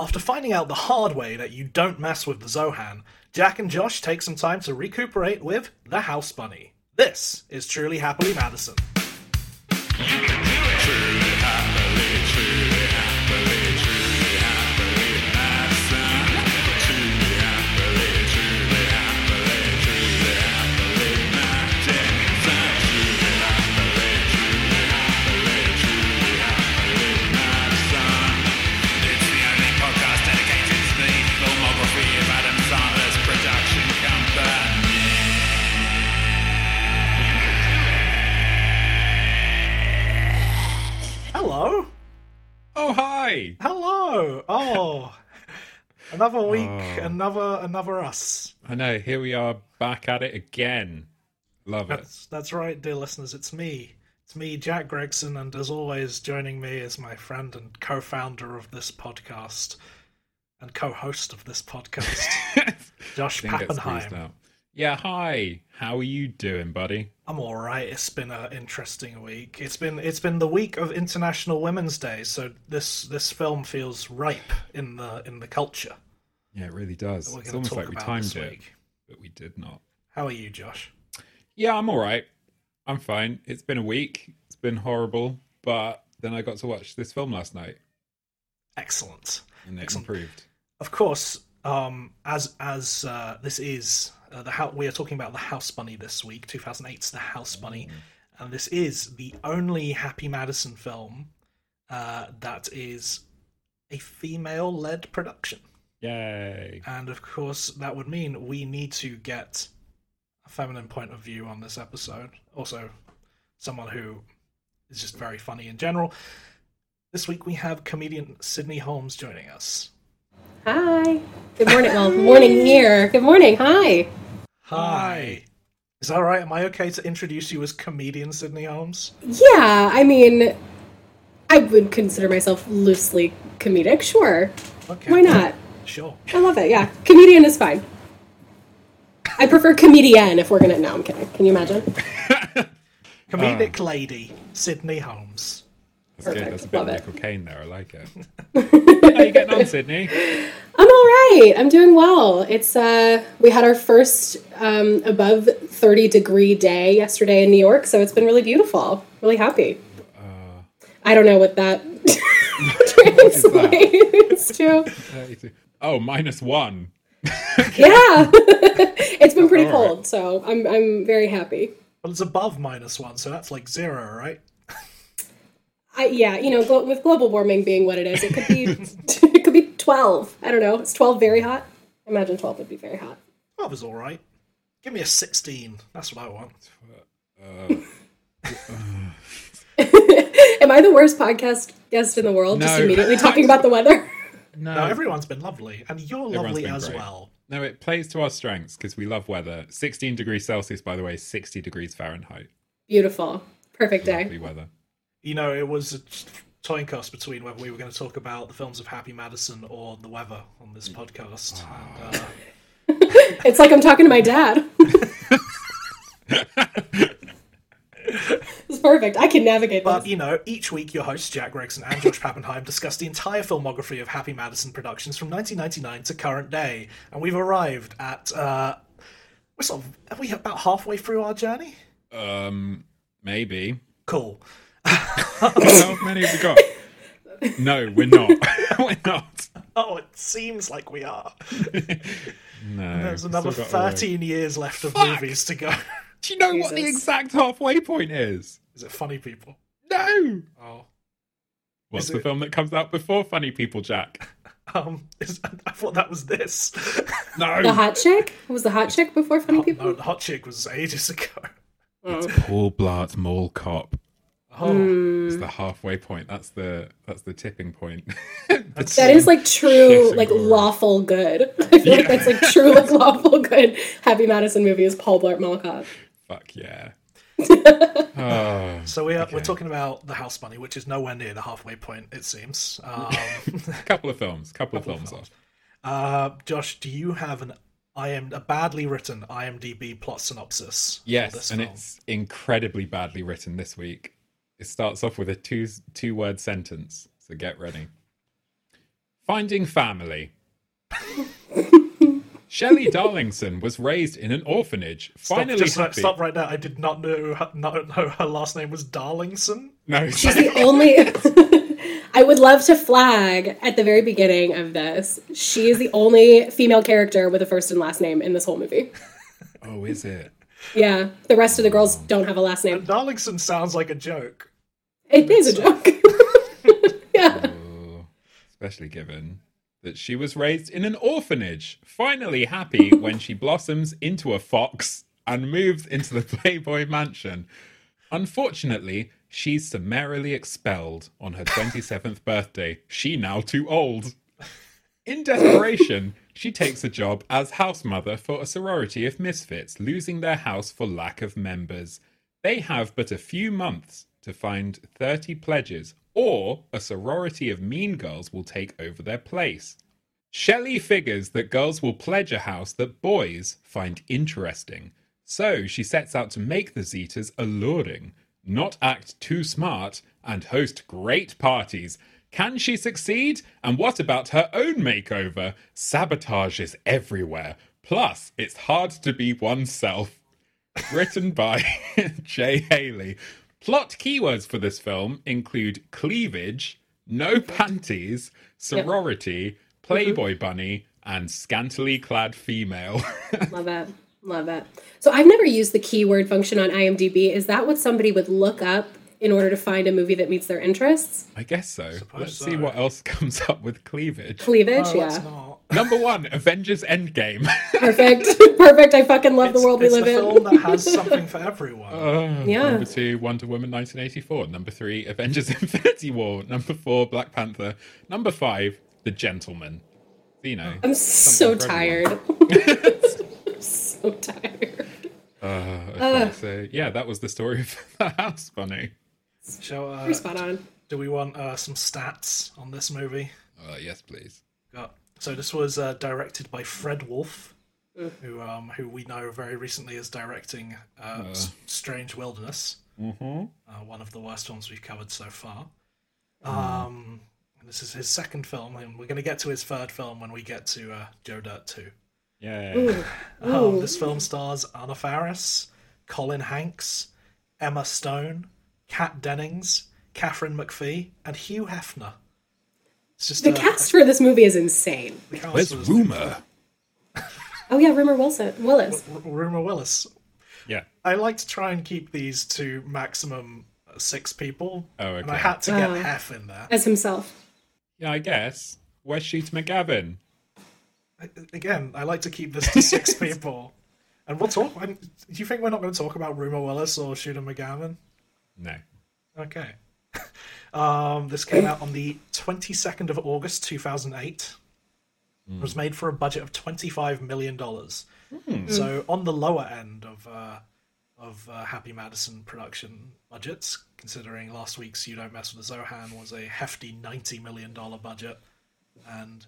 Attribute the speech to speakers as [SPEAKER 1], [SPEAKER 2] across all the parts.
[SPEAKER 1] After finding out the hard way that you don't mess with the Zohan, Jack and Josh take some time to recuperate with the House Bunny. This is Truly Happily Madison.
[SPEAKER 2] It's the only podcast dedicated to the filmography of Adam Sandler's production company.
[SPEAKER 1] Hello!
[SPEAKER 3] Oh hi!
[SPEAKER 1] Hello! Oh! Another week,
[SPEAKER 3] Oh.
[SPEAKER 1] another another us.
[SPEAKER 3] I know. Here we are back at it again. Love it.
[SPEAKER 1] That's that's right, dear listeners. It's me. It's me, Jack Gregson, and as always, joining me is my friend and co-founder of this podcast and co-host of this podcast, Josh
[SPEAKER 3] Didn't get squeezed
[SPEAKER 1] Pappenheim.
[SPEAKER 3] out. Yeah. Hi. How are you doing, buddy?
[SPEAKER 1] I'm all right. It's been an interesting week. It's been it's been the week of International Women's Day, so this this film feels ripe in the in the culture.
[SPEAKER 3] Yeah, it really does.
[SPEAKER 1] We're
[SPEAKER 3] It's
[SPEAKER 1] going to
[SPEAKER 3] almost
[SPEAKER 1] talk
[SPEAKER 3] like we
[SPEAKER 1] about
[SPEAKER 3] timed
[SPEAKER 1] this
[SPEAKER 3] it,
[SPEAKER 1] week.
[SPEAKER 3] but we did not.
[SPEAKER 1] How are you, Josh?
[SPEAKER 3] Yeah, I'm all right. I'm fine. It's been a week. It's been horrible, but then I got to watch this film last night,
[SPEAKER 1] Excellent.
[SPEAKER 3] and it
[SPEAKER 1] Excellent.
[SPEAKER 3] improved.
[SPEAKER 1] of course, um, as as uh, this is uh, the how we are talking about the House Bunny this week, 2008's The House Bunny,
[SPEAKER 3] Mm.
[SPEAKER 1] and this is the only Happy Madison film uh, that is a female-led production,
[SPEAKER 3] Yay!
[SPEAKER 1] and of course that would mean we need to get a feminine point of view on this episode. Also, someone who is just very funny in general. This week we have comedian Sydney Holmes joining us.
[SPEAKER 4] Hi. Good morning. Well, morning here. Good morning. Hi.
[SPEAKER 1] Hi. Is that all right? Am I okay to introduce you as comedian Sydney Holmes?
[SPEAKER 4] Yeah, I mean, I would consider myself loosely comedic. Sure.
[SPEAKER 1] Okay.
[SPEAKER 4] Why not?
[SPEAKER 1] Sure.
[SPEAKER 4] I love it. Yeah. Comedian is fine. I prefer comedian if we're going to. No, I'm kidding. Can you imagine?
[SPEAKER 1] Comedic lady Sydney Holmes.
[SPEAKER 3] That's good.
[SPEAKER 4] Perfect.
[SPEAKER 3] That's a bit
[SPEAKER 4] Love
[SPEAKER 3] of
[SPEAKER 4] it.
[SPEAKER 3] Michael Caine there. I like it. How you getting on, Sydney?
[SPEAKER 4] I'm all right. I'm doing well. It's, uh, we had our first um, above 30 degree day yesterday in New York, so it's been really beautiful. Really happy.
[SPEAKER 3] Uh.
[SPEAKER 4] I don't know what that translates to.
[SPEAKER 3] 32. Oh, minus one.
[SPEAKER 4] yeah it's been pretty
[SPEAKER 3] All right.
[SPEAKER 4] cold so i'm i'm very happy
[SPEAKER 1] Well, it's above minus one, so that's like zero, right?
[SPEAKER 4] i yeah you know glo- with global warming being what it is it could be it could be 12 i don't know it's 12 very hot I imagine 12 would be very hot
[SPEAKER 1] Twelve is all right. Give me a sixteen. That's what I want.
[SPEAKER 4] am i the worst podcast guest in the world just
[SPEAKER 3] No.
[SPEAKER 4] immediately talking about the weather
[SPEAKER 1] No, everyone's been lovely, and you're lovely
[SPEAKER 3] been
[SPEAKER 1] as
[SPEAKER 3] great.
[SPEAKER 1] well.
[SPEAKER 3] No, it plays to our strengths because we love weather. 16 degrees Celsius, by the way, 60 degrees Fahrenheit.
[SPEAKER 4] beautiful perfect
[SPEAKER 3] Lovely
[SPEAKER 4] day
[SPEAKER 3] weather.
[SPEAKER 1] You know, it was a toying cost between whether we were going to talk about the films of Happy Madison or the weather on this podcast.
[SPEAKER 3] Ah.
[SPEAKER 1] And, uh,
[SPEAKER 4] it's like i'm talking to my dad it's perfect i can navigate
[SPEAKER 1] But
[SPEAKER 4] this
[SPEAKER 1] you know, each week your hosts Jack Gregson and Josh Pappenheim discuss the entire filmography of Happy Madison Productions from 1999 to current day, and we've arrived at uh, we're sort of are we about halfway through our journey?
[SPEAKER 3] Um, maybe.
[SPEAKER 1] Cool.
[SPEAKER 3] How many have we got? No, we're not. we're not.
[SPEAKER 1] Oh, it seems like we are.
[SPEAKER 3] No.
[SPEAKER 1] There's
[SPEAKER 3] we've
[SPEAKER 1] another
[SPEAKER 3] still got a way.
[SPEAKER 1] 13 years left of
[SPEAKER 3] Fuck!
[SPEAKER 1] movies to go.
[SPEAKER 3] Do you know what the
[SPEAKER 4] Jesus.
[SPEAKER 3] exact halfway point is?
[SPEAKER 1] Is it funny people?
[SPEAKER 3] No.
[SPEAKER 1] Oh,
[SPEAKER 3] What's
[SPEAKER 1] Is
[SPEAKER 3] the
[SPEAKER 1] it-
[SPEAKER 3] film that comes out before Funny People, Jack?
[SPEAKER 1] um, is, I thought that was this. Oh,
[SPEAKER 4] the
[SPEAKER 3] No.
[SPEAKER 4] hot chick was the hot chick before funny people
[SPEAKER 1] no, the hot chick was ages ago.
[SPEAKER 3] Paul Blart Mall Cop
[SPEAKER 1] Oh,
[SPEAKER 4] Hmm.
[SPEAKER 3] is the halfway point. That's the that's the tipping point.
[SPEAKER 4] That is like
[SPEAKER 3] Shit
[SPEAKER 4] true,
[SPEAKER 3] and
[SPEAKER 4] like
[SPEAKER 3] gore.
[SPEAKER 4] lawful good. I feel like that's like true, like lawful good. Happy Madison movie is Paul Blart Mall Cop.
[SPEAKER 3] Fuck yeah. oh,
[SPEAKER 1] so we are, we're
[SPEAKER 3] Okay.
[SPEAKER 1] talking about the House Bunny, which is nowhere near the halfway point, it seems. Um,
[SPEAKER 3] a couple of films. Couple, of films, off.
[SPEAKER 1] Uh, Josh, do you have an I am a badly written IMDb plot synopsis? for
[SPEAKER 3] Yes,
[SPEAKER 1] this
[SPEAKER 3] and
[SPEAKER 1] film?
[SPEAKER 3] it's incredibly badly written this week. It starts off with a two two word sentence, so get ready. Finding Family. Shelley Darlingson was raised in an orphanage.
[SPEAKER 1] Stop,
[SPEAKER 3] Finally,
[SPEAKER 1] just,
[SPEAKER 3] happy.
[SPEAKER 1] stop right now. I did not know, her, not know her last name was Darlingson.
[SPEAKER 3] No,
[SPEAKER 4] She's the only. I would love to flag at the very beginning of this. She is the only female character with a first and last name in this whole movie.
[SPEAKER 3] oh, is it?
[SPEAKER 4] Yeah, the rest of the girls don't have a last name.
[SPEAKER 1] Darlingson sounds like a joke.
[SPEAKER 4] It is a joke. yeah.
[SPEAKER 3] Oh, especially given that she was raised in an orphanage. Finally, happy when she blossoms into a fox and moves into the Playboy Mansion. Unfortunately, she's summarily expelled on her 27th birthday. She now too old. In desperation, she takes a job as house mother for a sorority of misfits losing their house for lack of members. They have but a few months to find 30 pledges, or a sorority of mean girls will take over their place. Shelley figures that girls will pledge a house that boys find interesting, so she sets out to make the Zetas alluring, not act too smart, and host great parties. Can she succeed? And what about her own makeover? Sabotage is everywhere. Plus, it's hard to be oneself. Written by Jay Haley. Plot keywords for this film include cleavage, no panties, sorority, Playboy bunny, and scantily clad female.
[SPEAKER 4] Love it. Love it. So I've never used the keyword function on IMDb. Is that what somebody would look up in order to find a movie that meets their interests?
[SPEAKER 3] I guess so. Let's see
[SPEAKER 1] so.
[SPEAKER 3] what else comes up with cleavage.
[SPEAKER 4] Cleavage,
[SPEAKER 1] No, it's
[SPEAKER 4] yeah.
[SPEAKER 1] Oh, not.
[SPEAKER 3] Number one, Avengers Endgame.
[SPEAKER 4] Perfect. Perfect. I fucking love the world we
[SPEAKER 1] it's
[SPEAKER 4] live
[SPEAKER 1] the
[SPEAKER 4] in.
[SPEAKER 1] film that has something for everyone.
[SPEAKER 3] Uh,
[SPEAKER 4] Yeah.
[SPEAKER 3] Oh, Number two, Wonder Woman 1984. Number three, Avengers Infinity War. Number four, Black Panther. Number five, The Gentleman. You know.
[SPEAKER 4] I'm so
[SPEAKER 3] for
[SPEAKER 4] tired.
[SPEAKER 3] everyone.
[SPEAKER 4] I'm so tired.
[SPEAKER 3] okay, so yeah, that was the story of the house bunny.
[SPEAKER 1] Shall, uh,
[SPEAKER 4] You're spot on.
[SPEAKER 1] do we want uh, some stats on this movie?
[SPEAKER 3] Uh, yes, please.
[SPEAKER 1] Got- So this was uh, directed by Fred Wolf, who um, who we know very recently is directing uh, S- Strange Wilderness, uh, one of the worst films we've covered so far. Um, and this is his second film, and we're going to get to his third film when we get to uh, Joe Dirt Two.
[SPEAKER 3] Yeah.
[SPEAKER 1] Um, this film stars Anna Faris, Colin Hanks, Emma Stone, Kat Dennings, Catherine McPhee, and Hugh Hefner. It's just
[SPEAKER 4] The
[SPEAKER 1] a-
[SPEAKER 4] cast for this movie is insane.
[SPEAKER 1] the cast
[SPEAKER 3] Where's
[SPEAKER 1] was-
[SPEAKER 3] Rumor?
[SPEAKER 4] Oh yeah, Rumor Wilson Willis.
[SPEAKER 1] R- Rumor Willis.
[SPEAKER 3] Yeah.
[SPEAKER 1] I like to try and keep these to maximum uh, six people.
[SPEAKER 3] Oh,
[SPEAKER 1] And I
[SPEAKER 3] okay.
[SPEAKER 1] had to get
[SPEAKER 4] Oh.
[SPEAKER 1] Hef in there.
[SPEAKER 4] As himself.
[SPEAKER 3] Yeah, I guess. Where's Sheets McGavin?
[SPEAKER 1] I- Again, I like to keep this to six people. And we'll talk. I'm, do you think we're not going to talk about Rumor Willis or Shooter McGavin?
[SPEAKER 3] No.
[SPEAKER 1] Okay. Um, this came out on the 22nd of August 2008. It was made for a budget of $25 million. So on the lower end of uh, of uh, Happy Madison production budgets, considering last week's You Don't Mess With the Zohan was a hefty $90 million budget. And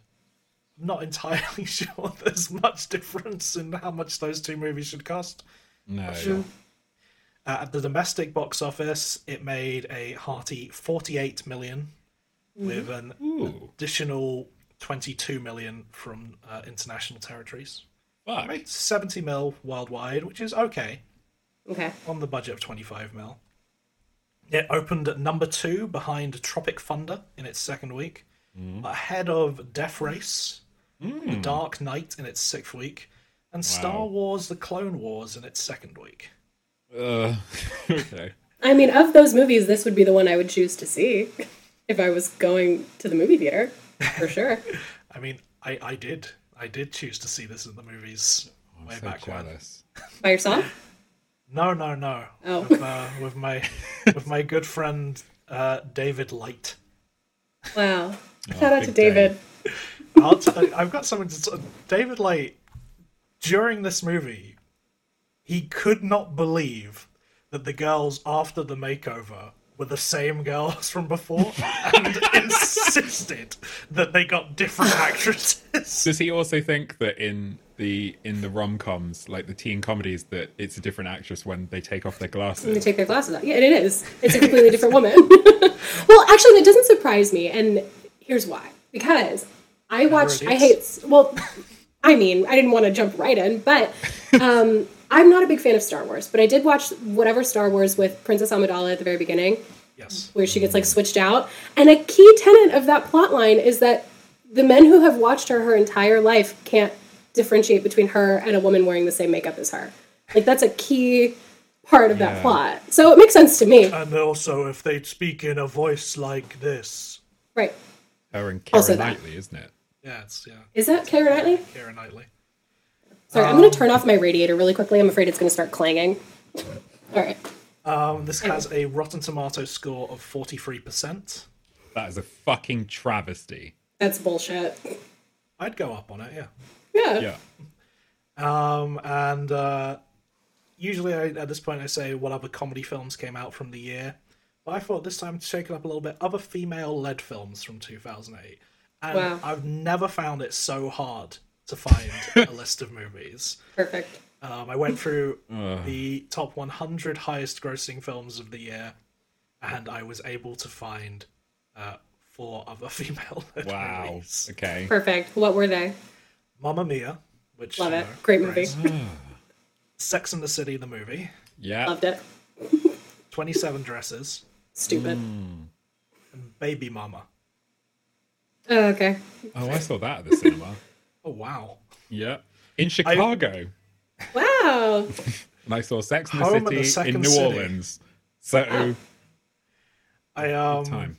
[SPEAKER 1] I'm not entirely sure there's much difference in how much those two movies should cost.
[SPEAKER 3] No.
[SPEAKER 1] Uh, at the domestic box office, it made a hearty 48 million, with an
[SPEAKER 3] Ooh.
[SPEAKER 1] additional 22 million from uh, international territories.
[SPEAKER 3] Fuck.
[SPEAKER 1] 70 mil worldwide, which is okay
[SPEAKER 4] Okay.
[SPEAKER 1] on the budget of 25 mil. It opened at number two behind Tropic Thunder in its second week, ahead of Death Race, The Dark Knight in its sixth week, and Star Wars: The Clone Wars in its second week.
[SPEAKER 3] Uh, okay.
[SPEAKER 4] I mean, of those movies, this would be the one I would choose to see if I was going to the movie theater, for sure.
[SPEAKER 1] I mean, I, I did. I did choose to see this in the movies way
[SPEAKER 3] So
[SPEAKER 1] back when.
[SPEAKER 3] jealous.
[SPEAKER 4] By yourself?
[SPEAKER 1] No, no, no.
[SPEAKER 4] Oh.
[SPEAKER 1] With, uh, with my with my good friend uh, David Light.
[SPEAKER 4] Wow. Shout out
[SPEAKER 3] Oh, big
[SPEAKER 4] to David.
[SPEAKER 3] day.
[SPEAKER 1] I'll t- I've got something to. T- David Light during this movie, he could not believe that the girls after the makeover were the same girls from before, and insisted that they got different actresses.
[SPEAKER 3] Does he also think that in the in the rom coms, like the teen comedies, that it's a different actress when they take off their
[SPEAKER 4] They
[SPEAKER 3] glasses?
[SPEAKER 4] take their glasses off. Yeah, and it is. It's a completely different woman. well, actually, that doesn't surprise me, and here's why. Because I watched. I
[SPEAKER 1] idiots.
[SPEAKER 4] hate. Well, I mean, I didn't want to jump right in, but um, I'm not a big fan of Star Wars. But I did watch whatever Star Wars with Princess Amidala at the very beginning,
[SPEAKER 1] Yes.
[SPEAKER 4] where she gets like switched out. And a key tenet of that plot line is that the men who have watched her her entire life can't differentiate between her and a woman wearing the same makeup as her. Like that's a key part of
[SPEAKER 3] Yeah.
[SPEAKER 4] that plot. So it makes sense to me,
[SPEAKER 1] And also, if they speak in a voice like this,
[SPEAKER 4] right?
[SPEAKER 3] Her and
[SPEAKER 4] Also
[SPEAKER 3] Karen
[SPEAKER 4] that.
[SPEAKER 3] Knightley, isn't it?
[SPEAKER 1] yeah, it's yeah,
[SPEAKER 4] Is that Keira Knightley?
[SPEAKER 1] Karen Knightley.
[SPEAKER 4] Sorry, I'm going to turn off my radiator really quickly. I'm afraid it's going to start clanging. All right.
[SPEAKER 1] Um, this has a Rotten Tomato score of forty-three percent.
[SPEAKER 3] That is a fucking travesty.
[SPEAKER 4] That's bullshit.
[SPEAKER 1] I'd go up on it, yeah.
[SPEAKER 4] Yeah.
[SPEAKER 3] Yeah.
[SPEAKER 1] Um, and uh, usually I, at this point I say what other comedy films came out from the year, but I thought this time to shake it up a little bit, other female-led films from 2008, and
[SPEAKER 4] Wow.
[SPEAKER 1] I've never found it so hard to find a list of movies.
[SPEAKER 4] Perfect.
[SPEAKER 1] Um, I went through the top 100 highest-grossing films of the year, and I was able to find uh, four other female-led
[SPEAKER 3] Wow.
[SPEAKER 1] movies.
[SPEAKER 3] Okay.
[SPEAKER 4] Perfect. What were they?
[SPEAKER 1] Mamma Mia, which
[SPEAKER 4] Love
[SPEAKER 1] you
[SPEAKER 4] it.
[SPEAKER 1] know,
[SPEAKER 4] Great movie.
[SPEAKER 1] Sex and the City, the movie,
[SPEAKER 3] Yeah.
[SPEAKER 4] Loved it.
[SPEAKER 1] Twenty Seven Dresses,
[SPEAKER 4] Stupid.
[SPEAKER 1] Baby Mama.
[SPEAKER 4] Oh, okay.
[SPEAKER 3] Oh, I saw that at the cinema.
[SPEAKER 1] Oh wow!
[SPEAKER 3] yeah. In Chicago.
[SPEAKER 4] Wow.
[SPEAKER 3] And I saw Sex in
[SPEAKER 1] Home of the
[SPEAKER 3] the City in
[SPEAKER 1] Second
[SPEAKER 3] New
[SPEAKER 1] City.
[SPEAKER 3] Orleans. So,
[SPEAKER 1] I um
[SPEAKER 3] time.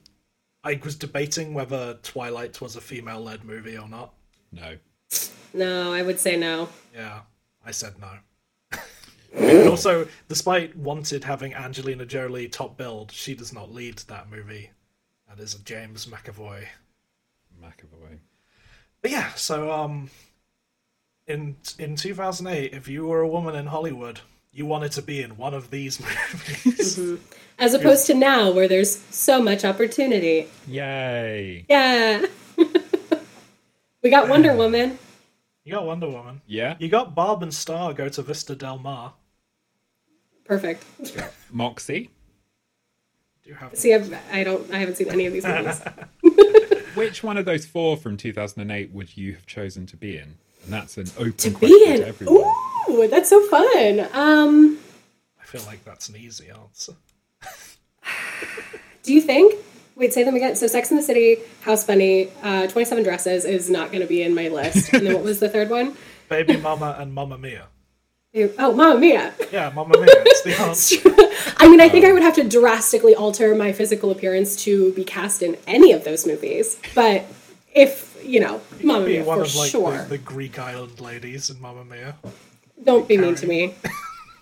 [SPEAKER 1] I was debating whether Twilight was a female-led movie or not.
[SPEAKER 3] No.
[SPEAKER 4] No, I would say no.
[SPEAKER 1] Yeah, I said no. and also, despite Wanted having Angelina Jolie top billed, she does not lead that movie. That is a James McAvoy.
[SPEAKER 3] McAvoy.
[SPEAKER 1] But yeah, so um, in in 2008, if you were a woman in Hollywood, you wanted to be in one of these movies.
[SPEAKER 4] As opposed to now, where there's so much opportunity.
[SPEAKER 3] Yay.
[SPEAKER 4] Yeah. we got Wonder Woman.
[SPEAKER 1] you got Wonder Woman.
[SPEAKER 3] Yeah.
[SPEAKER 1] You got Barb and Star go to Vista Del Mar.
[SPEAKER 4] Perfect.
[SPEAKER 3] Moxie.
[SPEAKER 1] Do you have
[SPEAKER 4] See, I've, I don't. I haven't seen any of these movies.
[SPEAKER 3] Which one of those four from 2008 would you have chosen to be in? And that's an open
[SPEAKER 4] to
[SPEAKER 3] question
[SPEAKER 4] be
[SPEAKER 3] to
[SPEAKER 4] in.
[SPEAKER 3] everyone.
[SPEAKER 4] Ooh, that's so fun. Um,
[SPEAKER 1] I feel like that's an easy answer.
[SPEAKER 4] Do you think? Wait, say them again. So, Sex in the City, House Bunny, uh, Twenty Seven Dresses is not going to be in my list. And then what was the third one?
[SPEAKER 1] Baby Mama and Mamma Mia.
[SPEAKER 4] Oh, Mamma Mia.
[SPEAKER 1] Yeah, Mamma Mia. It's the answer.
[SPEAKER 4] I mean, I think I would have to drastically alter my physical appearance to be cast in any of those movies. But if you know, Mamma
[SPEAKER 1] Be
[SPEAKER 4] Mia
[SPEAKER 1] one
[SPEAKER 4] for
[SPEAKER 1] of like
[SPEAKER 4] sure.
[SPEAKER 1] the, the Greek island ladies in Mamma Mia.
[SPEAKER 4] Don't be mean to me.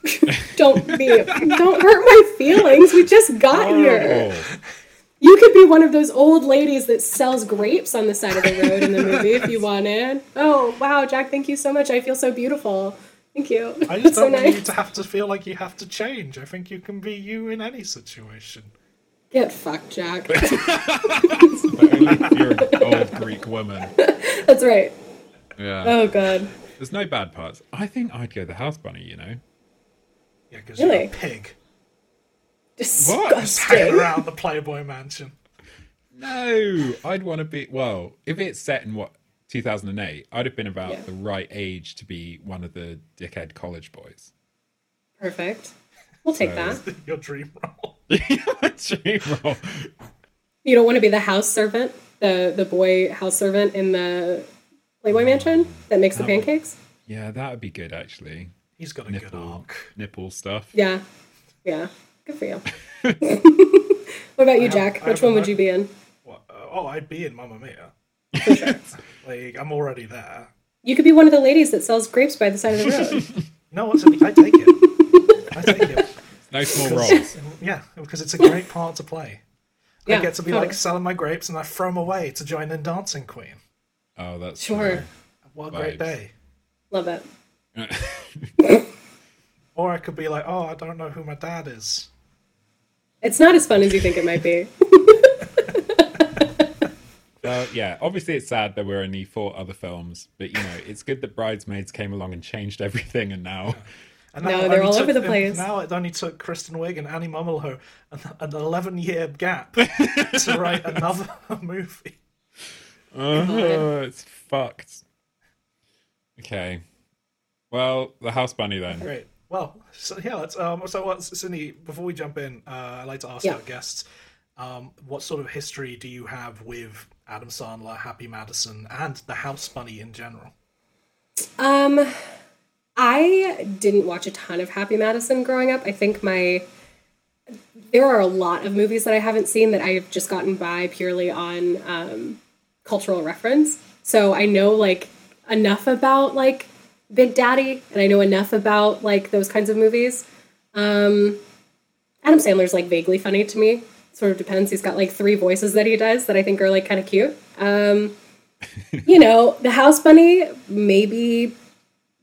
[SPEAKER 4] don't be. Don't hurt my feelings. We just got here.
[SPEAKER 3] Oh,
[SPEAKER 4] You could be one of those old ladies that sells grapes on the side of the road in the movie if you wanted. Oh, wow, Jack, thank you so much. I feel so beautiful. Thank you.
[SPEAKER 1] I just
[SPEAKER 4] so
[SPEAKER 1] don't want
[SPEAKER 4] nice.
[SPEAKER 1] you to have to feel like you have to change. I think you can be you in any situation.
[SPEAKER 4] Get fucked, Jack.
[SPEAKER 3] but only if you're an old Greek woman.
[SPEAKER 4] That's right.
[SPEAKER 3] Yeah.
[SPEAKER 4] Oh, God.
[SPEAKER 3] There's no bad parts. I think I'd go the house bunny, you know.
[SPEAKER 1] Yeah, because you're
[SPEAKER 4] Really?
[SPEAKER 1] a pig hanging
[SPEAKER 4] Disgusting.
[SPEAKER 1] around the Playboy Mansion.
[SPEAKER 3] No, I'd want to be. Well, if it's set in what 2008, I'd have been about
[SPEAKER 4] Yeah.
[SPEAKER 3] the right age to be one of the dickhead college boys.
[SPEAKER 4] Perfect. We'll take
[SPEAKER 3] So-
[SPEAKER 4] that.
[SPEAKER 1] Your dream role.
[SPEAKER 3] Dream role.
[SPEAKER 4] You don't want to be the house servant, the, the boy house servant in the
[SPEAKER 1] Mm-hmm.
[SPEAKER 4] Playboy Mansion that makes the
[SPEAKER 3] That would-
[SPEAKER 4] pancakes?
[SPEAKER 3] Yeah, that would be good actually.
[SPEAKER 1] He's got a good
[SPEAKER 3] Nipple,
[SPEAKER 1] arc.
[SPEAKER 3] nipple stuff.
[SPEAKER 4] Yeah. Yeah. Good for you. what about you, Jack?
[SPEAKER 1] I
[SPEAKER 4] Which
[SPEAKER 1] have a
[SPEAKER 4] one would
[SPEAKER 1] mo-
[SPEAKER 4] you be in?
[SPEAKER 1] What- oh, I'd be in Mamma Mia. like I'm already there.
[SPEAKER 4] You could be one of the ladies that sells grapes by the side of the road.
[SPEAKER 1] You know what? Sydney? I take it. I take it.
[SPEAKER 3] No small roles.
[SPEAKER 1] Yeah, because it's a great part to play.
[SPEAKER 4] yeah,
[SPEAKER 1] I get to be
[SPEAKER 4] totally.
[SPEAKER 1] like selling my grapes and I throw them away to join in Dancing Queen.
[SPEAKER 3] Oh, that's
[SPEAKER 4] Sure.
[SPEAKER 1] What a great
[SPEAKER 3] Vibes.
[SPEAKER 1] day.
[SPEAKER 4] Love it.
[SPEAKER 3] true.
[SPEAKER 1] Or I could be like, oh, I don't know who my dad is.
[SPEAKER 4] It's not as fun as you think it might be.
[SPEAKER 3] Well, yeah. Obviously, it's sad that we're only four other films, but you know, it's good that Bridesmaids came along and changed everything, and now.
[SPEAKER 1] And
[SPEAKER 4] No,
[SPEAKER 1] it
[SPEAKER 4] they're
[SPEAKER 1] only
[SPEAKER 4] all over
[SPEAKER 1] took-
[SPEAKER 4] the place.
[SPEAKER 1] Now it only took Kristen Wiig and Annie Mummelho an, an 11 year gap to write another movie.
[SPEAKER 4] Uh-huh.
[SPEAKER 3] Uh, it's fucked. Okay. Well, the house bunny then.
[SPEAKER 1] Great. Well, so yeah, let's. Um, so, what, Cindy? Before we jump in, uh, I'd like to ask
[SPEAKER 4] Yeah.
[SPEAKER 1] our guests, um, what sort of history do you have with Adam Sandler, Happy Madison, and the House Bunny in general?
[SPEAKER 4] Um, I didn't watch a ton of Happy Madison growing up. I think my there are a lot of movies that I haven't seen that I've just gotten by purely on um, cultural reference. So I know like enough about like Big Daddy, and I know enough about like those kinds of movies. Um, Adam Sandler's like vaguely funny to me. Sort of depends. He's got like three voices that he does that I think are like kind of cute. Um, you know, the house bunny maybe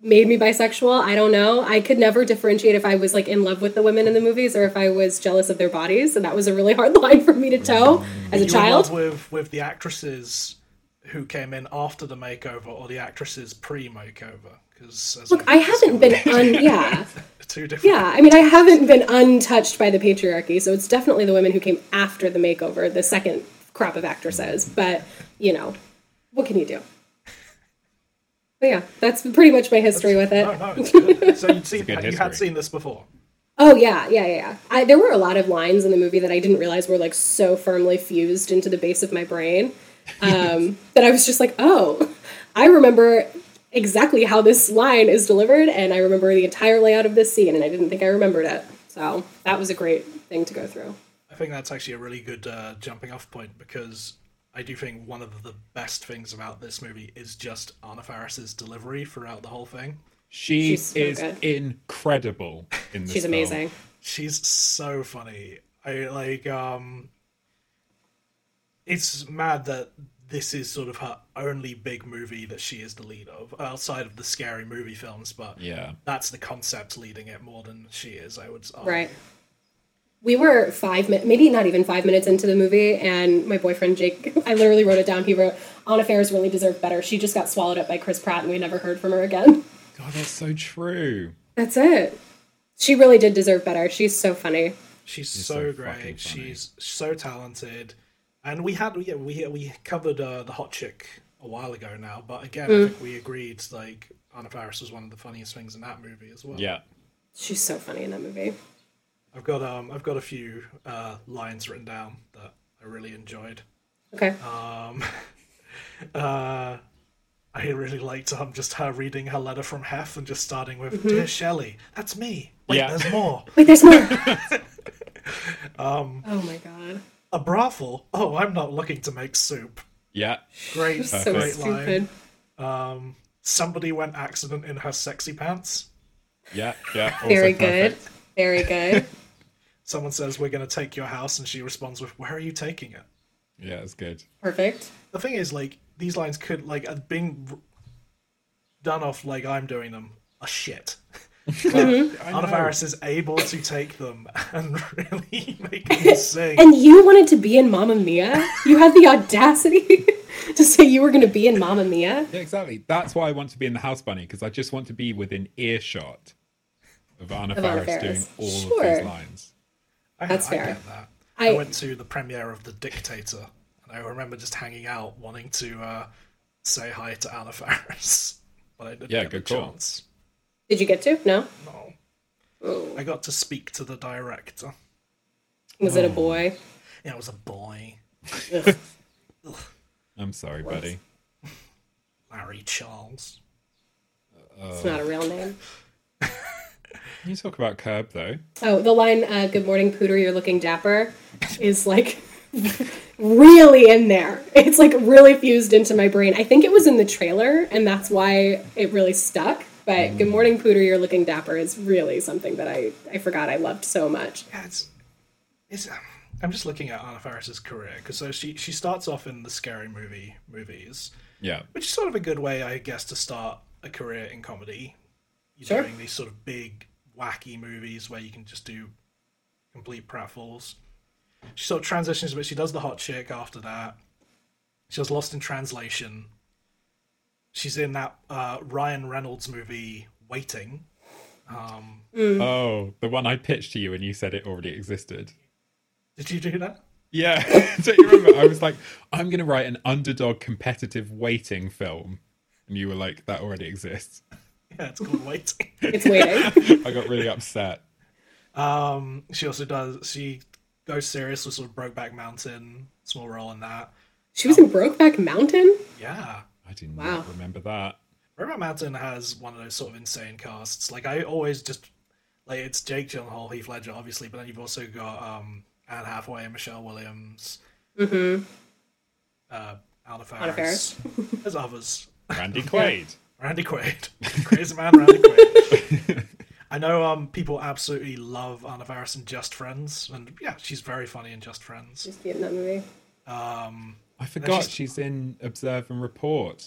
[SPEAKER 4] made me bisexual. I don't know. I could never differentiate if I was like in love with the women in the movies or if I was jealous of their bodies, and that was a really hard line for me to toe as a
[SPEAKER 1] you in love
[SPEAKER 4] child.
[SPEAKER 1] with with the actresses who came in after the makeover, or the actresses pre makeover? Because
[SPEAKER 4] Look, I haven't been un yeah.
[SPEAKER 1] two different.
[SPEAKER 4] Yeah, I mean, I haven't been untouched by the patriarchy, so it's definitely the women who came after the makeover, the second crop of actresses. But you know, what can you do? But yeah, that's pretty much my history with it.
[SPEAKER 1] No, Oh, no, it's good. So you'd seen,
[SPEAKER 3] good
[SPEAKER 1] you had
[SPEAKER 3] history.
[SPEAKER 1] seen this before.
[SPEAKER 4] Oh yeah, yeah, yeah. yeah. I, there were a lot of lines in the movie that I didn't realize were like so firmly fused into the base of my brain um, that I was just like, oh, I remember exactly how this line is delivered, and I remember the entire layout of this scene, and I didn't think I remembered it. So that was a great thing to go through.
[SPEAKER 1] I think that's actually a really good uh, jumping off point because I do think one of the best things about this movie is just Anna Faris's delivery throughout the whole thing.
[SPEAKER 3] She
[SPEAKER 4] She's so
[SPEAKER 3] is
[SPEAKER 4] good.
[SPEAKER 3] incredible in this.
[SPEAKER 4] She's
[SPEAKER 3] film.
[SPEAKER 4] amazing.
[SPEAKER 1] She's so funny. I like um it's mad that this is sort of her only big movie that she is the lead of outside of the scary movie films, but
[SPEAKER 3] Yeah.
[SPEAKER 1] that's the concept leading it more than she is, I would argue.
[SPEAKER 4] Right. We were five minutes, maybe not even five minutes into the movie, and my boyfriend Jake, I literally wrote it down. He wrote, Anna Faris really deserved better. She just got swallowed up by Chris Pratt, and we never heard from her again.
[SPEAKER 3] God, that's so true.
[SPEAKER 4] That's it. She really did deserve better. She's so funny.
[SPEAKER 1] She's
[SPEAKER 3] so
[SPEAKER 1] so,
[SPEAKER 3] fucking funny.
[SPEAKER 1] great. She's so talented, and we had yeah we we covered uh, the hot chick a while ago now, but again
[SPEAKER 4] Mm.
[SPEAKER 1] I think we agreed like Anna Faris was one of the funniest things in that movie as well.
[SPEAKER 3] Yeah.
[SPEAKER 4] She's so funny in that movie.
[SPEAKER 1] I've got um I've got a few uh, lines written down that I really enjoyed.
[SPEAKER 4] Okay.
[SPEAKER 1] Um, Uh, I really liked um just her reading her letter from Hef and just starting with
[SPEAKER 4] Mm-hmm.
[SPEAKER 1] dear Shelley, that's me. Wait,
[SPEAKER 3] Yeah.
[SPEAKER 1] there's more.
[SPEAKER 4] Wait, there's more. um, oh my god.
[SPEAKER 1] a brothel? Oh, I'm not looking to make soup.
[SPEAKER 3] Yeah.
[SPEAKER 1] Great,
[SPEAKER 4] So
[SPEAKER 1] great line.
[SPEAKER 4] stupid.
[SPEAKER 1] Somebody went accident in her sexy pants.
[SPEAKER 3] Yeah. Yeah. Also
[SPEAKER 4] Very good.
[SPEAKER 3] perfect.
[SPEAKER 4] Very good.
[SPEAKER 1] someone says we're going to take your house and she responds with where are you taking it
[SPEAKER 3] Yeah, it's good.
[SPEAKER 4] Perfect.
[SPEAKER 1] the thing is like these lines could like are being r- done off like i'm doing them are shit
[SPEAKER 4] Mm-hmm.
[SPEAKER 1] Anna Faris is able to take them and really make them sing.
[SPEAKER 4] And you wanted to be in Mamma Mia? You had the audacity to say you were going to be in Mamma Mia?
[SPEAKER 3] Yeah, exactly. That's why I want to be in the house bunny because I just want to be within earshot of Anna
[SPEAKER 4] Of Anna
[SPEAKER 3] Faris doing
[SPEAKER 4] Faris.
[SPEAKER 3] all of
[SPEAKER 4] Sure.
[SPEAKER 3] these lines.
[SPEAKER 1] I,
[SPEAKER 4] That's
[SPEAKER 1] I
[SPEAKER 4] fair.
[SPEAKER 1] get that. I,
[SPEAKER 4] I-
[SPEAKER 1] went to the premiere of The Dictator, and I remember just hanging out, wanting to uh, say hi to Anna Faris, but I didn't
[SPEAKER 3] Yeah,
[SPEAKER 1] get the
[SPEAKER 3] good call.
[SPEAKER 1] chance.
[SPEAKER 4] Did you get to? No?
[SPEAKER 1] No,
[SPEAKER 4] Oh.
[SPEAKER 1] I got to speak to the director.
[SPEAKER 4] Was it a boy?
[SPEAKER 1] Yeah, it was a boy.
[SPEAKER 4] Ugh.
[SPEAKER 3] I'm sorry, buddy.
[SPEAKER 1] Larry Charles.
[SPEAKER 4] It's not a real name.
[SPEAKER 3] Can you talk about Curb though?
[SPEAKER 4] Oh, the line, uh, good morning, Pooter, you're looking dapper, is like really in there. It's like really fused into my brain. I think it was in the trailer, and that's why it really stuck. But good morning, Pooter, you're looking dapper is really something that I, I forgot I loved so much.
[SPEAKER 1] Yeah, it's, it's, um, I'm just looking at Anna Faris's career because so she she starts off in the scary movie movies,
[SPEAKER 3] Yeah.
[SPEAKER 1] which is sort of a good way, I guess, to start a career in comedy. You're
[SPEAKER 4] Sure.
[SPEAKER 1] doing these sort of big wacky movies where you can just do complete pratfalls. She sort of transitions, but she does the hot chick after that. She was Lost in Translation. She's in that uh, Ryan Reynolds movie, Waiting.
[SPEAKER 4] Mm.
[SPEAKER 3] Oh, the one I pitched to you and you said it already existed.
[SPEAKER 1] Did you do that?
[SPEAKER 3] Yeah. Don't you remember? I was like, I'm going to write an underdog competitive waiting film. And you were like, that already exists.
[SPEAKER 1] Yeah, it's called waiting.
[SPEAKER 4] It's waiting.
[SPEAKER 3] I got really upset.
[SPEAKER 1] Um, she also does. She goes serious with sort of Brokeback Mountain, small role in that.
[SPEAKER 4] She was in Brokeback Mountain.
[SPEAKER 1] Yeah,
[SPEAKER 3] I do not
[SPEAKER 4] Wow.
[SPEAKER 3] remember that.
[SPEAKER 1] Brokeback Mountain has one of those sort of insane casts. Like I always just like it's Jake Gyllenhaal, Heath Ledger, obviously, but then you've also got um Anne Hathaway, Michelle Williams, mm-hmm. uh, Anna Faris.
[SPEAKER 4] Faris.
[SPEAKER 1] There's others.
[SPEAKER 3] Randy Quaid.
[SPEAKER 1] Randy Quaid, crazy man, Randy Quaid. I know um people absolutely love Anna Faris in Just Friends, and yeah, she's very funny in Just Friends.
[SPEAKER 4] Just be in that movie.
[SPEAKER 3] I forgot
[SPEAKER 1] she's-
[SPEAKER 3] she's in Observe and Report.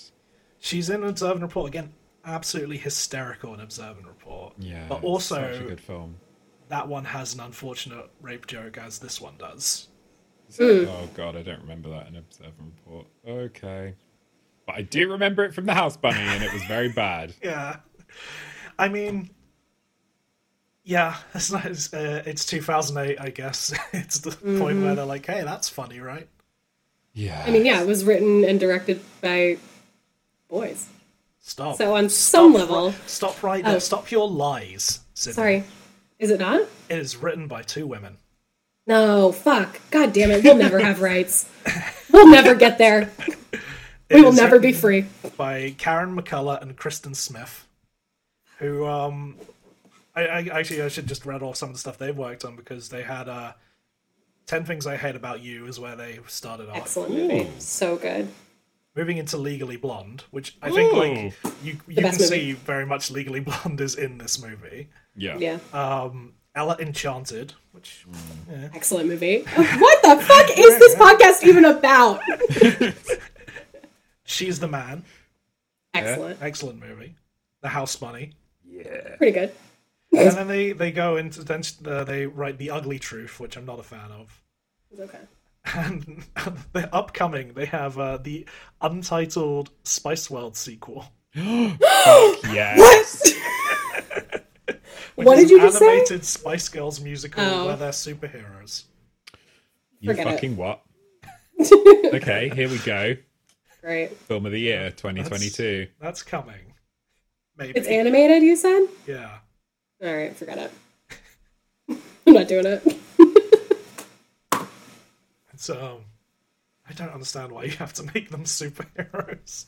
[SPEAKER 1] She's in Observe and Report again. Absolutely hysterical in Observe and Report.
[SPEAKER 3] Yeah.
[SPEAKER 1] But
[SPEAKER 3] it's Such a
[SPEAKER 1] also,
[SPEAKER 3] good film.
[SPEAKER 1] that one has an unfortunate rape joke, as this one does.
[SPEAKER 3] Is it-
[SPEAKER 4] Hmm.
[SPEAKER 3] Oh, God, I don't remember that in Observe and Report. Okay. But I do remember it from The House Bunny, and it was very bad.
[SPEAKER 1] Yeah. I mean, yeah, it's, not, it's, uh, it's 2008, I guess. it's the point
[SPEAKER 4] Mm-hmm.
[SPEAKER 1] where they're like, hey, that's funny, right?
[SPEAKER 3] Yeah.
[SPEAKER 4] I mean, yeah, it was written and directed by boys.
[SPEAKER 1] Stop.
[SPEAKER 4] So on some level,
[SPEAKER 1] Stop right there.
[SPEAKER 4] Oh.
[SPEAKER 1] Stop your lies. Sydney.
[SPEAKER 4] sorry, is it not?
[SPEAKER 1] It is written by two women.
[SPEAKER 4] No, fuck. God damn it. We'll never have rights. We'll never get there. We
[SPEAKER 1] It
[SPEAKER 4] will
[SPEAKER 1] is
[SPEAKER 4] never be
[SPEAKER 1] written
[SPEAKER 4] free.
[SPEAKER 1] by Karen McCullough and Kristen Smith, who um, I, I actually I should just read off some of the stuff they've worked on because they had uh, Ten Things I Hate About You is where they started off.
[SPEAKER 4] Excellent movie. So good.
[SPEAKER 1] Moving into Legally Blonde, which I think like you you can
[SPEAKER 4] best
[SPEAKER 1] see
[SPEAKER 4] movie.
[SPEAKER 1] very much Legally Blonde is in this movie.
[SPEAKER 3] Yeah.
[SPEAKER 4] Yeah.
[SPEAKER 1] Ella Enchanted, which
[SPEAKER 4] Excellent movie. What the fuck is this podcast even about?
[SPEAKER 1] she's the man.
[SPEAKER 4] Excellent.
[SPEAKER 1] Excellent movie. The House Bunny.
[SPEAKER 4] Pretty good.
[SPEAKER 1] and then they they go into then uh, they write the ugly truth, which I'm not a fan of.
[SPEAKER 4] It's okay.
[SPEAKER 1] And they're upcoming. They have uh, the untitled Spice World sequel.
[SPEAKER 3] Yes.
[SPEAKER 4] What?
[SPEAKER 1] which
[SPEAKER 4] What
[SPEAKER 1] is
[SPEAKER 4] did you
[SPEAKER 1] an
[SPEAKER 4] just say?
[SPEAKER 1] Animated Spice Girls musical
[SPEAKER 4] Oh.
[SPEAKER 1] where they're superheroes.
[SPEAKER 3] You
[SPEAKER 4] Forget it.
[SPEAKER 3] fucking what? okay, here we go.
[SPEAKER 4] Great.
[SPEAKER 3] Film of the year 2022.
[SPEAKER 1] That's coming. Maybe.
[SPEAKER 4] It's animated, you said?
[SPEAKER 1] yeah.
[SPEAKER 4] All right, forget it. I'm not doing it.
[SPEAKER 1] So um, I don't understand why you have to make them superheroes.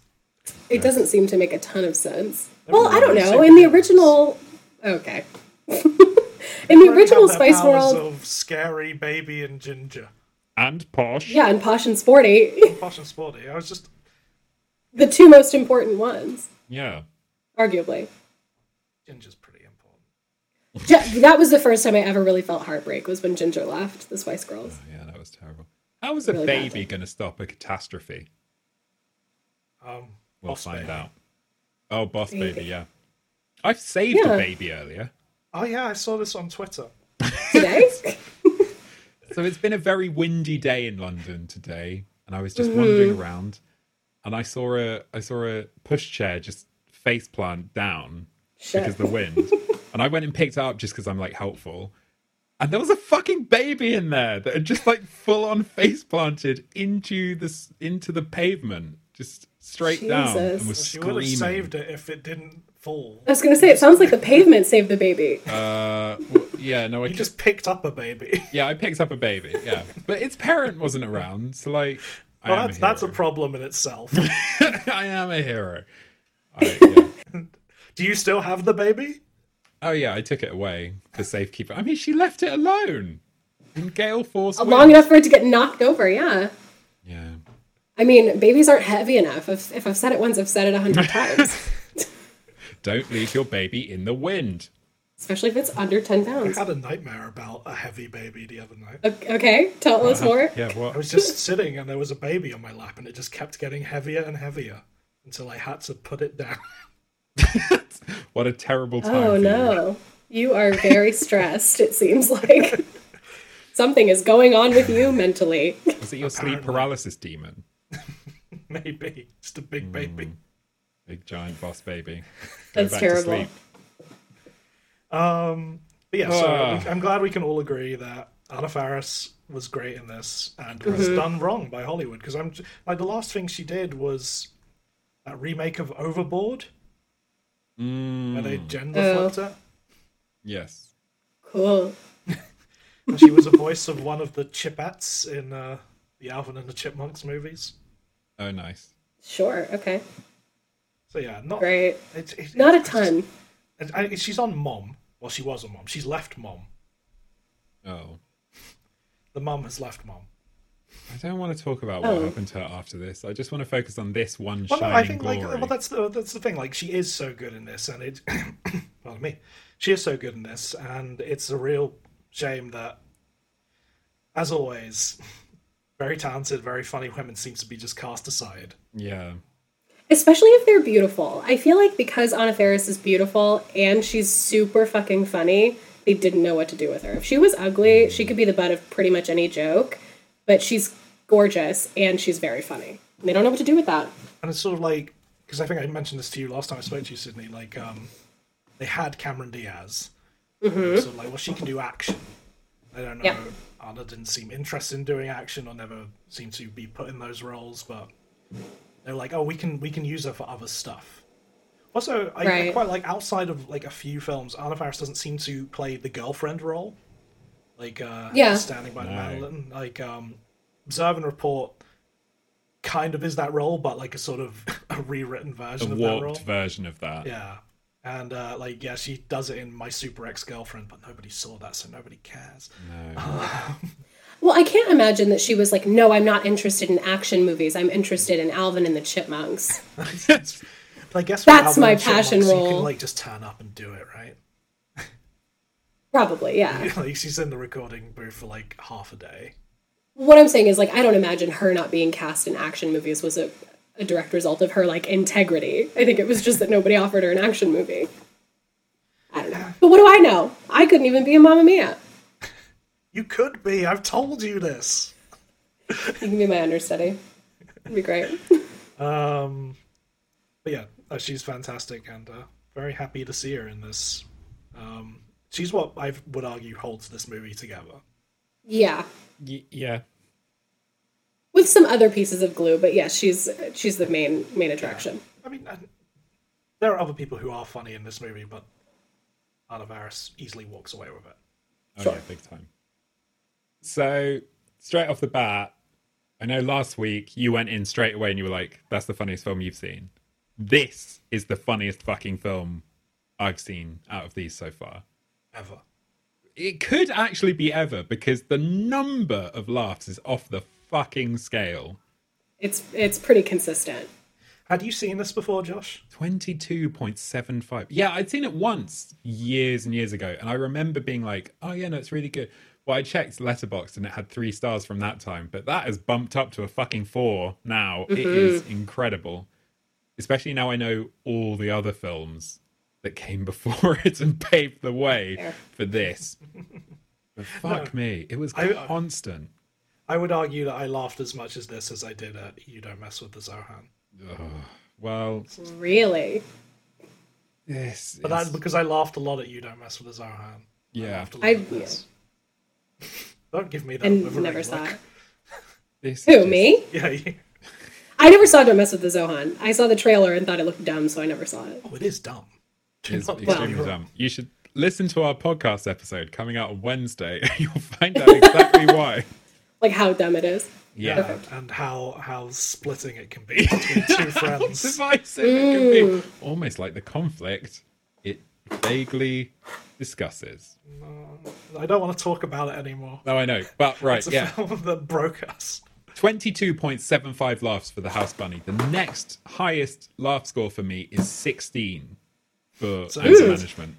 [SPEAKER 4] It doesn't seem to make a ton of sense.
[SPEAKER 1] Everyone
[SPEAKER 4] Well, I don't
[SPEAKER 1] knows
[SPEAKER 4] know. In the
[SPEAKER 1] superheroes.
[SPEAKER 4] original. Okay. In the
[SPEAKER 1] They
[SPEAKER 4] original
[SPEAKER 1] have their
[SPEAKER 4] Spice
[SPEAKER 1] powers
[SPEAKER 4] World.
[SPEAKER 1] of scary baby and ginger.
[SPEAKER 3] And Posh.
[SPEAKER 4] Yeah, and Posh and Sporty,
[SPEAKER 1] Posh and sporty. I was just
[SPEAKER 4] the two most important ones,
[SPEAKER 3] Yeah.
[SPEAKER 4] arguably.
[SPEAKER 1] ginger's pretty important.
[SPEAKER 4] Ju- That was the first time I ever really felt heartbreak was when Ginger left the Spice Girls.
[SPEAKER 3] Yeah, that was terrible. How is a
[SPEAKER 4] Really bad
[SPEAKER 3] baby going to stop a catastrophe?
[SPEAKER 1] Um,
[SPEAKER 3] We'll
[SPEAKER 1] Boss
[SPEAKER 3] find
[SPEAKER 1] Baby.
[SPEAKER 3] out. Oh, Boss Baby,
[SPEAKER 4] Baby.
[SPEAKER 3] yeah. I saved a
[SPEAKER 4] Yeah.
[SPEAKER 3] baby earlier.
[SPEAKER 1] Oh yeah, I saw this on Twitter.
[SPEAKER 4] Today,
[SPEAKER 3] So it's been a very windy day in London today, and I was just
[SPEAKER 4] Mm-hmm.
[SPEAKER 3] wandering around, and I saw a I saw a pushchair just face plant down because
[SPEAKER 4] shit.
[SPEAKER 3] the wind, and I went and picked it up just because I'm like helpful, and there was a fucking baby in there that had just like full on face planted into this into the pavement, just straight down,
[SPEAKER 4] Jesus.
[SPEAKER 3] and was
[SPEAKER 1] She would have
[SPEAKER 3] screaming.
[SPEAKER 1] saved it if it didn't fall.
[SPEAKER 4] I was gonna say it sounds like the pavement saved the baby.
[SPEAKER 3] Uh, w- yeah, no, I
[SPEAKER 1] You
[SPEAKER 3] just
[SPEAKER 1] just picked up a baby.
[SPEAKER 3] yeah, I picked up a baby, yeah, but its parent wasn't around, so like. I
[SPEAKER 1] Well,
[SPEAKER 3] am
[SPEAKER 1] that's that's a
[SPEAKER 3] hero.
[SPEAKER 1] problem in itself.
[SPEAKER 3] I am a hero. I, yeah.
[SPEAKER 1] Do you still have the baby?
[SPEAKER 3] Oh yeah, I took it away for safekeeping. I mean, she left it alone in gale force.
[SPEAKER 4] Long
[SPEAKER 3] winds.
[SPEAKER 4] enough for it to get knocked over, yeah.
[SPEAKER 3] Yeah.
[SPEAKER 4] I mean, babies aren't heavy enough. If, if I've said it once, I've said it a hundred times.
[SPEAKER 3] Don't leave your baby in the wind.
[SPEAKER 4] Especially if it's under ten
[SPEAKER 1] I
[SPEAKER 4] pounds.
[SPEAKER 1] had a nightmare about a heavy baby the other night.
[SPEAKER 4] O- Okay, tell us more.
[SPEAKER 3] Uh-huh. Yeah.
[SPEAKER 1] I
[SPEAKER 3] What?
[SPEAKER 1] was just sitting and there was a baby on my lap and it just kept getting heavier and heavier until I had to put it down.
[SPEAKER 3] What a terrible time.
[SPEAKER 4] Oh
[SPEAKER 3] for you.
[SPEAKER 4] no, you are very stressed. It seems like something is going on with you mentally.
[SPEAKER 3] Was it your sleep paralysis demon?
[SPEAKER 1] Maybe just a
[SPEAKER 3] Hmm.
[SPEAKER 1] big baby.
[SPEAKER 3] Big giant boss baby. Go
[SPEAKER 4] That's
[SPEAKER 3] back To
[SPEAKER 4] terrible.
[SPEAKER 3] sleep.
[SPEAKER 1] But yeah, so
[SPEAKER 3] Ah.
[SPEAKER 1] we- I'm glad we can all agree that Anna Faris was great in this and was
[SPEAKER 3] Mm-hmm.
[SPEAKER 1] done wrong by Hollywood because I'm like the last thing she did was that remake of Overboard where
[SPEAKER 3] Hmm.
[SPEAKER 1] they gender
[SPEAKER 4] Oh.
[SPEAKER 1] flipped her.
[SPEAKER 3] Yes.
[SPEAKER 4] Cool.
[SPEAKER 1] And she was a voice of one of the Chipettes in uh, the Alvin and the Chipmunks movies.
[SPEAKER 3] Oh, nice.
[SPEAKER 4] Sure. Okay.
[SPEAKER 1] So yeah, not
[SPEAKER 4] Great.
[SPEAKER 1] It, it,
[SPEAKER 4] Not a
[SPEAKER 1] it's-
[SPEAKER 4] ton.
[SPEAKER 1] And I, she's on mom. Well, she was on mom. She's left mom.
[SPEAKER 3] Oh,
[SPEAKER 1] The mom has left mom.
[SPEAKER 3] I don't want to talk about what
[SPEAKER 4] Oh.
[SPEAKER 3] happened to her after this. I just want to focus on this one
[SPEAKER 1] Well, no,
[SPEAKER 3] shining
[SPEAKER 1] I think
[SPEAKER 3] glory.
[SPEAKER 1] like well, that's the that's the thing. Like she is so good in this, and it. pardon me. She is so good in this, and it's a real shame that, as always, very talented, very funny women seems to be just cast aside.
[SPEAKER 3] Yeah.
[SPEAKER 4] Especially if they're beautiful. I feel like because Anna Faris is beautiful and she's super fucking funny, they didn't know what to do with her. If she was ugly, she could be the butt of pretty much any joke, but she's gorgeous and she's very funny. They don't know what to do with that.
[SPEAKER 1] and it's sort of like because I think I mentioned this to you last time I spoke to you, Sydney. Like, um, they had Cameron Diaz,
[SPEAKER 4] Mm-hmm.
[SPEAKER 1] sort of like, well, she can do action. I don't know.
[SPEAKER 4] Yeah.
[SPEAKER 1] Anna didn't seem interested in doing action, or never seemed to be put in those roles. But they're like, oh, we can we can use her for other stuff. Also, I, I
[SPEAKER 4] Right.
[SPEAKER 1] quite like outside of like a few films, Anna Faris doesn't seem to play the girlfriend role. Like, uh,
[SPEAKER 4] Yeah.
[SPEAKER 1] standing by the
[SPEAKER 3] No.
[SPEAKER 1] Madeline, like, um, observe and report kind of is that role, but like a sort of a rewritten
[SPEAKER 3] A
[SPEAKER 1] version of that role.
[SPEAKER 3] warped version of that.
[SPEAKER 1] yeah. And uh, like, yeah, she does it in My Super Ex Girlfriend, but nobody saw that, so nobody cares.
[SPEAKER 3] No.
[SPEAKER 4] Well, I can't imagine that she was like, no, I'm not interested in action movies. I'm interested in Alvin and the Chipmunks.
[SPEAKER 1] But I guess with
[SPEAKER 4] That's
[SPEAKER 1] Alvin
[SPEAKER 4] my
[SPEAKER 1] and Chipmunks,
[SPEAKER 4] passion
[SPEAKER 1] You
[SPEAKER 4] role.
[SPEAKER 1] can like just turn up and do it, right?
[SPEAKER 4] Probably, yeah.
[SPEAKER 1] like she's in the recording booth for like half a day.
[SPEAKER 4] What I'm saying is, like, I don't imagine her not being cast in action movies was a, a direct result of her, like, integrity. I think it was just that nobody offered her an action movie. I don't know. But what do I know? I couldn't even be a Mamma Mia.
[SPEAKER 1] You could be. I've told you this.
[SPEAKER 4] You can be my understudy. It'd be great.
[SPEAKER 1] Um, but yeah, uh, she's fantastic, and uh, very happy to see her in this. Um, she's what I would argue holds this movie together.
[SPEAKER 4] Yeah.
[SPEAKER 3] Y- yeah.
[SPEAKER 4] With some other pieces of glue, but yeah, she's she's the main main attraction.
[SPEAKER 1] I mean, I, there are other people who are funny in this movie, but Anna Faris easily walks away with it.
[SPEAKER 3] Oh, yeah, big time. So, straight off the bat, I know last week you went in straight away and you were like, that's the funniest film you've seen. This is the funniest fucking film I've seen out of these so far.
[SPEAKER 1] Ever.
[SPEAKER 3] It could actually be ever because the number of laughs is off the fucking scale.
[SPEAKER 4] It's it's pretty consistent.
[SPEAKER 1] Had you seen this before, Josh?
[SPEAKER 3] 22.75. Yeah, I'd seen it once years and years ago, and I remember being like, oh, yeah, no, it's really good. Well, I checked Letterboxd and it had three stars from that time, but that has bumped up to a fucking four now. It is incredible. Especially now I know all the other films that came before it and paved the way for this. But fuck me, it was
[SPEAKER 1] I-
[SPEAKER 3] constant.
[SPEAKER 1] I would argue that I laughed as much as this as I did at You Don't Mess With the Zohan.
[SPEAKER 3] Well,
[SPEAKER 4] Really?
[SPEAKER 3] this
[SPEAKER 1] But
[SPEAKER 3] is-
[SPEAKER 1] that's because I laughed a lot at You Don't Mess With the Zohan. I
[SPEAKER 3] yeah,
[SPEAKER 1] laughed a lot
[SPEAKER 4] I-
[SPEAKER 1] at this. Don't give me that.
[SPEAKER 4] And
[SPEAKER 1] withering
[SPEAKER 4] never saw
[SPEAKER 1] look.
[SPEAKER 4] it.
[SPEAKER 3] this is
[SPEAKER 4] Who,
[SPEAKER 3] just-
[SPEAKER 4] me?
[SPEAKER 1] Yeah, you-
[SPEAKER 4] I never saw Don't Mess with the Zohan. I saw the trailer and thought it looked dumb, so I never saw it.
[SPEAKER 1] oh, it is dumb. Do
[SPEAKER 3] is
[SPEAKER 1] not get me
[SPEAKER 3] extremely
[SPEAKER 1] wrong.
[SPEAKER 3] dumb. You should listen to our podcast episode coming out on Wednesday. You'll find out exactly why.
[SPEAKER 4] Like how dumb it is.
[SPEAKER 1] Yeah, and how how splitting it can be between two friends.
[SPEAKER 3] divisive it
[SPEAKER 1] Mm.
[SPEAKER 3] can be. Almost like the conflict it vaguely discusses.
[SPEAKER 1] I don't want to talk about it anymore.
[SPEAKER 3] No, I know. But right,
[SPEAKER 1] It's a
[SPEAKER 3] yeah.
[SPEAKER 1] film that broke us.
[SPEAKER 3] 22.75 laughs for the house bunny. The next highest laugh score for me is 16 for
[SPEAKER 1] So-
[SPEAKER 3] anger
[SPEAKER 1] Ooh.
[SPEAKER 3] management.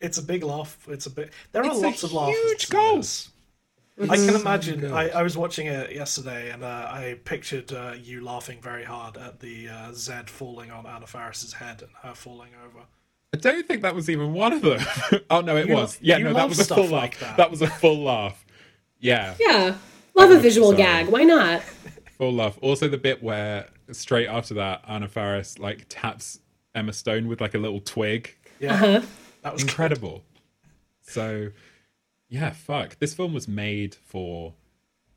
[SPEAKER 1] It's a big laugh. It's a bit. There are
[SPEAKER 3] It's a
[SPEAKER 1] lots of laughs.
[SPEAKER 3] huge
[SPEAKER 1] to
[SPEAKER 3] goal.
[SPEAKER 1] this. I can imagine.
[SPEAKER 3] good.
[SPEAKER 1] I, I was watching it yesterday, and uh, I pictured uh, you laughing very hard at the uh, Z falling on Anna Faris's head and her falling over.
[SPEAKER 3] I don't think that was even one of them. oh no, it
[SPEAKER 1] You-
[SPEAKER 3] was. Yeah,
[SPEAKER 1] you
[SPEAKER 3] no, that
[SPEAKER 1] love
[SPEAKER 3] was a
[SPEAKER 1] stuff
[SPEAKER 3] full
[SPEAKER 1] like that.
[SPEAKER 3] laugh. that was a full laugh. Yeah.
[SPEAKER 4] Yeah. Love a visual
[SPEAKER 3] Sorry.
[SPEAKER 4] gag. Why not?
[SPEAKER 3] Full love. Also, the bit where straight after that, Anna Faris like taps Emma Stone with like a little twig.
[SPEAKER 1] Yeah, that was
[SPEAKER 3] Incredible. So, Yeah, fuck. This film was made for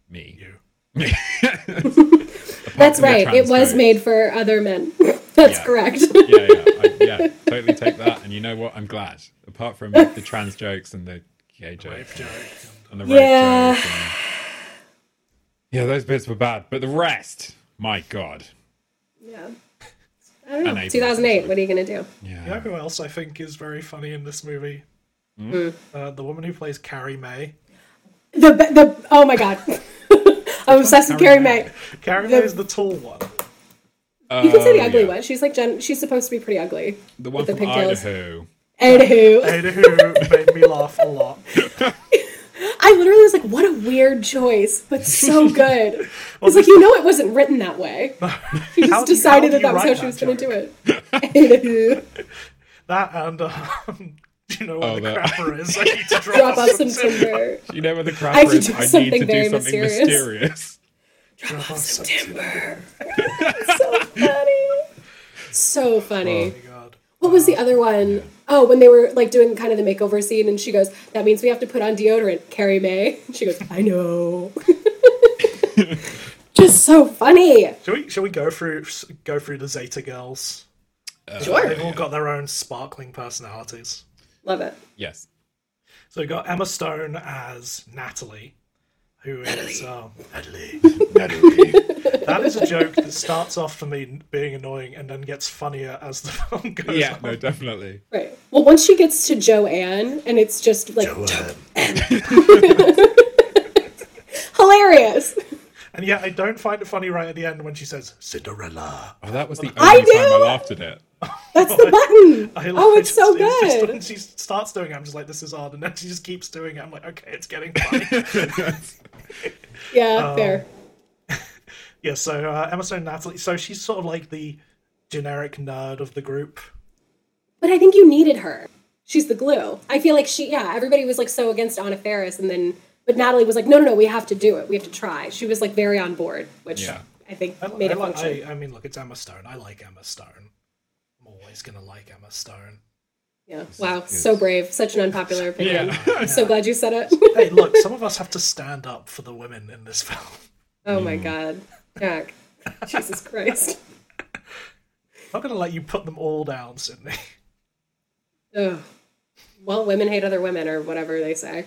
[SPEAKER 3] me.
[SPEAKER 1] You.
[SPEAKER 4] That's
[SPEAKER 3] from the
[SPEAKER 4] right. It was
[SPEAKER 3] transphobes.
[SPEAKER 4] made for other men. That's
[SPEAKER 3] Yeah.
[SPEAKER 4] correct.
[SPEAKER 3] yeah, yeah, I, yeah. Totally take that. And you know what? I'm glad. Apart from the trans jokes and the gay
[SPEAKER 1] Rape
[SPEAKER 3] jokes
[SPEAKER 1] joke.
[SPEAKER 3] and the rape
[SPEAKER 4] Yeah.
[SPEAKER 3] jokes. And... Yeah, those bits were bad. But the rest, my god.
[SPEAKER 4] yeah. I don't know.
[SPEAKER 3] Unable,
[SPEAKER 4] 2008. What are you going to do?
[SPEAKER 1] You know
[SPEAKER 3] Yeah. Hmm?
[SPEAKER 1] who else I think is very funny in this movie? Uh, the woman who plays Carrie May.
[SPEAKER 4] The be- the oh my god. I'm obsessed with Carrie May.
[SPEAKER 1] Carrie May is the tall one.
[SPEAKER 4] You can say the
[SPEAKER 3] Oh,
[SPEAKER 4] ugly
[SPEAKER 3] yeah.
[SPEAKER 4] one. She's like Jen. She's supposed to be pretty ugly.
[SPEAKER 3] The one
[SPEAKER 4] the
[SPEAKER 3] from
[SPEAKER 4] pigtails.
[SPEAKER 3] Idaho.
[SPEAKER 4] And who?
[SPEAKER 1] And who made me laugh a lot.
[SPEAKER 4] I literally was like, what a weird choice, but so good. It's like you know it wasn't written that way. She
[SPEAKER 1] How
[SPEAKER 4] just
[SPEAKER 1] do you- how
[SPEAKER 4] decided that
[SPEAKER 1] do
[SPEAKER 4] that was
[SPEAKER 1] you
[SPEAKER 4] how
[SPEAKER 1] write
[SPEAKER 4] she was
[SPEAKER 1] that
[SPEAKER 4] going to do it. And who?
[SPEAKER 1] That and um, do you know where
[SPEAKER 3] Oh,
[SPEAKER 1] the
[SPEAKER 3] that-
[SPEAKER 1] crapper is? I need to drop, off
[SPEAKER 4] Drop off some timber.
[SPEAKER 3] You know where the crap
[SPEAKER 4] I have to
[SPEAKER 3] is?
[SPEAKER 4] do
[SPEAKER 3] I need to
[SPEAKER 4] something
[SPEAKER 3] do
[SPEAKER 4] very
[SPEAKER 3] something mysterious.
[SPEAKER 4] mysterious.
[SPEAKER 1] Drop off some
[SPEAKER 4] Timber. so funny. So funny.
[SPEAKER 1] Oh my God.
[SPEAKER 4] What was the other one? Oh, when they were like doing kind of the makeover scene, and she goes, "That means we have to put on deodorant." Carrie May. She goes, "I know." Just so funny.
[SPEAKER 1] Shall we? Shall we go through go through the Zeta girls?
[SPEAKER 4] Uh, Sure.
[SPEAKER 1] They've all got their own sparkling personalities.
[SPEAKER 4] Love it.
[SPEAKER 3] Yes.
[SPEAKER 1] So we got Emma Stone as Natalie, who is um, Natalie. That is a joke that starts off for me being annoying and then gets funnier as the film goes
[SPEAKER 3] yeah,
[SPEAKER 1] on.
[SPEAKER 3] no, definitely.
[SPEAKER 4] Right. Well, once she gets to Joanne, and it's just like hilarious.
[SPEAKER 1] And yet I don't find it funny right at the end when she says Cinderella.
[SPEAKER 3] Oh, that was the only
[SPEAKER 4] I
[SPEAKER 3] time I
[SPEAKER 4] do!
[SPEAKER 3] laughed at it.
[SPEAKER 4] That's the button.
[SPEAKER 1] I
[SPEAKER 4] oh,
[SPEAKER 1] like-
[SPEAKER 4] it's so
[SPEAKER 1] just- just-
[SPEAKER 4] good.
[SPEAKER 1] and she starts doing it. I'm just like, this is hard, and then she just keeps doing it. I'm like, okay, it's getting funny.
[SPEAKER 4] yeah,
[SPEAKER 1] Um,
[SPEAKER 4] fair.
[SPEAKER 1] yeah. So uh, Emma Stone, Natalie. So she's sort of like the generic nerd of the group.
[SPEAKER 4] But I think you needed her. She's the glue. I feel like she, yeah, everybody was like so against Anna Ferris, and then, but Natalie was like, no, no, no, we have to do it. We have to try. She was like very on board, which
[SPEAKER 3] Yeah.
[SPEAKER 4] I think
[SPEAKER 1] I,
[SPEAKER 4] made
[SPEAKER 1] I
[SPEAKER 4] it
[SPEAKER 1] like-
[SPEAKER 4] function.
[SPEAKER 1] I, I mean, look, it's Emma Stone. I like Emma Stone. I'm always gonna like Emma Stone.
[SPEAKER 4] yeah. Wow. So brave. Such an unpopular opinion.
[SPEAKER 3] Yeah.
[SPEAKER 4] So glad you said it.
[SPEAKER 1] Hey, look, some of us have to stand up for the women in this film.
[SPEAKER 4] oh my God. Jack. Jesus Christ.
[SPEAKER 1] I'm not gonna let you put them all down, Sydney.
[SPEAKER 4] Ugh. Well, women hate other women, or whatever they say.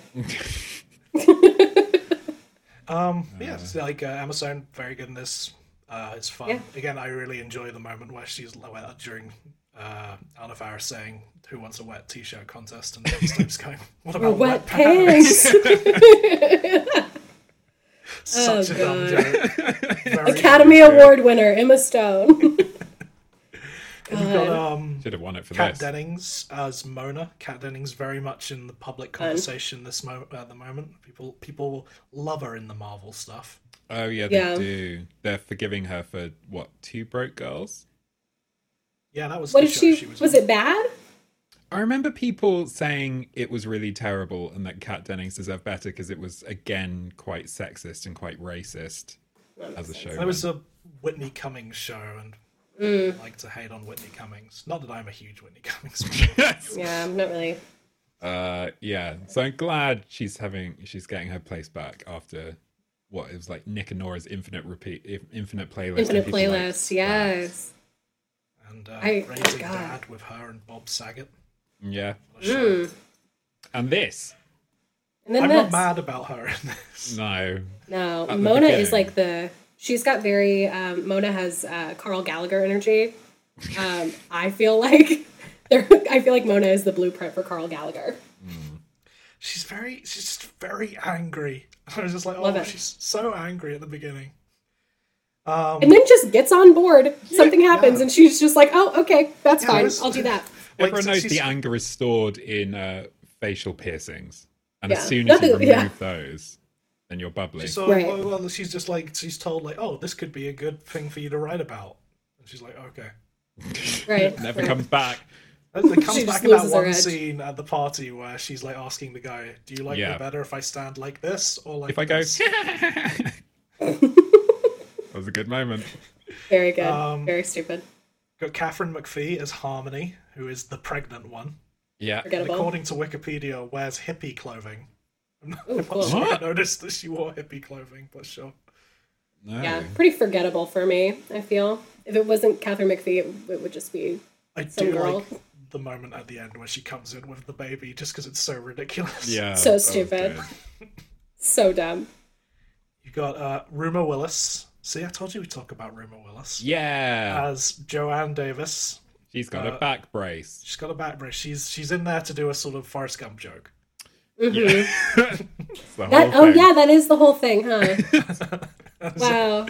[SPEAKER 1] Um, but yeah, it's like uh, Emma Stone, very good in this. Uh, it's fun.
[SPEAKER 4] Yeah.
[SPEAKER 1] Again, I really enjoy the moment where she's where, during uh, Anna Faris saying, "Who wants a wet t-shirt contest?" and Emma Stone's going, "What about wet,
[SPEAKER 4] Wet
[SPEAKER 1] pants?"
[SPEAKER 4] pants.
[SPEAKER 1] Such
[SPEAKER 4] Oh,
[SPEAKER 1] a dumb
[SPEAKER 4] God.
[SPEAKER 1] joke. Very
[SPEAKER 4] Academy
[SPEAKER 3] good.
[SPEAKER 4] Award winner Emma Stone.
[SPEAKER 1] good. You've got um,
[SPEAKER 3] Should have won it for
[SPEAKER 1] Kat
[SPEAKER 3] this.
[SPEAKER 1] Dennings as Mona. Kat Dennings very much in the public conversation this mo- at the moment. People people love her in the Marvel stuff.
[SPEAKER 3] Oh yeah, they
[SPEAKER 4] Yeah.
[SPEAKER 3] do. They're forgiving her for what? Two broke girls.
[SPEAKER 1] Yeah, that was
[SPEAKER 4] What
[SPEAKER 1] the
[SPEAKER 4] if
[SPEAKER 1] show
[SPEAKER 4] she was
[SPEAKER 1] on.
[SPEAKER 4] it bad?
[SPEAKER 3] I remember people saying it was really terrible and that Kat Dennings deserved better because it was again quite sexist and quite racist as a show.
[SPEAKER 1] There was a Whitney Cummings show, and
[SPEAKER 4] Mm.
[SPEAKER 1] I like to hate on Whitney Cummings. Not that I'm a huge Whitney Cummings fan.
[SPEAKER 4] Yeah, I'm not really.
[SPEAKER 3] uh, yeah, so I'm glad she's having she's getting her place back after what it was like Nick and Nora's infinite repeat, infinite playlist. and
[SPEAKER 4] Infinite
[SPEAKER 3] people like-
[SPEAKER 4] playlist, yes.
[SPEAKER 1] and uh,
[SPEAKER 4] I- oh,
[SPEAKER 1] Raising
[SPEAKER 4] God. Mm.
[SPEAKER 1] Dad with her and Bob Saget.
[SPEAKER 3] yeah,
[SPEAKER 1] What a show.
[SPEAKER 3] and this
[SPEAKER 4] And then
[SPEAKER 1] I'm
[SPEAKER 4] this.
[SPEAKER 1] not mad about her in this.
[SPEAKER 3] no,
[SPEAKER 4] No,
[SPEAKER 3] the
[SPEAKER 4] Mona is
[SPEAKER 3] beginning.
[SPEAKER 4] like the. She's got very. Um, Mona has uh, Carl Gallagher energy. Um, I feel like. There, I feel like Mona is the blueprint for Carl Gallagher.
[SPEAKER 1] She's very, she's just very angry. I was just like,
[SPEAKER 4] Love
[SPEAKER 1] oh,
[SPEAKER 4] it.
[SPEAKER 1] she's so angry at the beginning.
[SPEAKER 4] And then just gets on board. Something happens, and she's just like, "Oh, okay, that's
[SPEAKER 1] Yeah,
[SPEAKER 4] fine.
[SPEAKER 1] it's-
[SPEAKER 4] I'll do that."
[SPEAKER 1] Like,
[SPEAKER 3] Everyone knows
[SPEAKER 1] she's-
[SPEAKER 3] the anger is stored in uh, facial piercings, and
[SPEAKER 4] Yeah.
[SPEAKER 3] as soon as you remove
[SPEAKER 4] Nothing- yeah.
[SPEAKER 3] those, then you're bubbly.
[SPEAKER 1] She's, sort of,
[SPEAKER 4] Right.
[SPEAKER 1] well, well, she's just like, she's told like, oh, this could be a good thing for you to write about. And she's like, okay.
[SPEAKER 4] Right.
[SPEAKER 3] Never
[SPEAKER 4] right.
[SPEAKER 3] comes back.
[SPEAKER 1] And It comes
[SPEAKER 4] She
[SPEAKER 1] back
[SPEAKER 4] just
[SPEAKER 1] in that
[SPEAKER 4] loses her
[SPEAKER 1] one
[SPEAKER 4] edge.
[SPEAKER 1] scene at the party where she's like asking the guy, "Do you like
[SPEAKER 3] Yeah.
[SPEAKER 1] me better if I stand like this or like
[SPEAKER 3] If I go,
[SPEAKER 1] this?"
[SPEAKER 3] that was a good moment.
[SPEAKER 4] Very good.
[SPEAKER 1] Um,
[SPEAKER 4] very stupid.
[SPEAKER 1] Got Catherine McPhee as Harmony, who is the pregnant one.
[SPEAKER 3] Yeah,
[SPEAKER 1] And
[SPEAKER 4] Forgettable.
[SPEAKER 1] according to Wikipedia, wears hippie clothing.
[SPEAKER 4] Ooh, cool.
[SPEAKER 1] Sure, I
[SPEAKER 3] What?
[SPEAKER 1] noticed that she wore hippie clothing, but sure.
[SPEAKER 3] No.
[SPEAKER 4] Yeah, pretty forgettable for me. I feel if it wasn't Catherine McPhee, it, it would just be
[SPEAKER 1] I
[SPEAKER 4] Some
[SPEAKER 1] do
[SPEAKER 4] girl.
[SPEAKER 1] like the moment at the end where she comes in with the baby just because it's so ridiculous.
[SPEAKER 3] Yeah,
[SPEAKER 4] So
[SPEAKER 3] that was
[SPEAKER 4] stupid.
[SPEAKER 3] good.
[SPEAKER 4] so dumb.
[SPEAKER 1] You got uh, Rumor Willis. See, I told you we talk about Rumor Willis.
[SPEAKER 3] Yeah,
[SPEAKER 1] As Joanne Davis.
[SPEAKER 3] she's got
[SPEAKER 1] uh,
[SPEAKER 3] a back brace.
[SPEAKER 1] She's got a back brace. She's she's in there to do a sort of Forrest Gump joke.
[SPEAKER 3] Yeah. It's the
[SPEAKER 4] That,
[SPEAKER 3] whole
[SPEAKER 4] oh
[SPEAKER 3] thing.
[SPEAKER 4] yeah, that is the whole thing, huh? wow.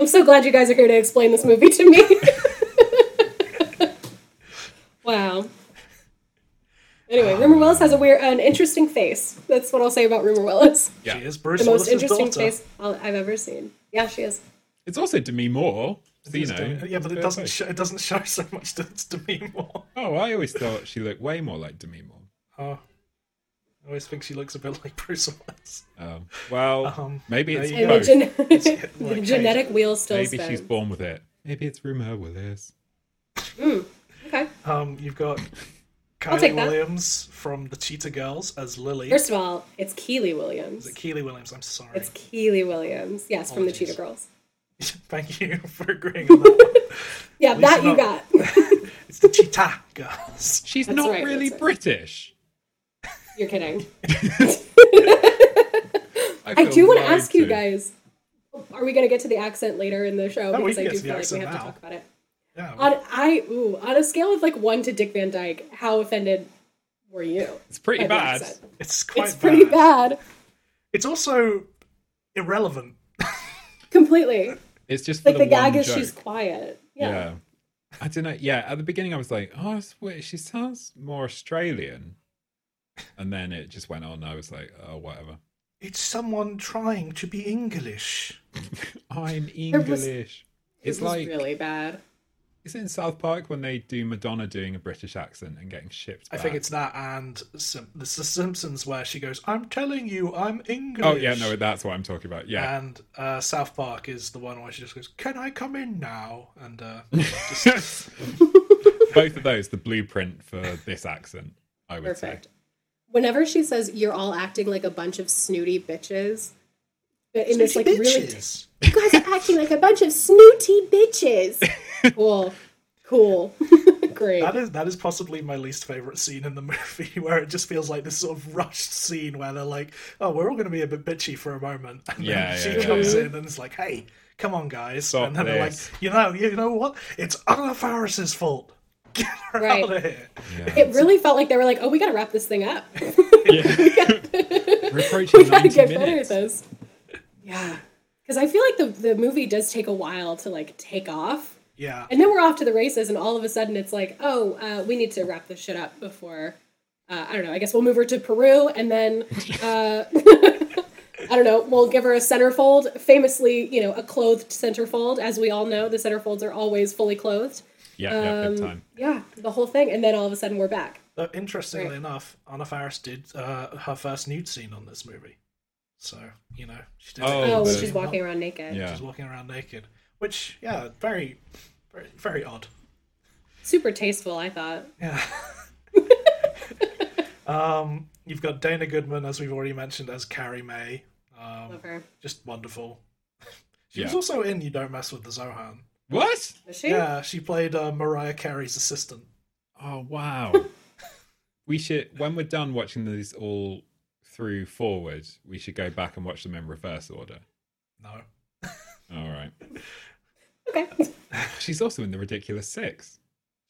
[SPEAKER 4] I'm so glad you guys are here to explain this movie to me. wow. Anyway, Rumor Willis has a weird, an interesting face. That's what I'll say about Rumor Willis.
[SPEAKER 3] Yeah.
[SPEAKER 1] She is Bruce
[SPEAKER 4] The most
[SPEAKER 1] Willis's
[SPEAKER 4] interesting
[SPEAKER 1] daughter.
[SPEAKER 4] face I'll, I've ever seen. Yeah, she is.
[SPEAKER 3] It's also Demi Moore. So, you
[SPEAKER 1] It's
[SPEAKER 3] know,
[SPEAKER 1] doing- yeah, but it
[SPEAKER 3] fair
[SPEAKER 1] doesn't
[SPEAKER 3] play.
[SPEAKER 1] show, it doesn't show so much to, to me more.
[SPEAKER 3] Oh, I always thought she looked way more like Demi Moore.
[SPEAKER 1] Oh, I always think she looks a bit like Bruce Willis.
[SPEAKER 3] Oh, well,
[SPEAKER 1] Um,
[SPEAKER 3] maybe it's
[SPEAKER 1] there
[SPEAKER 4] And
[SPEAKER 1] you
[SPEAKER 4] the,
[SPEAKER 3] both.
[SPEAKER 4] gen- the
[SPEAKER 1] like,
[SPEAKER 4] genetic wheel still
[SPEAKER 3] Maybe she's
[SPEAKER 4] spins.
[SPEAKER 3] born with it. Maybe it's rumor Willis.
[SPEAKER 4] Okay.
[SPEAKER 1] Um, you've got
[SPEAKER 4] take
[SPEAKER 1] Kylie
[SPEAKER 4] that.
[SPEAKER 1] Williams from the Cheetah Girls as Lily.
[SPEAKER 4] First of all, it's Keely Williams.
[SPEAKER 1] Keely Williams, I'm sorry.
[SPEAKER 4] It's Keely Williams. Yes, from the
[SPEAKER 1] Apologies.
[SPEAKER 4] Cheetah Girls.
[SPEAKER 1] Thank you for agreeing on that. one.
[SPEAKER 4] Yeah,
[SPEAKER 1] least
[SPEAKER 4] that you got.
[SPEAKER 1] not- it's the Cheetah Girls.
[SPEAKER 3] She's
[SPEAKER 4] That's
[SPEAKER 3] not
[SPEAKER 4] right,
[SPEAKER 3] really
[SPEAKER 4] that's right.
[SPEAKER 3] British.
[SPEAKER 4] You're kidding. I
[SPEAKER 3] feel
[SPEAKER 4] do want to
[SPEAKER 3] lied
[SPEAKER 4] ask you
[SPEAKER 3] to.
[SPEAKER 4] guys. Are we going to get to the accent later in the show?
[SPEAKER 1] Oh, we
[SPEAKER 4] because
[SPEAKER 1] can
[SPEAKER 4] I
[SPEAKER 1] get to
[SPEAKER 4] do
[SPEAKER 1] the
[SPEAKER 4] feel like we
[SPEAKER 1] accent
[SPEAKER 4] have to
[SPEAKER 1] now.
[SPEAKER 4] talk about it.
[SPEAKER 1] Yeah,
[SPEAKER 4] On I ooh, on a scale of like one to Dick Van Dyke, how offended were you?
[SPEAKER 3] It's pretty
[SPEAKER 4] by the
[SPEAKER 3] bad.
[SPEAKER 4] accent?
[SPEAKER 1] it's quite
[SPEAKER 4] It's pretty
[SPEAKER 1] bad.
[SPEAKER 4] bad.
[SPEAKER 1] It's also irrelevant.
[SPEAKER 4] Completely.
[SPEAKER 3] It's just for
[SPEAKER 4] Like the,
[SPEAKER 3] the
[SPEAKER 4] gag
[SPEAKER 3] one
[SPEAKER 4] is
[SPEAKER 3] joke.
[SPEAKER 4] she's quiet.
[SPEAKER 3] yeah.
[SPEAKER 4] Yeah.
[SPEAKER 3] I don't know. Yeah, at the beginning I was like, oh, it's weird. she sounds more Australian, and then it just went on. I was like, oh, whatever.
[SPEAKER 1] It's someone trying to be English.
[SPEAKER 3] I'm English.
[SPEAKER 4] It was- It
[SPEAKER 3] it's
[SPEAKER 4] was
[SPEAKER 3] like
[SPEAKER 4] really bad.
[SPEAKER 3] is it in South Park when they do Madonna doing a British accent and getting shipped?
[SPEAKER 1] I
[SPEAKER 3] Back?
[SPEAKER 1] think it's that and Sim- it's The Simpsons where she goes, I'm telling you, I'm English.
[SPEAKER 3] Oh yeah, no, that's what I'm talking about. Yeah,
[SPEAKER 1] And uh, South Park is the one where she just goes, Can I come in now? And uh,
[SPEAKER 3] both of those the blueprint for this accent. I would
[SPEAKER 4] Perfect. Whenever she says you're all acting like a bunch of snooty bitches, but in this like
[SPEAKER 1] "Snooty
[SPEAKER 4] really
[SPEAKER 1] bitches."
[SPEAKER 4] you guys are acting like a bunch of snooty bitches. cool. Cool. Great.
[SPEAKER 1] That is that is possibly my least favorite scene in the movie, where it just feels like this sort of rushed scene where they're like, "Oh, we're all going to be a bit bitchy for a moment," and
[SPEAKER 3] Yeah,
[SPEAKER 1] then she
[SPEAKER 3] yeah, yeah,
[SPEAKER 1] comes
[SPEAKER 3] yeah.
[SPEAKER 1] in and it's like, "Hey, come on, guys!"
[SPEAKER 3] Stop
[SPEAKER 1] and then they're
[SPEAKER 3] this.
[SPEAKER 1] like, "You know, you know what? It's Anna Faris's fault. Get her
[SPEAKER 4] Right.
[SPEAKER 1] out of here."
[SPEAKER 3] say. Yeah.
[SPEAKER 4] It really felt like they were like, oh, we gotta wrap this thing up.
[SPEAKER 3] We're approaching
[SPEAKER 4] we gotta
[SPEAKER 3] 90
[SPEAKER 4] get better at
[SPEAKER 3] minutes.
[SPEAKER 4] this. Yeah. Because I feel like the, the movie does take a while to like take off.
[SPEAKER 1] Yeah,
[SPEAKER 4] And then we're off to the races, and all of a sudden it's like, oh, uh, we need to wrap this shit up before. Uh, I don't know. I guess we'll move her to Peru, and then uh, I don't know. We'll give her a centerfold, famously, you know, a clothed centerfold. As we all know, the centerfolds are always fully clothed. Um,
[SPEAKER 3] Yeah, yeah,
[SPEAKER 1] um,
[SPEAKER 3] big time.
[SPEAKER 4] Yeah, the whole thing, and then all of a sudden we're back.
[SPEAKER 1] but interestingly
[SPEAKER 4] Right.
[SPEAKER 1] enough, Anna Faris did uh, her first nude scene on this movie, so you know she did.
[SPEAKER 3] Oh,
[SPEAKER 1] it.
[SPEAKER 4] Oh,
[SPEAKER 3] the-
[SPEAKER 4] when she's walking around naked.
[SPEAKER 3] Yeah.
[SPEAKER 1] She's walking around naked, which yeah, very, very, very odd.
[SPEAKER 4] Super tasteful, I thought.
[SPEAKER 1] Yeah. um, you've got Dana Goodman, as we've already mentioned, as Carrie May. Um,
[SPEAKER 4] Love her.
[SPEAKER 1] just wonderful. She
[SPEAKER 3] Yeah.
[SPEAKER 1] was also in You Don't Mess with the Zohan.
[SPEAKER 3] What?
[SPEAKER 4] Was she?
[SPEAKER 1] Yeah, she played uh, Mariah Carey's assistant.
[SPEAKER 3] Oh wow. we should when we're done watching these all through forward, we should go back and watch them in reverse order.
[SPEAKER 1] No.
[SPEAKER 3] All right.
[SPEAKER 4] Okay.
[SPEAKER 3] She's also in the ridiculous six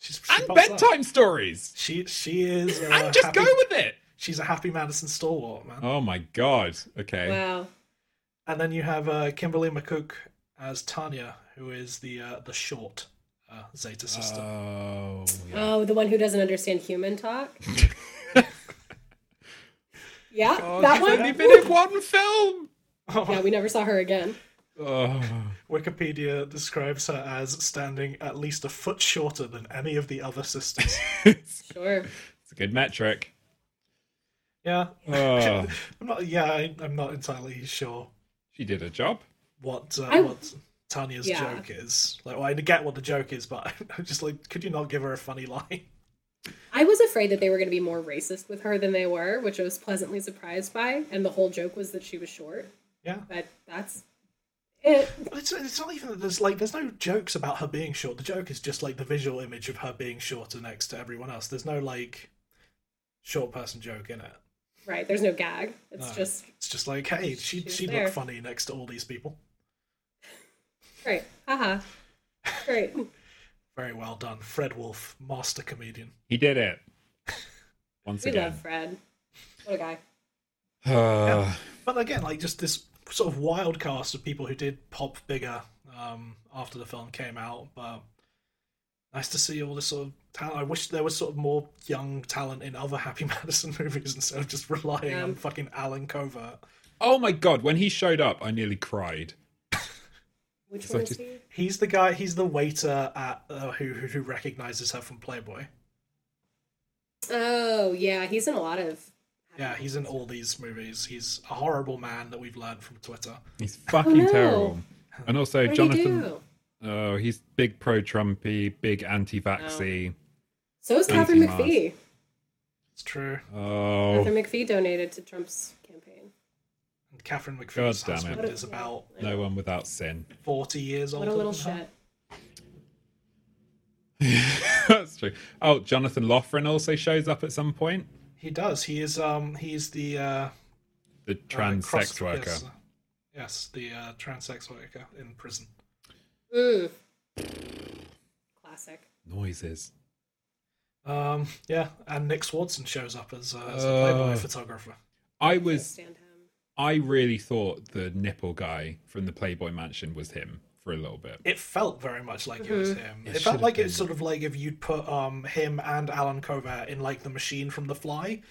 [SPEAKER 1] She's she
[SPEAKER 3] and
[SPEAKER 1] pops up.
[SPEAKER 3] bedtime stories.
[SPEAKER 1] She she is uh,
[SPEAKER 3] And just
[SPEAKER 1] happy,
[SPEAKER 3] go with it.
[SPEAKER 1] she's a happy Madison stalwart, man.
[SPEAKER 3] Oh my god. Okay.
[SPEAKER 4] Wow.
[SPEAKER 1] And then you have uh, Kimberly McCook as Tanya, who is the uh, the short uh, Zeta sister.
[SPEAKER 3] Oh. Yeah.
[SPEAKER 4] Oh, the one who doesn't understand human talk. yeah,
[SPEAKER 3] Oh,
[SPEAKER 4] that
[SPEAKER 3] she's
[SPEAKER 4] one.
[SPEAKER 3] only been in one film.
[SPEAKER 1] Oh
[SPEAKER 4] Yeah, we never saw her again.
[SPEAKER 3] Oh.
[SPEAKER 1] Wikipedia describes her as standing at least a foot shorter than any of the other sisters.
[SPEAKER 3] it's
[SPEAKER 4] Sure.
[SPEAKER 3] a good metric.
[SPEAKER 1] yeah,
[SPEAKER 3] Oh.
[SPEAKER 1] I'm not. Yeah, I, I'm not entirely sure
[SPEAKER 3] she did her job.
[SPEAKER 1] what uh,
[SPEAKER 4] I-
[SPEAKER 1] what Tanya's
[SPEAKER 4] Yeah.
[SPEAKER 1] joke is. Like, well, I get what the joke is, but I'm just like, could you not give her a funny line?
[SPEAKER 4] I I was afraid that they were going to be more racist with her than they were, which I was pleasantly surprised by. And the whole joke was that she was short,
[SPEAKER 1] Yeah.
[SPEAKER 4] but that's it.
[SPEAKER 1] But it's, it's not even that there's like there's no jokes about her being short. The joke is just like the visual image of her being shorter next to everyone else. There's no like short person joke in it.
[SPEAKER 4] Right. There's no gag. It's
[SPEAKER 1] No.
[SPEAKER 4] just
[SPEAKER 1] It's just like, hey, she
[SPEAKER 4] She's
[SPEAKER 1] she
[SPEAKER 4] there.
[SPEAKER 1] looked funny next to all these people.
[SPEAKER 4] great. Haha. Great.
[SPEAKER 1] Very well done, Fred Wolf, master comedian.
[SPEAKER 3] He did it. Once
[SPEAKER 4] we
[SPEAKER 3] again.
[SPEAKER 4] love Fred. What a guy.
[SPEAKER 3] Ah,
[SPEAKER 1] But again, like just this sort of wild cast of people who did pop bigger um, after the film came out. But nice to see all this sort of talent. I wish there was sort of more young talent in other Happy Madison movies instead of just relying on
[SPEAKER 4] Yeah.
[SPEAKER 1] fucking Alan Covert.
[SPEAKER 3] oh my god, when he showed up, I nearly cried.
[SPEAKER 4] Which
[SPEAKER 3] So
[SPEAKER 4] one
[SPEAKER 3] just-
[SPEAKER 4] is he?
[SPEAKER 1] He's the guy. He's the waiter at uh, who, who who recognizes her from Playboy.
[SPEAKER 4] Oh yeah, he's in a lot of.
[SPEAKER 1] Yeah, he's in all these movies. He's a horrible man that we've learned from Twitter.
[SPEAKER 3] He's fucking
[SPEAKER 4] Oh, no.
[SPEAKER 3] terrible. And also
[SPEAKER 4] What did he
[SPEAKER 3] Jonathan
[SPEAKER 4] do?
[SPEAKER 3] Oh, he's big pro Trumpy, big anti vaxxy.
[SPEAKER 4] Oh. So is
[SPEAKER 3] Thank
[SPEAKER 4] Catherine
[SPEAKER 3] you, Mars.
[SPEAKER 4] McPhee.
[SPEAKER 1] It's true.
[SPEAKER 3] Oh
[SPEAKER 4] Catherine McPhee donated to Trump's campaign.
[SPEAKER 1] And Catherine McPhee's
[SPEAKER 3] God damn it.
[SPEAKER 1] husband is about
[SPEAKER 3] no one without sin.
[SPEAKER 1] forty years old.
[SPEAKER 4] What a little shit.
[SPEAKER 3] That's true. Oh, Jonathan Loughran also shows up at some point.
[SPEAKER 1] He does. He is. Um. He's the uh, uh,
[SPEAKER 3] The trans
[SPEAKER 1] cross-
[SPEAKER 3] sex worker.
[SPEAKER 1] Yes, yes, the uh, trans sex worker in prison.
[SPEAKER 4] Mm. Classic.
[SPEAKER 3] Noises.
[SPEAKER 1] Um. Yeah. And Nick Swardson shows up as, uh, as a
[SPEAKER 3] Oh.
[SPEAKER 1] Playboy photographer.
[SPEAKER 3] I was
[SPEAKER 4] Stand him.
[SPEAKER 3] I really thought the nipple guy from the Playboy Mansion was him for a little bit.
[SPEAKER 1] it felt very much like it
[SPEAKER 4] Mm-hmm.
[SPEAKER 1] was him. It,
[SPEAKER 3] should've
[SPEAKER 1] felt like
[SPEAKER 3] been.
[SPEAKER 1] it's sort of like if you'd put um him and Alan Kovac in like the machine from The Fly,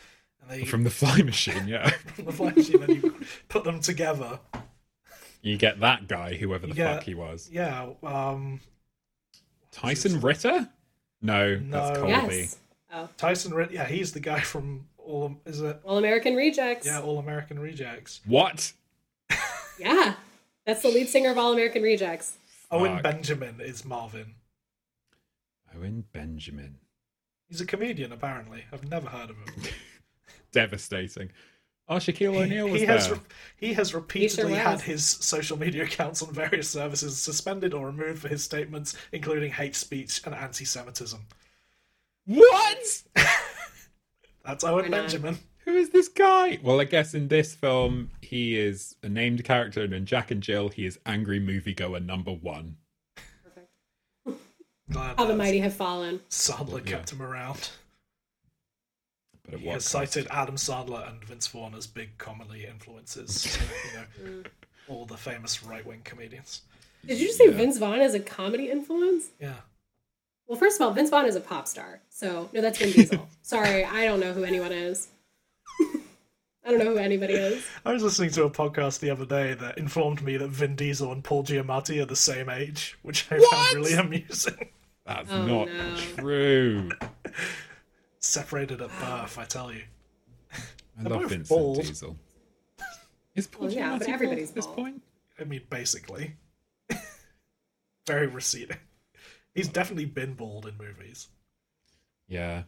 [SPEAKER 1] and they
[SPEAKER 3] From the fly machine, yeah.
[SPEAKER 1] the Fly machine, and you put them together.
[SPEAKER 3] you get that guy, whoever the
[SPEAKER 1] Yeah.
[SPEAKER 3] fuck he was.
[SPEAKER 1] Yeah, um,
[SPEAKER 3] Tyson Ritter? No, that's
[SPEAKER 1] No.
[SPEAKER 3] Colby.
[SPEAKER 4] Yes. Oh,
[SPEAKER 1] Tyson Red. Yeah, he's the guy from All. Is it?
[SPEAKER 4] All American Rejects.
[SPEAKER 1] Yeah, All American Rejects.
[SPEAKER 3] What?
[SPEAKER 4] Yeah. That's the lead singer of All American Rejects.
[SPEAKER 1] Owen
[SPEAKER 3] Fuck.
[SPEAKER 1] Benjamin is Marvin.
[SPEAKER 3] Owen Benjamin.
[SPEAKER 1] He's a comedian, apparently. I've never heard of him.
[SPEAKER 3] Devastating. Oh, Shaquille O'Neal was
[SPEAKER 1] he
[SPEAKER 3] there.
[SPEAKER 1] has re- he has repeatedly had
[SPEAKER 4] was.
[SPEAKER 1] his social media accounts on various services suspended or removed for his statements, including hate speech and anti-Semitism.
[SPEAKER 3] What?
[SPEAKER 1] That's Owen
[SPEAKER 4] not?
[SPEAKER 1] Benjamin.
[SPEAKER 3] Who is this guy? Well, I guess in this film, he is a named character, and in Jack and Jill, he is angry moviegoer number one.
[SPEAKER 4] Perfect.
[SPEAKER 1] Glad
[SPEAKER 4] How the
[SPEAKER 1] that
[SPEAKER 4] Mighty Have Fallen.
[SPEAKER 1] Sandler
[SPEAKER 3] Yeah.
[SPEAKER 1] kept him around.
[SPEAKER 3] But at
[SPEAKER 1] He
[SPEAKER 3] what
[SPEAKER 1] has
[SPEAKER 3] cost?
[SPEAKER 1] cited Adam Sandler and Vince Vaughn as big comedy influences. so, you
[SPEAKER 4] Mm.
[SPEAKER 1] know, all the famous right-wing comedians.
[SPEAKER 4] Did you just say
[SPEAKER 3] Yeah.
[SPEAKER 4] Vince Vaughn is a comedy influence?
[SPEAKER 1] Yeah,
[SPEAKER 4] Well, first of all, Vince Vaughn is a pop star. So, no, that's Vin Diesel. Sorry, I don't know who anyone is. I don't know who anybody is.
[SPEAKER 1] I was listening to a podcast the other day that informed me that Vin Diesel and Paul Giamatti are the same age, which I
[SPEAKER 3] What?
[SPEAKER 1] found really amusing.
[SPEAKER 3] That's
[SPEAKER 4] Oh,
[SPEAKER 3] not
[SPEAKER 4] no.
[SPEAKER 3] true.
[SPEAKER 1] Separated at birth, I tell you.
[SPEAKER 3] I
[SPEAKER 1] They're
[SPEAKER 3] love
[SPEAKER 1] both
[SPEAKER 3] Vincent
[SPEAKER 1] bald.
[SPEAKER 3] Diesel. Is Paul
[SPEAKER 4] Well, yeah,
[SPEAKER 3] Giamatti
[SPEAKER 4] but
[SPEAKER 3] bald
[SPEAKER 4] everybody's
[SPEAKER 3] at this
[SPEAKER 4] bald.
[SPEAKER 3] point?
[SPEAKER 1] I mean, basically, very receding. He's definitely been bald in movies.
[SPEAKER 3] Yeah.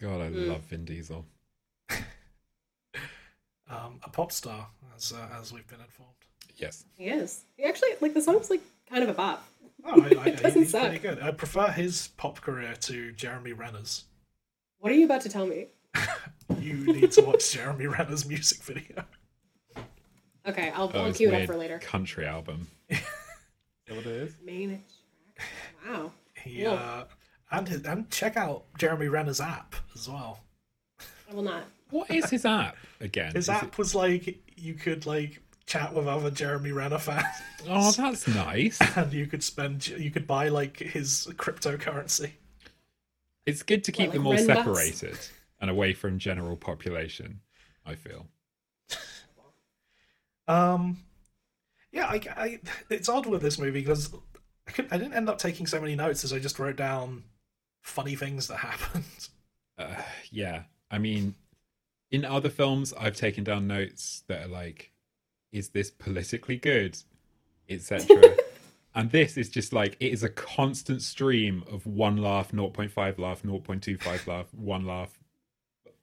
[SPEAKER 3] God, I
[SPEAKER 4] Hmm.
[SPEAKER 3] love Vin Diesel.
[SPEAKER 1] Um, a pop star, as uh, as we've been informed.
[SPEAKER 3] Yes.
[SPEAKER 4] He is. He actually, like, the song's like kind of a bop.
[SPEAKER 1] Oh, I, I,
[SPEAKER 4] It doesn't
[SPEAKER 1] he's pretty
[SPEAKER 4] suck.
[SPEAKER 1] good. I prefer his pop career to Jeremy Renner's.
[SPEAKER 4] What are you about to tell me?
[SPEAKER 1] You need to watch Jeremy Renner's music video.
[SPEAKER 4] Okay, I'll,
[SPEAKER 3] Oh,
[SPEAKER 4] I'll
[SPEAKER 3] his
[SPEAKER 4] cue it up
[SPEAKER 3] weird
[SPEAKER 4] for later.
[SPEAKER 3] Country album. Is that what it is?
[SPEAKER 4] Main attraction. Wow.
[SPEAKER 1] He
[SPEAKER 4] Cool.
[SPEAKER 1] uh, and his, and check out Jeremy Renner's app as well.
[SPEAKER 4] I will not.
[SPEAKER 3] What is his app again?
[SPEAKER 1] His
[SPEAKER 3] Is
[SPEAKER 1] app
[SPEAKER 3] it-
[SPEAKER 1] was like you could like chat with other Jeremy Renner fans,
[SPEAKER 3] Oh, that's nice.
[SPEAKER 1] and you could spend you could buy like his cryptocurrency.
[SPEAKER 3] It's good to keep
[SPEAKER 4] like
[SPEAKER 3] them all
[SPEAKER 4] Ren Bucks?
[SPEAKER 3] separated and away from general population. I feel.
[SPEAKER 1] Um, yeah, I, I- it's odd with this movie because I, could, I didn't end up taking so many notes as I just wrote down funny things that happened.
[SPEAKER 3] Uh, yeah, I mean, in other films, I've taken down notes that are like, "Is this politically good?" etc. And this is just like it is a constant stream of one laugh, 0.5 laugh, 0.25 laugh, one laugh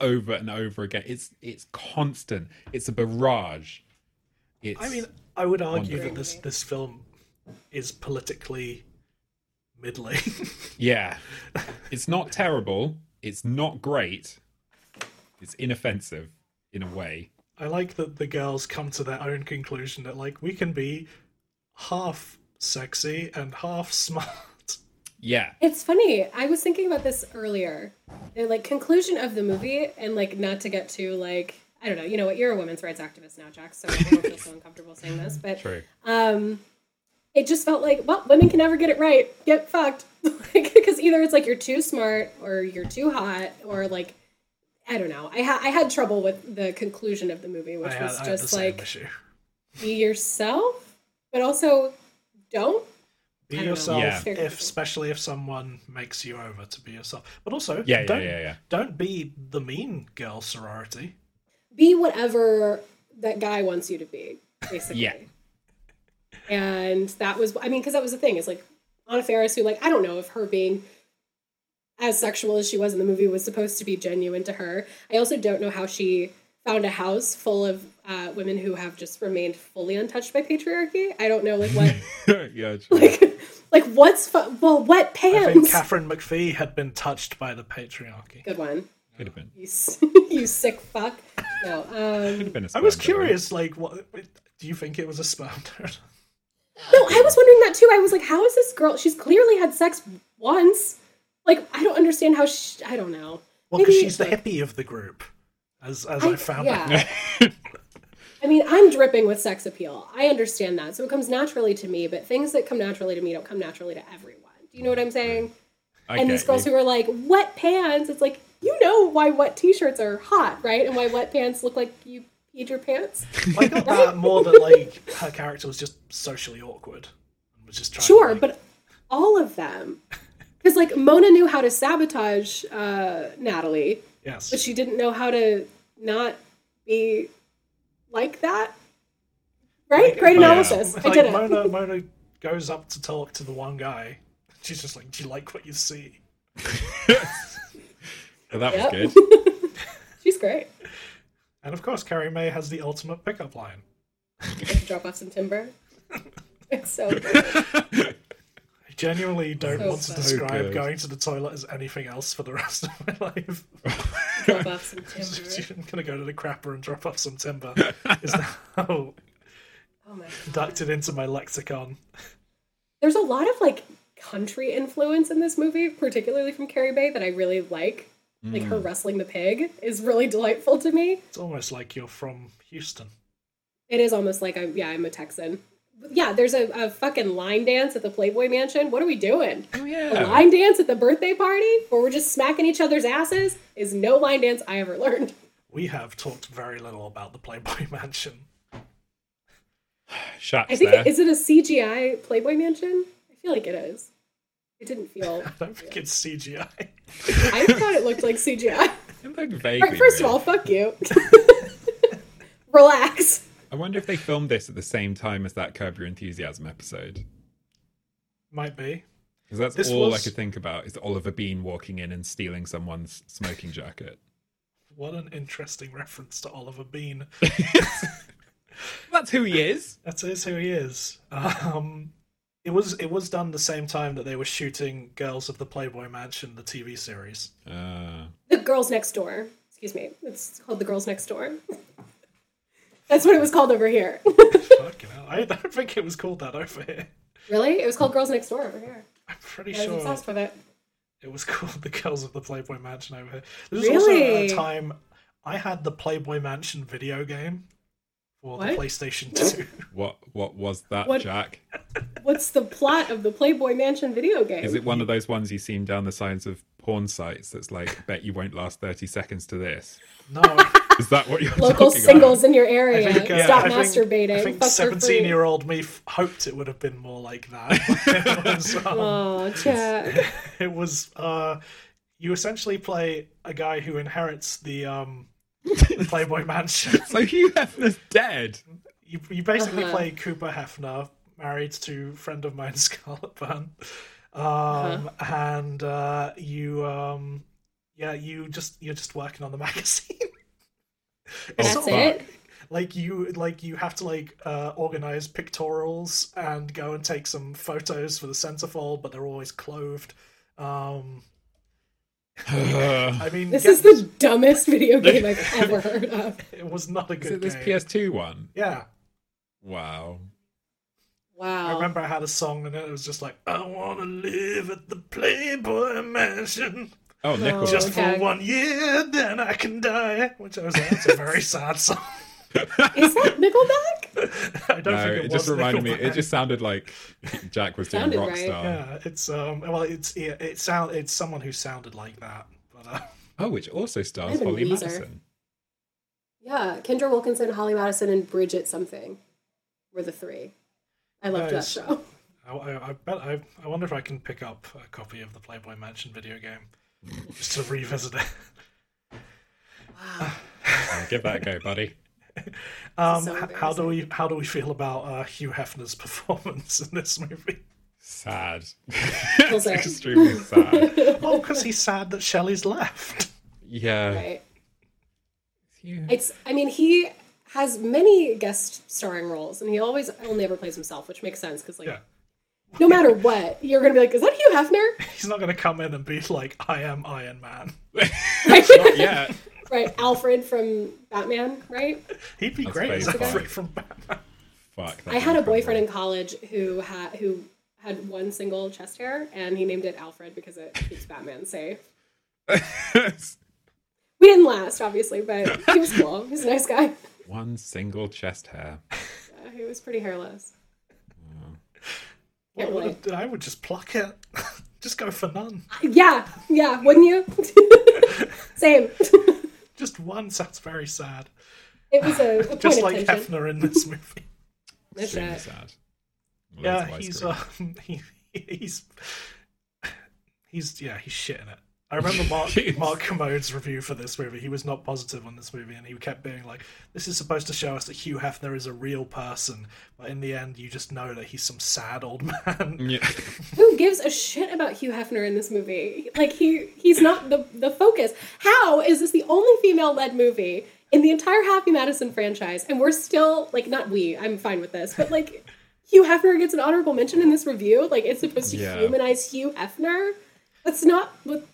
[SPEAKER 3] over and over again. It's it's constant. It's a barrage. It's
[SPEAKER 1] I mean, I would argue
[SPEAKER 3] Wonderful.
[SPEAKER 1] that this this film is politically middling.
[SPEAKER 3] yeah. It's not terrible. It's not great. It's inoffensive in a way.
[SPEAKER 1] I like that the girls come to their own conclusion that like we can be half sexy and half smart.
[SPEAKER 3] Yeah.
[SPEAKER 4] It's funny. I was thinking about this earlier. The like conclusion of the movie, and like not to get too like I don't know. You know what? You're a women's rights activist now, Jack. So I don't feel so uncomfortable saying this, but
[SPEAKER 3] True.
[SPEAKER 4] um, it just felt like well, women can never get it right. Get fucked. Because either it's like you're too smart, or you're too hot, or like I don't know. I ha- I had trouble with the conclusion of the movie,
[SPEAKER 1] I
[SPEAKER 4] which
[SPEAKER 1] had,
[SPEAKER 4] was
[SPEAKER 1] I had the
[SPEAKER 4] just
[SPEAKER 1] same
[SPEAKER 4] like
[SPEAKER 1] issue.
[SPEAKER 4] be yourself, but also don't.
[SPEAKER 1] Be
[SPEAKER 4] I don't know.
[SPEAKER 1] yourself,
[SPEAKER 3] Yeah.
[SPEAKER 1] if especially if someone makes you over to be yourself. But also,
[SPEAKER 3] Yeah, yeah,
[SPEAKER 1] don't
[SPEAKER 3] yeah, yeah.
[SPEAKER 1] don't be the mean girl sorority.
[SPEAKER 4] be whatever that guy wants you to be, basically.
[SPEAKER 3] Yeah.
[SPEAKER 4] And that was, I mean, because that was the thing. It's like Anna Faris, who, like, I don't know if her being as sexual as she was in the movie was supposed to be genuine to her. I also don't know how she found a house full of uh, women who have just remained fully untouched by patriarchy. I don't know, like, what,
[SPEAKER 3] yeah, true.
[SPEAKER 4] like, like what's, fu- well, what
[SPEAKER 1] I think
[SPEAKER 4] pants?
[SPEAKER 1] Catherine McPhee had been touched by the patriarchy.
[SPEAKER 4] Good one.
[SPEAKER 3] Could have been.
[SPEAKER 4] You, s- you sick fuck. No. Um,
[SPEAKER 3] Could have been a
[SPEAKER 1] I was
[SPEAKER 3] sperm donor.
[SPEAKER 1] curious, like, what do you think it was a sperm donor?
[SPEAKER 4] No, oh, I was wondering that too. I was like, how is this girl? She's clearly had sex once. Like, I don't understand how she. I don't know.
[SPEAKER 1] Well, because
[SPEAKER 4] Maybe-
[SPEAKER 1] she's the hippie of the group, as as I, found out.
[SPEAKER 4] Yeah. I mean, I'm dripping with sex appeal. I understand that. So it comes naturally to me, but things that come naturally to me don't come naturally to everyone. Do you know what I'm saying?
[SPEAKER 3] I
[SPEAKER 4] and
[SPEAKER 3] get
[SPEAKER 4] these girls
[SPEAKER 3] you.
[SPEAKER 4] who are like, wet pants, it's like, you know why wet t shirts are hot, right? And why wet pants look like you peed your pants.
[SPEAKER 1] I got that more that like her character was just socially awkward and was just trying.
[SPEAKER 4] Sure,
[SPEAKER 1] to, like,
[SPEAKER 4] but all of them. Because, like, Mona knew how to sabotage uh, Natalie.
[SPEAKER 1] yes,
[SPEAKER 4] but she didn't know how to not be like that. Right? Great
[SPEAKER 3] Yeah.
[SPEAKER 4] analysis. I
[SPEAKER 1] like,
[SPEAKER 4] did it.
[SPEAKER 1] Mona Mona goes up to talk to the one guy. She's just like, "Do you like what you see?"
[SPEAKER 3] But that
[SPEAKER 4] Yep.
[SPEAKER 3] was good.
[SPEAKER 4] She's great.
[SPEAKER 1] And of course, Carrie May has the ultimate pickup line.
[SPEAKER 4] I have to drop off some timber. It's so good.
[SPEAKER 1] I genuinely don't
[SPEAKER 4] So
[SPEAKER 1] want to
[SPEAKER 4] funny.
[SPEAKER 1] describe
[SPEAKER 3] Okay.
[SPEAKER 1] going to the toilet as anything else for the rest of my life.
[SPEAKER 4] drop off some timber.
[SPEAKER 1] I'm gonna go to the crapper and drop off some timber. Is now
[SPEAKER 4] Oh my god.
[SPEAKER 1] inducted into my lexicon.
[SPEAKER 4] There's a lot of like country influence in this movie, particularly from Carrie Bay, that I really like. Like her wrestling the pig is really delightful to me.
[SPEAKER 1] It's almost like you're from Houston.
[SPEAKER 4] It is almost like I'm yeah, I'm a Texan. But yeah, there's a, a fucking line dance at the Playboy Mansion. What are we doing?
[SPEAKER 3] Oh
[SPEAKER 4] A
[SPEAKER 3] yeah.
[SPEAKER 4] line dance at the birthday party where we're just smacking each other's asses is no line dance I ever learned.
[SPEAKER 1] We have talked very little about the Playboy Mansion.
[SPEAKER 3] Shots
[SPEAKER 4] I think
[SPEAKER 3] there.
[SPEAKER 4] is it a CGI Playboy Mansion? I feel like it is. It didn't feel.
[SPEAKER 1] I don't think it's CGI.
[SPEAKER 4] I thought it looked like CGI.
[SPEAKER 3] It looked vaguely.
[SPEAKER 4] All right, first of
[SPEAKER 3] real.
[SPEAKER 4] all, fuck you. Relax.
[SPEAKER 3] I wonder if they filmed this at the same time as that Curb Your Enthusiasm episode.
[SPEAKER 1] Might be.
[SPEAKER 3] Because that's
[SPEAKER 1] This
[SPEAKER 3] all I
[SPEAKER 1] was-
[SPEAKER 3] could think about is Oliver Bean walking in and stealing someone's smoking jacket.
[SPEAKER 1] What an interesting reference to Oliver Bean.
[SPEAKER 3] That's who he is.
[SPEAKER 1] That is who he is. Um, it was it was done the same time that they were shooting Girls of the Playboy Mansion, the TV series.
[SPEAKER 3] Uh,
[SPEAKER 4] The girls next door. Excuse me. It's called the girls next door. That's what it was called over here.
[SPEAKER 1] Fucking hell, I don't think it was called that over here.
[SPEAKER 4] really? It was called girls next door over here.
[SPEAKER 1] I'm pretty
[SPEAKER 4] I was
[SPEAKER 1] sure
[SPEAKER 4] obsessed with it.
[SPEAKER 1] it was called the Girls of the Playboy Mansion over here. This
[SPEAKER 4] Really?
[SPEAKER 1] is also a time I had the Playboy Mansion video game for the
[SPEAKER 4] What?
[SPEAKER 1] PlayStation 2.
[SPEAKER 3] what what was that,
[SPEAKER 4] What-
[SPEAKER 3] Jack?
[SPEAKER 4] What's the plot of the Playboy Mansion video game?
[SPEAKER 3] Is it one of those ones you seen down the sides of porn sites that's like, bet you won't last 30 seconds to this?
[SPEAKER 1] No.
[SPEAKER 3] Is that what you're
[SPEAKER 4] local
[SPEAKER 3] talking
[SPEAKER 4] singles in your area.
[SPEAKER 1] I think, uh,
[SPEAKER 4] Stop
[SPEAKER 1] I think-
[SPEAKER 4] masturbating.
[SPEAKER 1] I think
[SPEAKER 4] Fuck for free.
[SPEAKER 1] seventeen-year-old me f- hoped it would have been more like that. it was, um,
[SPEAKER 4] Oh, Jack.
[SPEAKER 1] it was, uh, you essentially play a guy who inherits the, um, the Playboy Mansion.
[SPEAKER 3] about? So Hugh Hefner's dead.
[SPEAKER 1] You, you basically
[SPEAKER 4] Uh-huh.
[SPEAKER 1] play Cooper Hefner, married to friend of mine Scarlett Byrne, um,
[SPEAKER 4] Uh-huh.
[SPEAKER 1] and uh, you, um, yeah, you just you're just working on the magazine. It's
[SPEAKER 4] That's
[SPEAKER 1] not
[SPEAKER 4] it.
[SPEAKER 1] like you like you have to like uh, organize pictorials and go and take some photos for the centerfold, but they're always clothed. Um, I mean,
[SPEAKER 4] This
[SPEAKER 1] yeah,
[SPEAKER 4] is the dumbest video game I've ever heard of.
[SPEAKER 1] it was not a
[SPEAKER 3] is
[SPEAKER 1] good
[SPEAKER 3] it this
[SPEAKER 1] game.
[SPEAKER 3] PS2 one?
[SPEAKER 1] yeah,
[SPEAKER 3] Wow.
[SPEAKER 4] Wow.
[SPEAKER 3] Oh.
[SPEAKER 1] I remember I had a song and it was just like, "I want to live at the Playboy Mansion
[SPEAKER 3] Oh, Nickel.
[SPEAKER 1] just
[SPEAKER 4] okay.
[SPEAKER 1] for one year, then I can die," which I was like, "That's a very sad song."
[SPEAKER 4] Is that Nickelback?
[SPEAKER 1] I don't
[SPEAKER 3] no,
[SPEAKER 1] think it,
[SPEAKER 3] it
[SPEAKER 1] was.
[SPEAKER 3] just reminded me. It
[SPEAKER 1] Nickelback.
[SPEAKER 3] just sounded like Jack was doing
[SPEAKER 4] Sounded
[SPEAKER 3] Rockstar.
[SPEAKER 4] right.
[SPEAKER 1] yeah, it's um, well, it's yeah, it sound it's someone who sounded like that, but. Uh,
[SPEAKER 3] Oh, which also stars
[SPEAKER 4] I've been
[SPEAKER 3] Holly
[SPEAKER 4] Weezer.
[SPEAKER 3] Madison.
[SPEAKER 4] Yeah, Kendra Wilkinson, Holly Madison, and Bridget something were the three. I loved
[SPEAKER 1] Nice.
[SPEAKER 4] that show.
[SPEAKER 1] I, I, I bet I, I wonder if I can pick up a copy of the Playboy Mansion video game just to revisit it.
[SPEAKER 3] Yeah, give that a go, buddy.
[SPEAKER 1] Um,
[SPEAKER 4] So
[SPEAKER 1] h- how do we how do we feel about uh, Hugh Hefner's performance in this movie?
[SPEAKER 3] Sad.
[SPEAKER 4] Kills it.
[SPEAKER 3] Extremely sad.
[SPEAKER 1] Oh, because he's sad that Shelley's left.
[SPEAKER 3] Yeah.
[SPEAKER 4] Right.
[SPEAKER 3] Yeah.
[SPEAKER 4] It's. I mean, he has many guest starring roles, and he always only ever plays himself, which makes sense because like.
[SPEAKER 1] Yeah.
[SPEAKER 4] No matter what, you're gonna be like, is that Hugh Hefner?
[SPEAKER 1] He's not going to come in and be like, "I am Iron Man."
[SPEAKER 3] Not yet.
[SPEAKER 4] right, Alfred from Batman, right?
[SPEAKER 1] He'd be great as
[SPEAKER 3] phase
[SPEAKER 1] Alfred
[SPEAKER 3] five.
[SPEAKER 1] from Batman.
[SPEAKER 3] Fuck.
[SPEAKER 4] I had a boyfriend in college who had who had one single chest hair, and he named it Alfred because it keeps Batman safe.
[SPEAKER 3] in.
[SPEAKER 4] We didn't last, obviously, but he was cool. He was a nice guy.
[SPEAKER 3] One single chest hair.
[SPEAKER 4] Uh, he was pretty hairless.
[SPEAKER 1] What
[SPEAKER 4] Can't
[SPEAKER 1] would
[SPEAKER 4] relate.
[SPEAKER 1] it- I would just pluck it. just go for none.
[SPEAKER 4] Yeah, yeah, wouldn't you? Same.
[SPEAKER 1] Just one sounds very sad.
[SPEAKER 4] It was a, a point
[SPEAKER 1] Just
[SPEAKER 4] of
[SPEAKER 1] like
[SPEAKER 4] tension.
[SPEAKER 1] Hefner in this movie.
[SPEAKER 4] No shit.
[SPEAKER 3] Extremely sad. Loads of
[SPEAKER 1] yeah,
[SPEAKER 3] ice
[SPEAKER 1] he's
[SPEAKER 3] cream.
[SPEAKER 1] um, he, he's he's yeah, he's shit in it. I remember Mark
[SPEAKER 3] He's-
[SPEAKER 1] Mark Commode's review for this movie. He was not positive on this movie, and he kept being like, "This is supposed to show us that Hugh Hefner is a real person, but in the end, you just know that he's some sad old man."
[SPEAKER 3] Yeah.
[SPEAKER 4] Who gives a shit about Hugh Hefner in this movie? Like he he's not the the focus. How is this the only female led movie in the entire Happy Madison franchise? And we're still like not we. I'm fine with this, but like Hugh Hefner gets an honorable mention in this review. Like it's supposed to
[SPEAKER 3] Yeah.
[SPEAKER 4] humanize Hugh Hefner. That's not what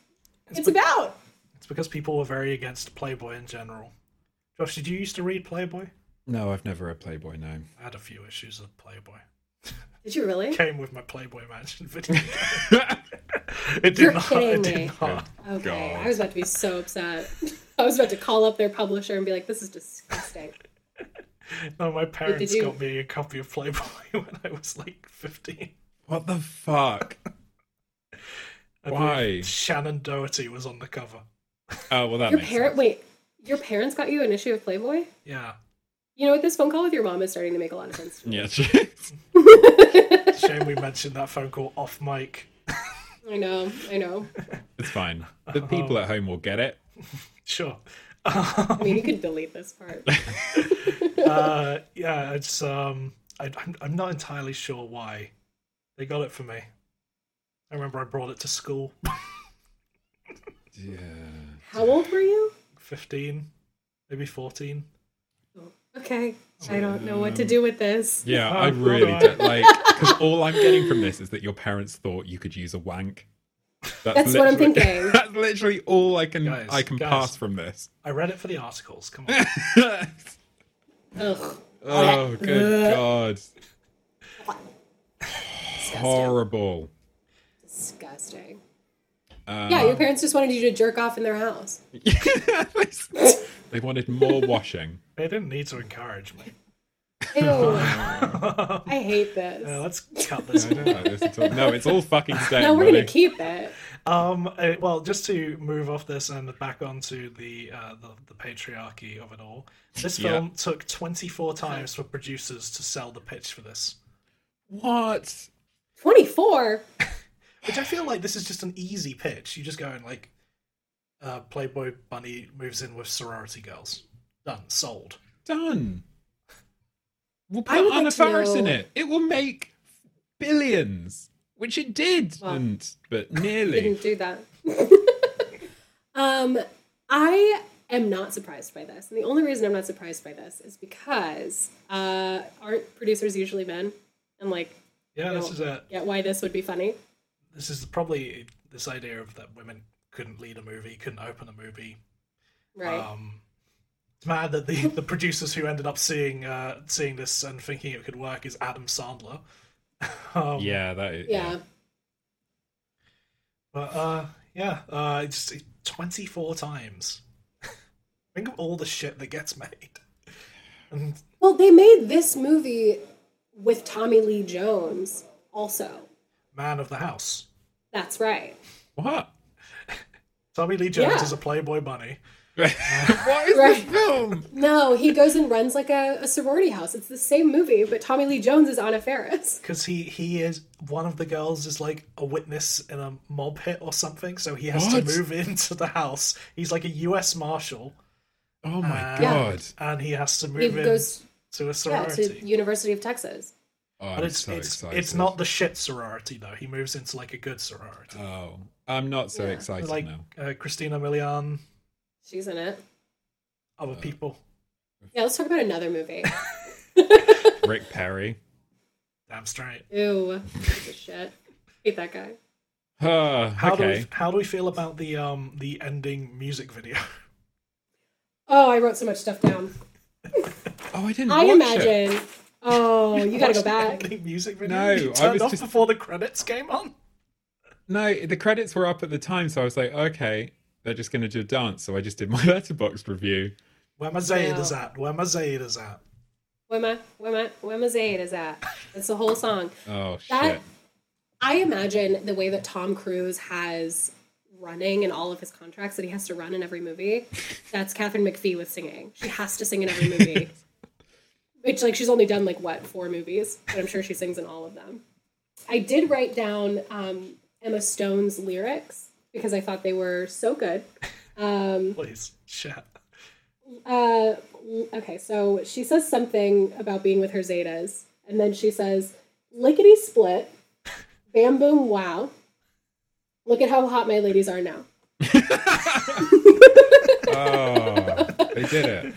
[SPEAKER 4] it's about.
[SPEAKER 1] It's because people were very against Playboy in general. Josh, did you used to read Playboy?
[SPEAKER 3] No, I've never read Playboy. No.
[SPEAKER 1] I had a few issues with Playboy.
[SPEAKER 4] Did you really?
[SPEAKER 1] Came with my Playboy Mansion video. it did
[SPEAKER 4] You're
[SPEAKER 1] not.
[SPEAKER 4] kidding
[SPEAKER 1] It did
[SPEAKER 4] me.
[SPEAKER 1] not.
[SPEAKER 4] Okay,
[SPEAKER 3] God.
[SPEAKER 4] I was about to be so upset. I was about to call up their publisher and be like, "This is disgusting."
[SPEAKER 1] No, my parents
[SPEAKER 4] you-
[SPEAKER 1] got me a copy of Playboy when I was like 15.
[SPEAKER 3] What the fuck?
[SPEAKER 1] I
[SPEAKER 3] Why?
[SPEAKER 1] believe Shannon Doherty was on the cover.
[SPEAKER 3] Oh well, that
[SPEAKER 4] Your
[SPEAKER 3] makes
[SPEAKER 4] parent,
[SPEAKER 3] sense.
[SPEAKER 4] wait, your parents got you an issue of Playboy?
[SPEAKER 1] Yeah.
[SPEAKER 4] You know what? This phone call with your mom is starting to make a lot of sense. To me.
[SPEAKER 3] Yeah. jeez.
[SPEAKER 1] Shame we mentioned that phone call off mic.
[SPEAKER 4] I know, I know.
[SPEAKER 3] it's fine. The people at home will get it.
[SPEAKER 1] Sure.
[SPEAKER 4] I mean, you could delete this part.
[SPEAKER 1] Uh, yeah, it's um, I, I'm I'm not entirely sure why they got it for me. I remember I brought it to school,
[SPEAKER 3] Yeah.
[SPEAKER 4] How old were you?
[SPEAKER 1] 15, maybe 14.
[SPEAKER 4] Okay, I don't know
[SPEAKER 3] Um,
[SPEAKER 4] what to do with this.
[SPEAKER 3] Yeah,
[SPEAKER 1] Oh,
[SPEAKER 3] I
[SPEAKER 1] God.
[SPEAKER 3] really don't like because all I'm getting from this is that your parents thought you could use a wank.
[SPEAKER 4] That's what I'm
[SPEAKER 3] literally-
[SPEAKER 4] thinking.
[SPEAKER 3] That's literally all I can
[SPEAKER 1] Guys,
[SPEAKER 3] I can
[SPEAKER 1] guys.
[SPEAKER 3] pass from this.
[SPEAKER 1] I read it for the articles. Come on.
[SPEAKER 4] Ugh,
[SPEAKER 3] oh good god,
[SPEAKER 4] disgusting.
[SPEAKER 3] horrible.
[SPEAKER 4] disgusting.
[SPEAKER 3] Uh,
[SPEAKER 4] Yeah, your parents just wanted you to jerk off in their house.
[SPEAKER 3] they wanted more washing.
[SPEAKER 1] they didn't need to encourage me.
[SPEAKER 4] Ew. I hate this.
[SPEAKER 1] Uh, let's cut this.
[SPEAKER 3] I don't like this at all. No, it's all fucking staying.
[SPEAKER 4] no, we're
[SPEAKER 3] buddy.
[SPEAKER 4] gonna keep it.
[SPEAKER 1] Um, uh, well, just to move off this and back onto the uh, the, the patriarchy of it all, this
[SPEAKER 3] Yeah.
[SPEAKER 1] film took 24 times for producers to sell the pitch for this,
[SPEAKER 3] What?
[SPEAKER 4] Twenty-four.
[SPEAKER 1] which I feel like this is just an easy pitch. You just go and like, uh, Playboy Bunny moves in with sorority girls, done, sold.
[SPEAKER 3] Done. We'll put
[SPEAKER 4] I would
[SPEAKER 3] Anna
[SPEAKER 4] like to
[SPEAKER 3] Faris in
[SPEAKER 4] know-
[SPEAKER 3] it. It will make billions, which it did,
[SPEAKER 4] Well,
[SPEAKER 3] not but nearly.
[SPEAKER 4] Didn't do that. um, I am not surprised by this, and the only reason I'm not surprised by this is because uh, aren't producers usually men? And like,
[SPEAKER 1] Yeah, this
[SPEAKER 4] No.
[SPEAKER 1] is a
[SPEAKER 4] yeah, why this would be funny?
[SPEAKER 1] this is probably this idea of that women couldn't lead a movie, couldn't open a movie.
[SPEAKER 4] Right.
[SPEAKER 1] Um, it's mad that the, the producers who ended up seeing uh, seeing this and thinking it could work is Adam Sandler. um,
[SPEAKER 3] Yeah, that is.
[SPEAKER 4] yeah.
[SPEAKER 1] But uh, yeah, uh, it's just twenty four times. Think of all the shit that gets made. And
[SPEAKER 4] Well, they made this movie with Tommy Lee Jones also.
[SPEAKER 1] Man of the House,
[SPEAKER 4] That's right.
[SPEAKER 3] What?
[SPEAKER 1] Tommy Lee Jones
[SPEAKER 4] Yeah.
[SPEAKER 1] is a Playboy bunny.
[SPEAKER 3] what is
[SPEAKER 4] Right.
[SPEAKER 3] this film?
[SPEAKER 4] No, he goes and runs like a, a sorority house. It's the same movie, but Tommy Lee Jones is Anna Faris.
[SPEAKER 1] because he he is one of the girls is like a witness in a mob hit or something so he has
[SPEAKER 3] What?
[SPEAKER 1] to move into the house he's like a us marshal
[SPEAKER 3] Oh my
[SPEAKER 1] Uh,
[SPEAKER 3] god!
[SPEAKER 1] and he has to
[SPEAKER 4] He
[SPEAKER 1] move in
[SPEAKER 4] goes
[SPEAKER 1] to a
[SPEAKER 4] yeah,
[SPEAKER 1] sorority
[SPEAKER 4] to University of Texas.
[SPEAKER 3] Oh, I'm
[SPEAKER 1] but it's
[SPEAKER 3] so
[SPEAKER 1] it's,
[SPEAKER 3] excited.
[SPEAKER 1] it's not the shit sorority though he moves into like a good sorority
[SPEAKER 3] Oh, I'm not so
[SPEAKER 4] Yeah.
[SPEAKER 3] excited
[SPEAKER 1] like
[SPEAKER 3] now.
[SPEAKER 1] uh, christina milian
[SPEAKER 4] She's in it.
[SPEAKER 1] other
[SPEAKER 3] Uh,
[SPEAKER 1] people
[SPEAKER 4] Yeah, let's talk about another movie.
[SPEAKER 3] Rick Perry.
[SPEAKER 1] damn straight
[SPEAKER 4] Ew. Piece of shit. Hate that guy.
[SPEAKER 3] Uh,
[SPEAKER 1] how do
[SPEAKER 3] okay.
[SPEAKER 1] we how do we feel about the um the ending music video
[SPEAKER 4] Oh, I wrote so much stuff down.
[SPEAKER 3] Oh, I didn't.
[SPEAKER 4] I
[SPEAKER 3] watch It.
[SPEAKER 4] imagine. Oh, you gotta
[SPEAKER 1] Watch
[SPEAKER 4] go
[SPEAKER 1] the
[SPEAKER 4] back.
[SPEAKER 1] ending music video
[SPEAKER 3] No,
[SPEAKER 1] you
[SPEAKER 3] I
[SPEAKER 1] turned
[SPEAKER 3] was
[SPEAKER 1] off
[SPEAKER 3] just-
[SPEAKER 1] before the credits came on
[SPEAKER 3] No, the credits were up at the time, so I was like, okay, they're just going to do a dance. So I just did my letterbox review.
[SPEAKER 1] where my zayd is
[SPEAKER 4] No.
[SPEAKER 1] at where my zayd is at
[SPEAKER 4] Where my where my where my Zayd is at. That's the whole song.
[SPEAKER 3] Oh
[SPEAKER 4] That-
[SPEAKER 3] shit!
[SPEAKER 4] I imagine the way that Tom Cruise has running in all of his contracts that he has to run in every movie. That's Catherine McPhee with singing. She has to sing in every movie. Which like she's only done like what four movies, but I'm sure she sings in all of them. I did write down um, Emma Stone's lyrics because I thought they were so good. Um,
[SPEAKER 1] please shit
[SPEAKER 4] uh, okay, so she says something about being with her Zetas, and then she says, "Lickety split, bam boom wow, look at how hot my ladies are now."
[SPEAKER 3] Oh, they did it.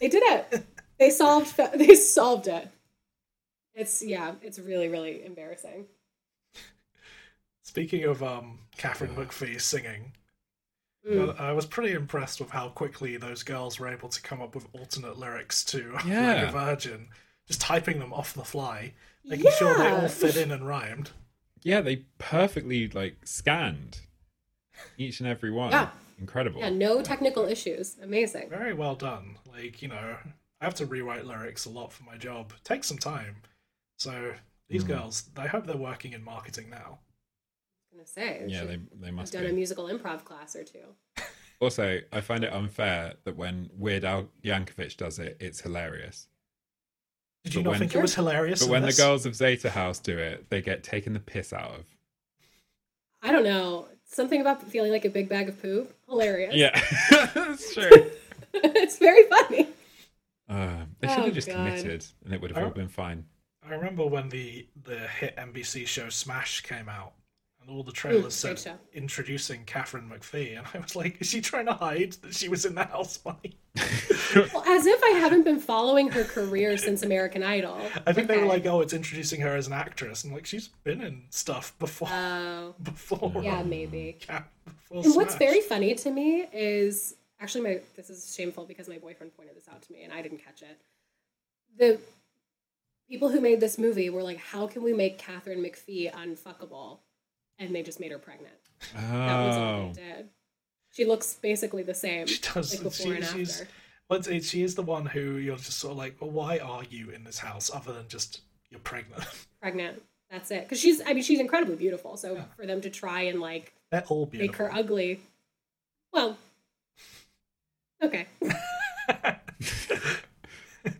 [SPEAKER 4] They did it. They solved. They solved it. It's yeah. It's really really embarrassing.
[SPEAKER 1] Speaking of um, Catherine McPhee singing,
[SPEAKER 4] Mm.
[SPEAKER 1] I I was pretty impressed with how quickly those girls were able to come up with alternate lyrics to
[SPEAKER 3] Yeah.
[SPEAKER 1] Like a Virgin, just typing them off the fly, making sure they all fit in and rhymed.
[SPEAKER 3] Yeah, they perfectly like scanned each and every one.
[SPEAKER 4] Yeah.
[SPEAKER 3] Incredible.
[SPEAKER 4] Ah. Yeah, no technical issues. Amazing.
[SPEAKER 1] Very well done. Like, you know, I have to rewrite lyrics a lot for my job. Takes some time. So
[SPEAKER 3] Hmm.
[SPEAKER 1] these girls, I hope they're working in marketing now.
[SPEAKER 4] I'm gonna say.
[SPEAKER 3] Yeah,
[SPEAKER 4] should
[SPEAKER 3] they, they
[SPEAKER 4] have
[SPEAKER 3] must
[SPEAKER 4] done a
[SPEAKER 3] be.
[SPEAKER 4] musical improv class or two.
[SPEAKER 3] Also, I find it unfair that when Weird Al Yankovic does it, it's hilarious.
[SPEAKER 1] Did you
[SPEAKER 3] But
[SPEAKER 1] not
[SPEAKER 3] when-
[SPEAKER 1] think it was hilarious?
[SPEAKER 3] But
[SPEAKER 1] in
[SPEAKER 3] when the
[SPEAKER 1] this?
[SPEAKER 3] girls of Zeta House do it, they get taken the piss out of.
[SPEAKER 4] I don't know. Something about feeling like a big bag of poop. Hilarious.
[SPEAKER 3] Yeah, that's true.
[SPEAKER 4] it's very funny.
[SPEAKER 3] Uh, they
[SPEAKER 4] Oh,
[SPEAKER 3] should have just
[SPEAKER 4] God.
[SPEAKER 3] committed, and it would have all
[SPEAKER 1] Oh.
[SPEAKER 3] been fine.
[SPEAKER 1] I remember when the the hit NBC show Smash came out, and all the trailers said
[SPEAKER 4] great show.
[SPEAKER 1] introducing Catherine McPhee, and I was like, is she trying to hide that she was in the house bunny?
[SPEAKER 4] Well, as if I haven't been following her career since American Idol.
[SPEAKER 1] I think they were
[SPEAKER 4] Okay.
[SPEAKER 1] like, oh, it's introducing her as an actress, and like she's been in stuff before
[SPEAKER 4] Oh,
[SPEAKER 1] before
[SPEAKER 4] yeah, maybe.
[SPEAKER 1] Ca- before
[SPEAKER 4] And what's
[SPEAKER 1] Smash.
[SPEAKER 4] very funny to me is actually my this is shameful because my boyfriend pointed this out to me and I didn't catch it. The people who made this movie were like, "How can we make Catherine McPhee unfuckable?" And they just made her pregnant. That was all
[SPEAKER 3] Oh,
[SPEAKER 4] they did. She looks basically the same,
[SPEAKER 1] She does.
[SPEAKER 4] like
[SPEAKER 1] and
[SPEAKER 4] before
[SPEAKER 1] she,
[SPEAKER 4] and
[SPEAKER 1] she's
[SPEAKER 4] after.
[SPEAKER 1] what's it, she is the one who you're just sort of like, well, why are you in this house other than just you're pregnant?
[SPEAKER 4] Pregnant. That's it. Because she's, I mean, she's incredibly beautiful. So for them to try and like
[SPEAKER 1] They're all
[SPEAKER 4] make
[SPEAKER 1] beautiful.
[SPEAKER 4] her ugly. Well, okay.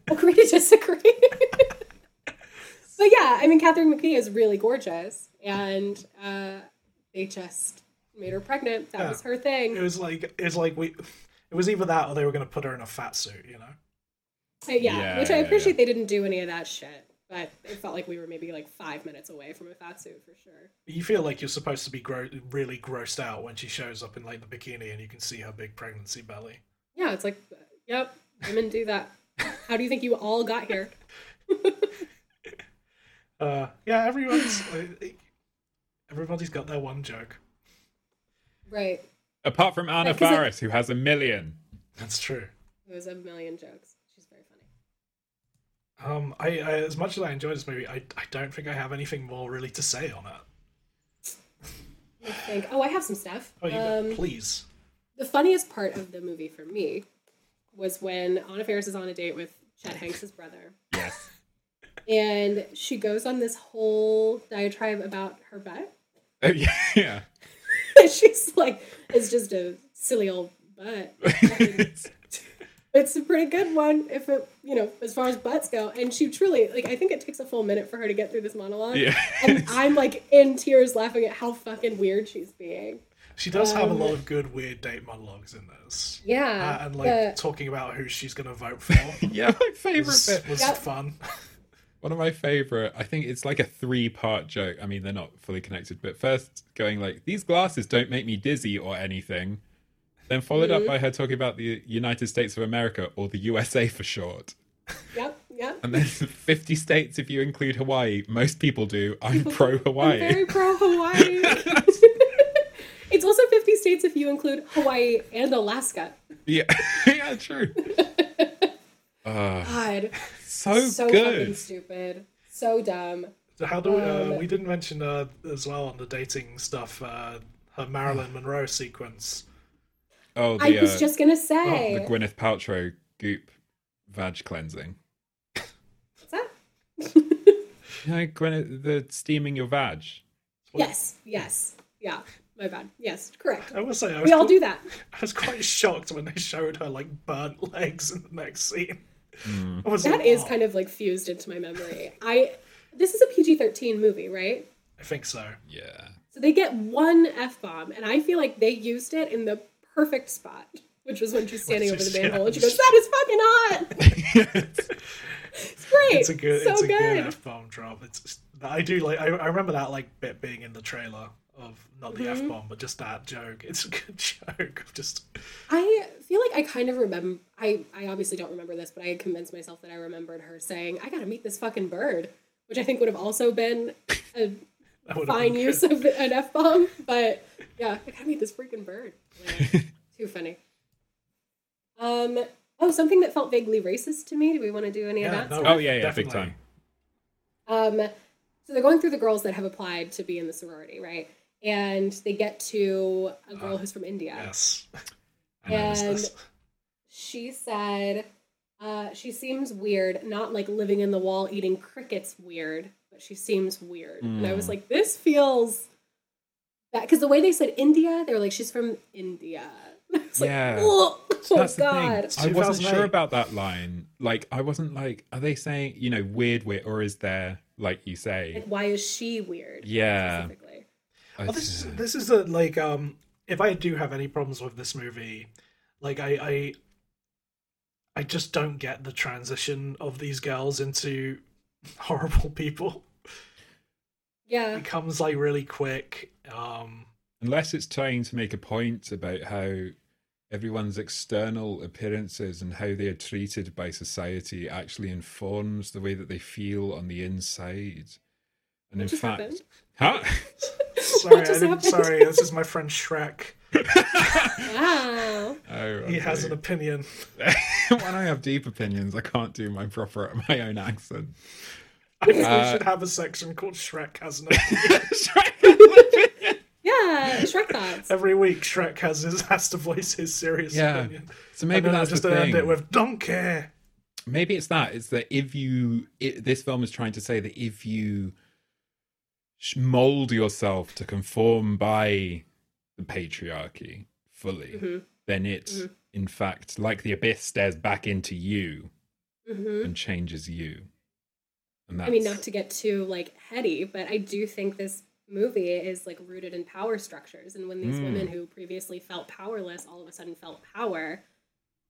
[SPEAKER 4] Agree to disagree. but yeah, I mean, Catherine McPhee is really gorgeous, and uh, they just made her pregnant. That
[SPEAKER 1] Yeah.
[SPEAKER 4] was her
[SPEAKER 1] It
[SPEAKER 4] thing.
[SPEAKER 1] was like it was like we. It was either that or they were going to put her in a fat suit, you know.
[SPEAKER 4] Uh, yeah,
[SPEAKER 3] Yeah,
[SPEAKER 4] which
[SPEAKER 3] yeah,
[SPEAKER 4] I
[SPEAKER 3] yeah.
[SPEAKER 4] appreciate they didn't do any of that shit, but it felt like we were maybe like five minutes away from a fat suit for sure.
[SPEAKER 1] You feel like you're supposed to be gro- really grossed out when she shows up in like the bikini and you can see her big pregnancy belly.
[SPEAKER 4] Yeah, it's like, yep, women do that. How do you think you all got here?
[SPEAKER 1] Uh, yeah, everyone's like, e, everybody's got their one joke.
[SPEAKER 4] Right.
[SPEAKER 3] Apart from Anna
[SPEAKER 4] Yeah, 'cause it-
[SPEAKER 3] Faris, who has a million.
[SPEAKER 1] That's true.
[SPEAKER 4] It was a million jokes. She's very funny.
[SPEAKER 1] Um, I, I as much as I enjoyed this movie, I, I don't think I have anything more really to say on it.
[SPEAKER 4] I think. Oh, I have some stuff.
[SPEAKER 1] Oh, you
[SPEAKER 4] um,
[SPEAKER 1] please.
[SPEAKER 4] the funniest part of the movie for me was when Anna Faris is on a date with Chad Hanks' brother,
[SPEAKER 3] Yes.
[SPEAKER 4] and she goes on this whole diatribe about her butt.
[SPEAKER 3] Oh, yeah, yeah.
[SPEAKER 4] She's like, it's just a silly old butt. It's a pretty good one if it, you know, as far as butts go. And she truly, like, I think it takes a full minute for her to get through this monologue.
[SPEAKER 3] Yeah.
[SPEAKER 4] And I'm like in tears laughing at how fucking weird she's being.
[SPEAKER 1] She does have a
[SPEAKER 4] um,
[SPEAKER 1] lot of good weird date monologues in this.
[SPEAKER 4] Yeah.
[SPEAKER 1] Uh, and like
[SPEAKER 4] the-
[SPEAKER 1] talking about who she's gonna vote for
[SPEAKER 3] yeah, my favorite
[SPEAKER 1] was,
[SPEAKER 3] bit.
[SPEAKER 1] was
[SPEAKER 4] Yep.
[SPEAKER 1] fun.
[SPEAKER 3] One of my favorite, I think it's like a three part joke. I mean, they're not fully connected, but first going like, these glasses don't make me dizzy or anything. Then followed
[SPEAKER 4] Mm-hmm.
[SPEAKER 3] up by her talking about the United States of America or the USA for short.
[SPEAKER 4] yep, yep.
[SPEAKER 3] And then 50 states, if you include Hawaii, most people do. I'm pro Hawaii.
[SPEAKER 4] I'm very pro Hawaii. it's also 50 states if you include Hawaii and Alaska.
[SPEAKER 3] Yeah, yeah, true. Ah,
[SPEAKER 4] God,
[SPEAKER 3] So,
[SPEAKER 4] so fucking
[SPEAKER 3] Oh, good.
[SPEAKER 4] stupid, so dumb.
[SPEAKER 1] So how do we, uh, we didn't mention uh, as well on the dating stuff uh, her Marilyn Monroe sequence.
[SPEAKER 3] Oh,
[SPEAKER 4] I
[SPEAKER 3] the,
[SPEAKER 4] was
[SPEAKER 3] uh,
[SPEAKER 4] just gonna
[SPEAKER 3] the
[SPEAKER 4] say,
[SPEAKER 3] Gwyneth Paltrow goop vag cleansing.
[SPEAKER 4] What's that?
[SPEAKER 3] You know, Gwyneth, the steaming your vag.
[SPEAKER 4] yes, yes, yeah. My bad. Yes, correct.
[SPEAKER 3] Oh,
[SPEAKER 1] I will say I was,
[SPEAKER 4] We all do that.
[SPEAKER 1] I was quite shocked when they showed her like burnt legs in the next scene. I was
[SPEAKER 4] That
[SPEAKER 1] like,
[SPEAKER 4] is
[SPEAKER 1] "Oh."
[SPEAKER 4] kind of like fused into my memory. I this is a PG-13 movie, right?
[SPEAKER 1] I think so.
[SPEAKER 3] Yeah.
[SPEAKER 4] So they get one f bomb, and I feel like they used it in the perfect spot, which was when she's standing
[SPEAKER 1] When
[SPEAKER 4] over
[SPEAKER 1] she's
[SPEAKER 4] the manhole and she goes,
[SPEAKER 1] standing-
[SPEAKER 4] "That is fucking hot." it's great.
[SPEAKER 1] It's a good,
[SPEAKER 4] so
[SPEAKER 1] it's a good,
[SPEAKER 4] good.
[SPEAKER 1] F bomb drop. It's it's- I do like. I, I remember that like bit being in the trailer of not the
[SPEAKER 4] Mm-hmm.
[SPEAKER 1] F bomb, but just that joke. It's a good joke. Just
[SPEAKER 4] I feel like I kind of remember. I I obviously don't remember this, but I had convinced myself that I remembered her saying, "I got to meet this fucking bird," which I think would have also been a
[SPEAKER 1] that would have been
[SPEAKER 4] fine
[SPEAKER 1] good.
[SPEAKER 4] use of an f bomb. But yeah, I gotta meet this freaking bird. Like, too funny. Um. Oh, something that felt vaguely racist to me. Do we want to do any
[SPEAKER 1] Yeah,
[SPEAKER 4] of that?
[SPEAKER 1] no,
[SPEAKER 3] Oh, yeah, yeah, big
[SPEAKER 1] definitely.
[SPEAKER 3] time.
[SPEAKER 4] Um, so they're going through the girls that have applied to be in the sorority, right? And they get to a
[SPEAKER 1] Ah,
[SPEAKER 4] girl who's from India.
[SPEAKER 1] Yes.
[SPEAKER 4] And
[SPEAKER 1] Yes.
[SPEAKER 4] she said, uh, she seems weird, not like living in the wall eating crickets weird, but she seems weird. And
[SPEAKER 3] Hmm.
[SPEAKER 4] I was like, this feels that because the way they said India, they were like, she's from India. It's like,
[SPEAKER 3] Yeah.
[SPEAKER 4] oh, oh,
[SPEAKER 3] That's the
[SPEAKER 4] God.
[SPEAKER 3] thing. I wasn't
[SPEAKER 1] 2008.
[SPEAKER 3] sure about that line. Like, I wasn't like, are they saying, you know, weird wit, or is there, like you say,
[SPEAKER 4] Like, why is she weird?
[SPEAKER 3] yeah.
[SPEAKER 4] Specifically. Oh,
[SPEAKER 3] I-
[SPEAKER 1] Well, this is this is a, like um if I do have any problems with this movie, like I I I just don't get the transition of these girls into horrible people.
[SPEAKER 4] Yeah.
[SPEAKER 1] It comes like really quick. Um
[SPEAKER 3] unless it's trying to make a point about how everyone's external appearances and how they are treated by society actually informs the way that they feel on the inside. And in
[SPEAKER 4] just
[SPEAKER 3] fact,
[SPEAKER 4] happened?
[SPEAKER 3] huh?
[SPEAKER 1] sorry, I
[SPEAKER 4] just
[SPEAKER 1] didn't,
[SPEAKER 4] happened?
[SPEAKER 1] sorry, this is my friend Shrek.
[SPEAKER 4] Wow.
[SPEAKER 3] Oh,
[SPEAKER 1] He has an
[SPEAKER 3] okay.
[SPEAKER 1] opinion.
[SPEAKER 3] when I have deep opinions, I can't do my proper my own accent.
[SPEAKER 1] I think we should have a section called Shrek has an opinion.
[SPEAKER 4] Yeah. Shrek thoughts.
[SPEAKER 1] Every week Shrek has his has to voice his serious
[SPEAKER 3] yeah.
[SPEAKER 1] opinion.
[SPEAKER 3] So
[SPEAKER 1] Maybe
[SPEAKER 3] maybe
[SPEAKER 1] and then I
[SPEAKER 3] that's
[SPEAKER 1] just
[SPEAKER 3] the thing.
[SPEAKER 1] end it with don't care.
[SPEAKER 3] maybe it's that it's that if you it, this film is trying to say that if you sh- mold yourself to conform by the patriarchy fully
[SPEAKER 4] Mm-hmm.
[SPEAKER 3] then it in fact like the abyss stares back into you
[SPEAKER 4] Mhm.
[SPEAKER 3] and changes you and that's
[SPEAKER 4] I mean, not to get too like heady, but I do think this movie is like rooted in power structures, and when these
[SPEAKER 3] Mm.
[SPEAKER 4] women who previously felt powerless all of a sudden felt power,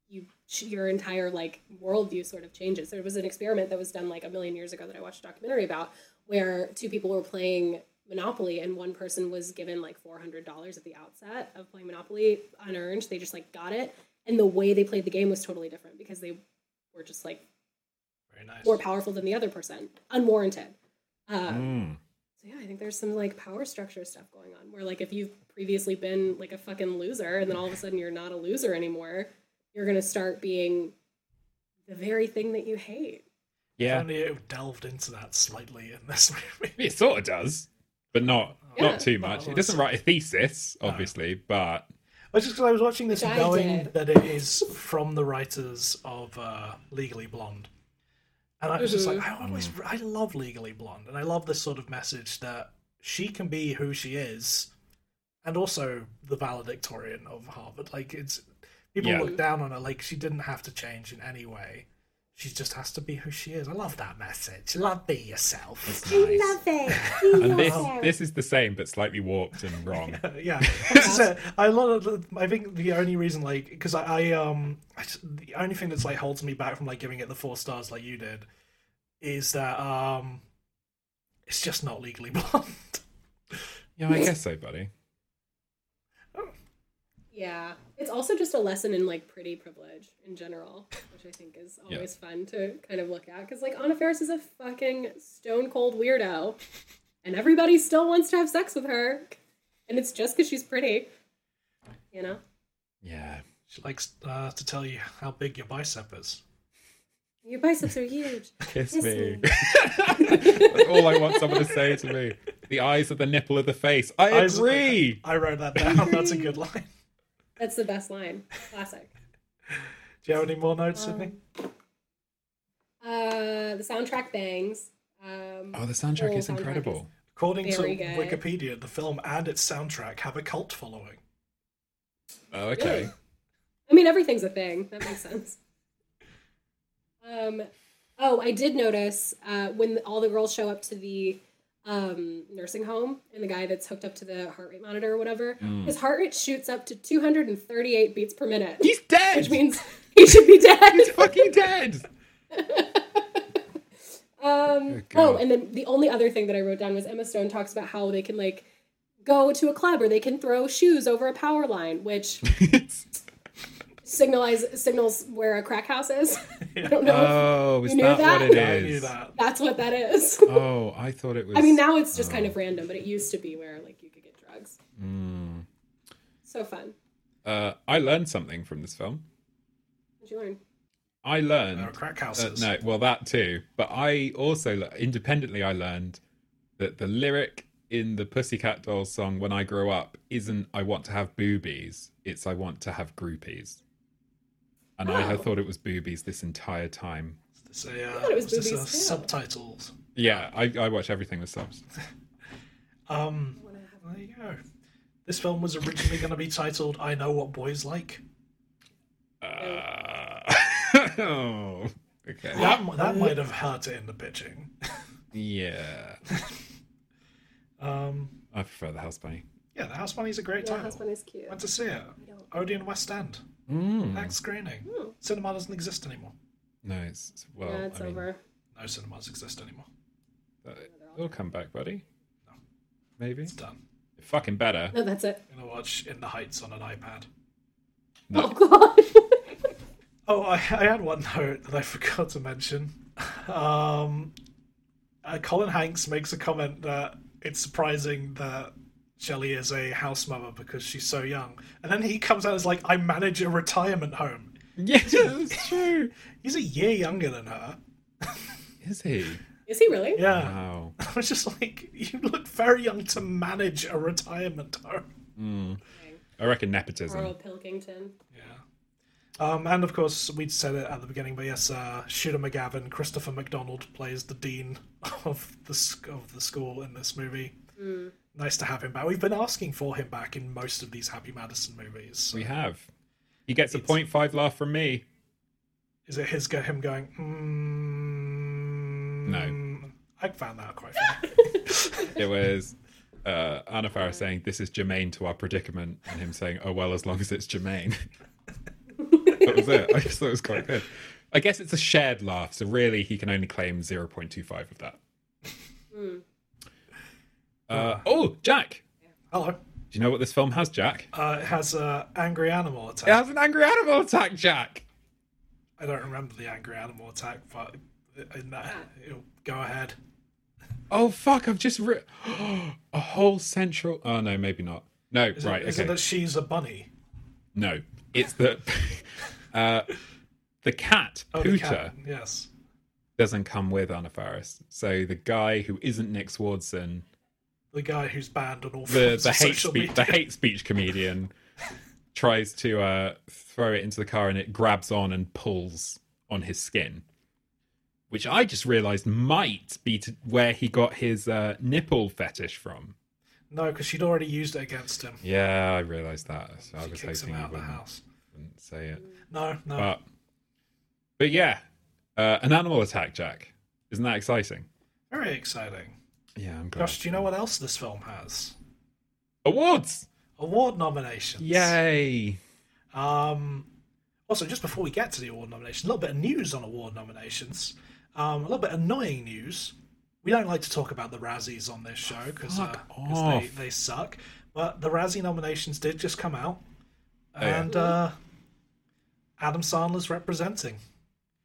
[SPEAKER 4] you your entire like worldview sort of changes. There was an experiment that was done like a million years ago that I watched a documentary about where two people were playing Monopoly and one person was given like four hundred dollars at the outset of playing Monopoly unearned. They just like got it, and the way they played the game was totally different because they were just like
[SPEAKER 1] Very nice.
[SPEAKER 4] more powerful than the other person, unwarranted. Um,
[SPEAKER 3] Mm.
[SPEAKER 4] so yeah, I think there's some like power structure stuff going on where like if you've previously been like a fucking loser and then all of a sudden you're not a loser anymore, you're gonna start being the very thing that you hate.
[SPEAKER 1] If
[SPEAKER 3] Yeah,
[SPEAKER 1] Only it delved into that slightly in this movie.
[SPEAKER 3] it sort of does, but not
[SPEAKER 4] Yeah.
[SPEAKER 3] not too much. It doesn't write a thesis,
[SPEAKER 1] No.
[SPEAKER 3] obviously, but
[SPEAKER 1] Which is because I was watching this
[SPEAKER 4] Which I
[SPEAKER 1] knowing
[SPEAKER 4] did.
[SPEAKER 1] that it is from the writers of uh, Legally Blonde. And I was just like,
[SPEAKER 3] Mm-hmm.
[SPEAKER 1] I always, I love Legally Blonde. And I love this sort of message that she can be who she is and also the valedictorian of Harvard. Like, it's, people
[SPEAKER 3] Yeah.
[SPEAKER 1] look down on her. Like, she didn't have to change in any way. She just has to be who she is. I love that message. Love be yourself.
[SPEAKER 3] it's nice.
[SPEAKER 4] it.
[SPEAKER 3] And this this is the same, but slightly warped and wrong.
[SPEAKER 1] yeah so i lot of i think the only reason like because I, I um I just- the only thing that's like holds me back from like giving it the four stars like you did is that um it's just not legally blonde
[SPEAKER 3] Yeah, I guess so, buddy.
[SPEAKER 4] Yeah. It's also just a lesson in like pretty privilege in general, which I think is
[SPEAKER 3] Yeah.
[SPEAKER 4] always fun to kind of look at. Because like Anna Ferris is a fucking stone cold weirdo. And everybody still wants to have sex with her. And it's just because she's pretty. You know?
[SPEAKER 3] Yeah,
[SPEAKER 1] she likes uh, to tell you how big your bicep is
[SPEAKER 4] Your biceps are huge.
[SPEAKER 3] kiss
[SPEAKER 4] Kiss
[SPEAKER 3] me.
[SPEAKER 4] me.
[SPEAKER 3] That's all I want someone to say to me. The eyes are the nipple of the face. I
[SPEAKER 1] Eyes are the-
[SPEAKER 3] agree.
[SPEAKER 1] i wrote that down that's a good line
[SPEAKER 4] That's the best line. Classic.
[SPEAKER 1] do you have any more notes
[SPEAKER 4] Um,
[SPEAKER 1] Sydney?
[SPEAKER 4] Uh, the soundtrack bangs. Um,
[SPEAKER 3] Oh, the soundtrack
[SPEAKER 4] whole
[SPEAKER 3] is
[SPEAKER 4] soundtrack
[SPEAKER 3] incredible.
[SPEAKER 1] according to
[SPEAKER 4] very good.
[SPEAKER 1] wikipedia the film and its soundtrack have a cult following
[SPEAKER 3] Oh, okay.
[SPEAKER 4] Really? I mean, everything's a thing. That makes sense. Um, oh, I did notice uh, when all the girls show up to the um, nursing home and the guy that's hooked up to the heart rate monitor or whatever,
[SPEAKER 3] Mm.
[SPEAKER 4] his heart rate shoots up to 238 beats per minute,
[SPEAKER 3] He's dead.
[SPEAKER 4] which means he should be dead.
[SPEAKER 3] fucking dead.
[SPEAKER 4] Um,
[SPEAKER 3] Good
[SPEAKER 4] oh,
[SPEAKER 3] God.
[SPEAKER 4] and then the only other thing that I wrote down was Emma Stone talks about how they can like go to a club or they can throw shoes over a power line, which signalize signals where a crack house is. I don't know.
[SPEAKER 3] oh, is
[SPEAKER 4] You knew
[SPEAKER 3] that,
[SPEAKER 4] that?
[SPEAKER 3] what it
[SPEAKER 1] Yeah, i knew
[SPEAKER 3] is?
[SPEAKER 1] that
[SPEAKER 4] if that's what that is.
[SPEAKER 3] Oh, I thought it was.
[SPEAKER 4] I mean, now it's just kind of random, but it used to be where like you could get drugs.
[SPEAKER 3] Mm.
[SPEAKER 4] So fun.
[SPEAKER 3] uh, I learned something from this film.
[SPEAKER 4] What'd you learn?
[SPEAKER 3] I
[SPEAKER 1] there are
[SPEAKER 3] learned.
[SPEAKER 1] crack
[SPEAKER 3] Uh,
[SPEAKER 1] houses
[SPEAKER 3] no, well, that too. But I also, le- independently, I learned that the lyric in the Pussycat Dolls song "When I Grow Up" isn't "I want to have boobies," it's "I want to have groupies." And I had
[SPEAKER 4] Oh.
[SPEAKER 3] thought it was boobies this entire time.
[SPEAKER 1] It's a, uh,
[SPEAKER 4] thought it was
[SPEAKER 1] what's this,
[SPEAKER 4] boobies
[SPEAKER 1] uh,
[SPEAKER 4] too.
[SPEAKER 1] subtitles
[SPEAKER 3] Yeah, I, I watch everything with subs.
[SPEAKER 1] Um, there you go. This film was originally going to be titled "I Know What Boys Like."
[SPEAKER 3] Uh, oh, okay.
[SPEAKER 1] That mi- that might have hurt it in the pitching.
[SPEAKER 3] Yeah,
[SPEAKER 1] Um,
[SPEAKER 3] I prefer the house bunny.
[SPEAKER 1] yeah, The House Bunny's a great
[SPEAKER 4] Yeah,
[SPEAKER 1] title.
[SPEAKER 4] husband is cute.
[SPEAKER 1] Went to see it. Odeon West End.
[SPEAKER 3] Mm.
[SPEAKER 1] Next screening.
[SPEAKER 4] Hmm.
[SPEAKER 1] Cinema doesn't exist anymore.
[SPEAKER 3] No, it's it's- well.
[SPEAKER 4] yeah, it's
[SPEAKER 3] I mean,
[SPEAKER 4] over.
[SPEAKER 1] No cinemas exist anymore.
[SPEAKER 3] uh, It'll come back, buddy. Maybe.
[SPEAKER 1] It's done.
[SPEAKER 3] Fucking better.
[SPEAKER 4] No, that's it.
[SPEAKER 1] Gonna watch In the Heights on an iPad.
[SPEAKER 4] Oh God.
[SPEAKER 1] Oh, I, I had one note that I forgot to mention. Um, uh, Colin Hanks makes a comment that it's surprising that Shelley is a house mother because she's so young. And then he comes out as like, I manage a retirement home.
[SPEAKER 3] Yeah, that's true.
[SPEAKER 1] He's a year younger than her.
[SPEAKER 3] Is he?
[SPEAKER 4] is he really?
[SPEAKER 1] Yeah.
[SPEAKER 3] Wow.
[SPEAKER 1] I was just like, you look very young to manage a retirement home.
[SPEAKER 3] I reckon nepotism.
[SPEAKER 4] Carl Pilkington.
[SPEAKER 1] Yeah. Um, and of course, we said it at the beginning, but yes, uh, Shooter McGavin, Christopher McDonald plays the dean of the sc- of the school in this movie. Nice to have him back. We've been asking for him back in most of these Happy Madison movies. So
[SPEAKER 3] We have. He gets a 0.5 laugh from me.
[SPEAKER 1] Is it his go him going? Mm,
[SPEAKER 3] No.
[SPEAKER 1] I found that quite funny.
[SPEAKER 3] It was uh, Anna Farah saying, This is germane to our predicament. And him saying, Oh, well, as long as it's germane. that was it. I just thought it was quite good. I guess it's a shared laugh, so really he can only claim 0.25 of that. Hmm. Uh, oh, Jack!
[SPEAKER 1] Hello.
[SPEAKER 3] Do you know what this film has, Jack?
[SPEAKER 1] Uh, it has uh, angry animal attack.
[SPEAKER 3] It has an angry animal attack, Jack!
[SPEAKER 1] I don't remember the angry animal attack, but in that, it'll go ahead.
[SPEAKER 3] Oh, fuck, I've just. Re- a whole central. Oh, no, maybe not. No,
[SPEAKER 1] Is,
[SPEAKER 3] right,
[SPEAKER 1] it, is
[SPEAKER 3] okay.
[SPEAKER 1] it that she's a bunny?
[SPEAKER 3] No, it's that uh, the cat,
[SPEAKER 1] Oh, the
[SPEAKER 3] Pooter.
[SPEAKER 1] cat. Yes.
[SPEAKER 3] doesn't come with Anna Faris. So the guy who isn't Nick Swardson,
[SPEAKER 1] The guy who's banned on all
[SPEAKER 3] the
[SPEAKER 1] forms
[SPEAKER 3] the
[SPEAKER 1] of
[SPEAKER 3] hate
[SPEAKER 1] social
[SPEAKER 3] speech the
[SPEAKER 1] media.
[SPEAKER 3] hate speech comedian, tries to uh, throw it into the car and it grabs on and pulls on his skin, which I just realised might be to where he got his uh, nipple fetish from.
[SPEAKER 1] No, because she'd already used it against him.
[SPEAKER 3] Yeah, I realised that. So I
[SPEAKER 1] She
[SPEAKER 3] was
[SPEAKER 1] kicks him
[SPEAKER 3] hoping you
[SPEAKER 1] out of the
[SPEAKER 3] wouldn't,
[SPEAKER 1] house.
[SPEAKER 3] wouldn't say it,
[SPEAKER 1] No, no.
[SPEAKER 3] but but yeah, uh, an animal attack, Jack. Isn't that exciting?
[SPEAKER 1] Very exciting.
[SPEAKER 3] Yeah, I'm glad.
[SPEAKER 1] Gosh, do you know what else this film has?
[SPEAKER 3] Awards.
[SPEAKER 1] Award nominations.
[SPEAKER 3] Yay!
[SPEAKER 1] Um, also, just before we get to the award nominations, a little bit of news on award nominations. Um, a little bit annoying news. We don't like to talk about the Razzies on this show because
[SPEAKER 3] Fuck off.
[SPEAKER 1] they, they suck. But the Razzie nominations did just come out,
[SPEAKER 3] Oh, yeah.
[SPEAKER 1] and uh, Adam Sandler's representing.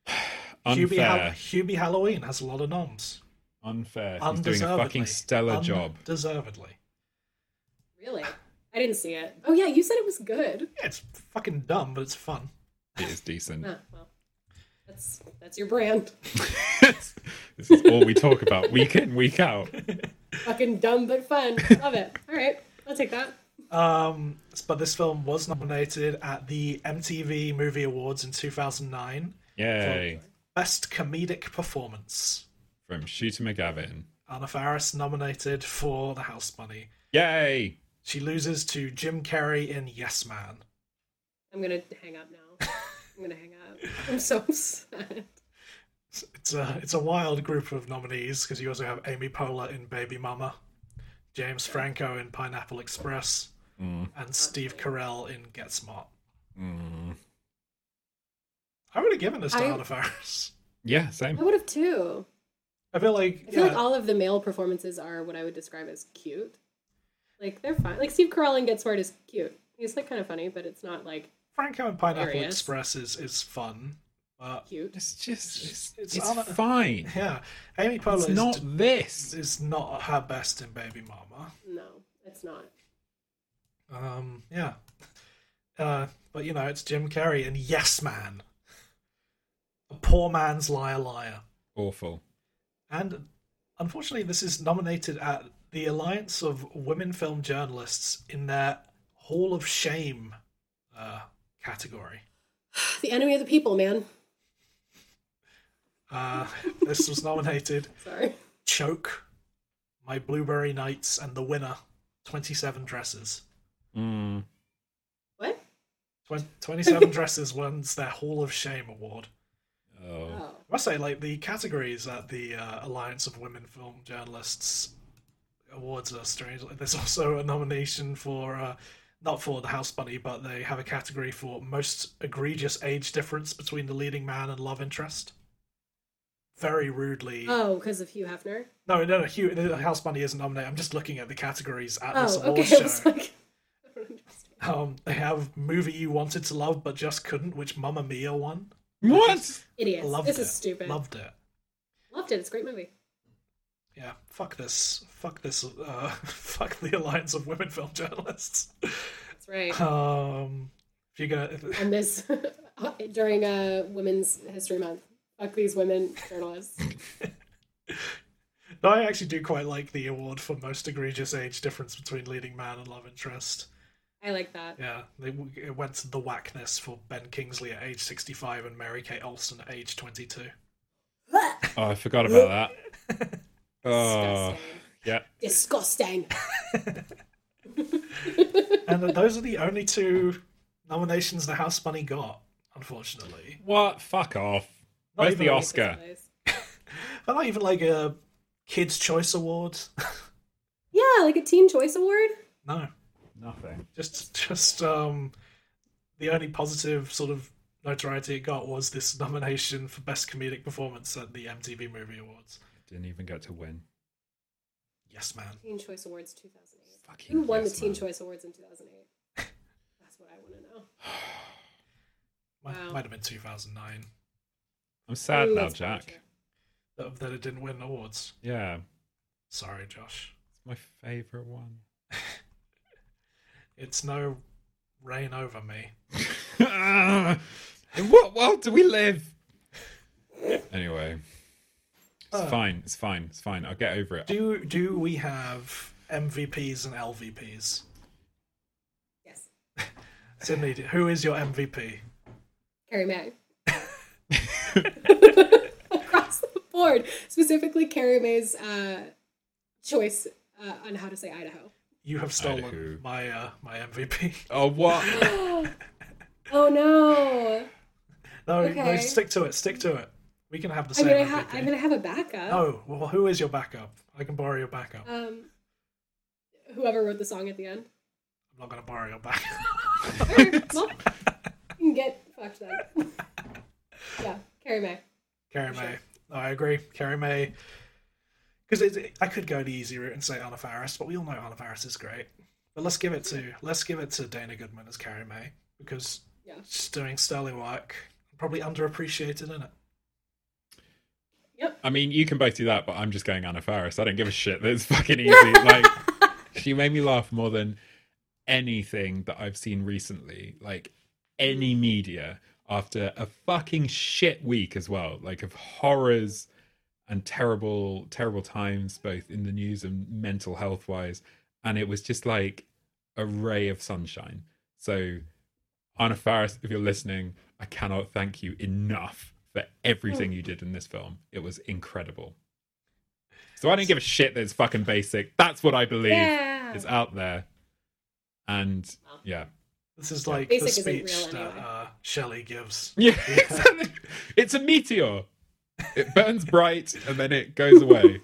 [SPEAKER 1] Hubie, Hall-
[SPEAKER 3] Unfair.
[SPEAKER 1] Hubie Halloween has a lot of noms.
[SPEAKER 3] Unfair. He's doing a
[SPEAKER 1] Undeservedly.
[SPEAKER 3] fucking stellar job.
[SPEAKER 1] Deservedly.
[SPEAKER 4] Really? I didn't see it. Oh yeah, you said it was good.
[SPEAKER 1] Yeah, it's fucking dumb, but it's fun.
[SPEAKER 3] It is decent.
[SPEAKER 4] Oh, well, that's that's your brand.
[SPEAKER 3] this is all we talk about week in, week out.
[SPEAKER 4] Fucking dumb but fun. Love it. All right, I'll take that.
[SPEAKER 1] Um, but this film was nominated at the MTV Movie Awards in 2009.
[SPEAKER 3] Yay.
[SPEAKER 1] Best Comedic Performance.
[SPEAKER 3] From Shooter McGavin.
[SPEAKER 1] Anna Faris nominated for The House Bunny.
[SPEAKER 3] Yay!
[SPEAKER 1] She loses to Jim Carrey in Yes Man.
[SPEAKER 4] I'm gonna hang up now. I'm gonna hang up. I'm so upset.
[SPEAKER 1] It's- It's a it's a wild group of nominees because you also have Amy Poehler in Baby Mama, James Franco in Pineapple Express, and Steve Carell in Get Smart.
[SPEAKER 3] Mm-hmm.
[SPEAKER 1] I would have given this to
[SPEAKER 4] I-
[SPEAKER 1] Anna Faris.
[SPEAKER 3] Yeah,
[SPEAKER 4] I
[SPEAKER 3] same.
[SPEAKER 4] would have too.
[SPEAKER 1] I feel like
[SPEAKER 4] I feel
[SPEAKER 1] yeah.
[SPEAKER 4] like all of the male performances are what I would describe as cute. Like they're fine. Like Steve Carell in Get Smart is cute. He's like kind of funny, but it's not like
[SPEAKER 1] Franco and Pineapple
[SPEAKER 4] Hilarious.
[SPEAKER 1] Express is, is fun, but
[SPEAKER 4] cute.
[SPEAKER 3] It's just, it's,
[SPEAKER 1] It's
[SPEAKER 3] it's,
[SPEAKER 1] other-
[SPEAKER 3] fine.
[SPEAKER 1] yeah, Amy Poehler
[SPEAKER 3] It's
[SPEAKER 1] is,
[SPEAKER 3] not this.
[SPEAKER 1] is not her best in Baby Mama.
[SPEAKER 4] No, it's not.
[SPEAKER 1] Um, yeah, uh, but you know it's Jim Carrey and Yes Man, a poor man's liar liar,
[SPEAKER 3] Awful.
[SPEAKER 1] and unfortunately this is nominated at the Alliance of Women Film Journalists in their Hall of Shame uh, category.
[SPEAKER 4] The enemy of the people, man.
[SPEAKER 1] Uh, this was nominated
[SPEAKER 4] Sorry.
[SPEAKER 1] Choke, My Blueberry Nights, and The Winner, 27 Dresses.
[SPEAKER 3] Mm.
[SPEAKER 4] What?
[SPEAKER 1] Twen- 27 Dresses wins their Hall of Shame award.
[SPEAKER 3] Oh.
[SPEAKER 4] Oh.
[SPEAKER 1] I must say, like, the categories at the uh, Alliance of Women Film Journalists awards are strange. Like, there's also a nomination for, uh, not for The House Bunny, but they have a category for Most Egregious Age Difference Between the Leading Man and Love Interest. Very rudely.
[SPEAKER 4] Oh, because of Hugh Hefner.
[SPEAKER 1] No, no, no. Hugh, the House Bunny isn't nominated. I'm just looking at the categories at this
[SPEAKER 4] Oh,
[SPEAKER 1] award
[SPEAKER 4] okay. I was
[SPEAKER 1] show.
[SPEAKER 4] like, I don't understand.
[SPEAKER 1] Um, they have movie you wanted to love but just couldn't, which Mamma Mia won.
[SPEAKER 3] What?
[SPEAKER 4] Idiots.
[SPEAKER 1] Loved
[SPEAKER 4] this
[SPEAKER 1] it.
[SPEAKER 4] is stupid.
[SPEAKER 1] Loved it.
[SPEAKER 4] Loved it. It's a great movie.
[SPEAKER 1] Yeah. Fuck this. Fuck this. Uh, fuck the Alliance of Women Film Journalists.
[SPEAKER 4] That's right.
[SPEAKER 1] Um, if you're gonna, if-
[SPEAKER 4] And this during uh, Women's History Month. Fuck these women journalists.
[SPEAKER 1] no, I actually do quite like the award for most egregious age difference between leading man and love interest.
[SPEAKER 4] I like that.
[SPEAKER 1] Yeah, they, it went to the whackness for Ben Kingsley at age 65 and Mary Kate Olsen at age 22.
[SPEAKER 3] Oh, I forgot about that. Oh. Yeah.
[SPEAKER 4] Disgusting. Disgusting.
[SPEAKER 1] and th- those are the only two nominations the House Bunny got, unfortunately.
[SPEAKER 3] What? Fuck off.
[SPEAKER 1] Not
[SPEAKER 3] Where's
[SPEAKER 1] even
[SPEAKER 3] the
[SPEAKER 1] like-
[SPEAKER 3] Oscar?
[SPEAKER 1] But not even like a Kids' Choice Award.
[SPEAKER 4] Yeah, like a Teen Choice Award.
[SPEAKER 1] no,
[SPEAKER 3] Nothing.
[SPEAKER 1] just just um, the only positive sort of notoriety it got was this nomination for Best Comedic Performance at the MTV Movie Awards.
[SPEAKER 3] Didn't even get to win.
[SPEAKER 1] Yes, man.
[SPEAKER 4] Teen Choice Awards 2008.
[SPEAKER 3] Fucking
[SPEAKER 4] Who won
[SPEAKER 3] yes,
[SPEAKER 4] the Teen
[SPEAKER 3] man.
[SPEAKER 4] Choice Awards in 2008? That's what I want to know.
[SPEAKER 1] Might,
[SPEAKER 4] Wow.
[SPEAKER 1] might have been 2009
[SPEAKER 3] I'm sad
[SPEAKER 4] Ooh,
[SPEAKER 3] now,
[SPEAKER 4] that's probably
[SPEAKER 3] Jack.
[SPEAKER 4] true.
[SPEAKER 1] that, that it didn't win awards.
[SPEAKER 3] Yeah,
[SPEAKER 1] Sorry, Josh.
[SPEAKER 3] it's my favorite one.
[SPEAKER 1] It's no rain over me.
[SPEAKER 3] In what world do we live? Anyway, it's
[SPEAKER 4] Uh.
[SPEAKER 3] fine. It's fine. It's fine. I'll get over it.
[SPEAKER 1] Do do we have MVPs and LVPs?
[SPEAKER 4] Yes.
[SPEAKER 1] Sydney, do- who is your MVP?
[SPEAKER 4] Carrie May. Across the board. Specifically, Carrie May's uh, choice uh, on how to say Idaho.
[SPEAKER 1] You have stolen
[SPEAKER 3] Idaho.
[SPEAKER 1] my uh, my MVP.
[SPEAKER 3] Oh what?
[SPEAKER 4] Oh no.
[SPEAKER 1] No, no,
[SPEAKER 4] Okay.
[SPEAKER 1] stick to it. Stick to it. We can have the
[SPEAKER 4] I
[SPEAKER 1] same
[SPEAKER 4] mean, I
[SPEAKER 1] MVP.
[SPEAKER 4] ha- I'm going to have a backup.
[SPEAKER 1] No, well, who is your backup? I can borrow your backup.
[SPEAKER 4] Um, whoever wrote the song at the end.
[SPEAKER 1] I'm not gonna borrow your backup.
[SPEAKER 4] Alright, well, you can get fucked then. yeah, Carrie May.
[SPEAKER 1] Carrie May. No, I agree. Carrie May. Because it, I could go the easy route and say Anna Faris, but we all know Anna Faris is great. But let's give it to let's give it to Dana Goodman as Carrie May because
[SPEAKER 4] Yeah.
[SPEAKER 1] she's doing sterling work, probably underappreciated in it.
[SPEAKER 3] I mean, you can both do that, but I'm just going Anna Faris. I don't give a shit. That's fucking easy. like, she made me laugh more than anything that I've seen recently. Like, any media after a fucking shit week as well. Like, of horrors and terrible, terrible times, both in the news and mental health wise. And it was just like a ray of sunshine. So, Anna Faris, if you're listening, I cannot thank you enough for everything you did in this film. It was incredible. So I don't give a shit that it's fucking basic. That's what I believe
[SPEAKER 4] Yeah.
[SPEAKER 3] is out there. And yeah.
[SPEAKER 1] This is like the
[SPEAKER 4] Basic isn't
[SPEAKER 1] speech
[SPEAKER 4] real anyway.
[SPEAKER 1] that uh, Shelley gives.
[SPEAKER 3] Yeah. exactly. it's a meteor. It burns bright and then it goes away.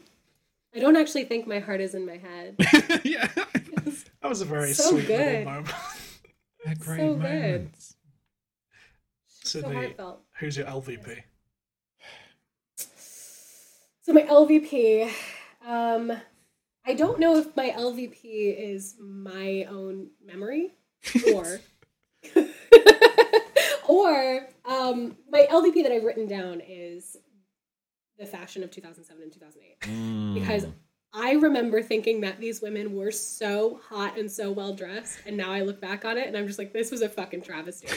[SPEAKER 4] I don't actually think my heart is in my head.
[SPEAKER 3] yeah.
[SPEAKER 1] That was a very
[SPEAKER 4] So
[SPEAKER 1] sweet
[SPEAKER 4] good.
[SPEAKER 1] little moment.
[SPEAKER 3] They're great
[SPEAKER 4] So good.
[SPEAKER 3] moments.
[SPEAKER 4] so
[SPEAKER 1] Sydney.
[SPEAKER 4] heartfelt.
[SPEAKER 1] Who's your LVP?
[SPEAKER 4] So my LVP, um, I don't know if my LVP is my own memory or or um, my LVP that I've written down is the fashion of 2007 and 2008
[SPEAKER 3] Mm.
[SPEAKER 4] because I remember thinking that these women were so hot and so well dressed, and now I look back on it and I'm just like, this was a fucking travesty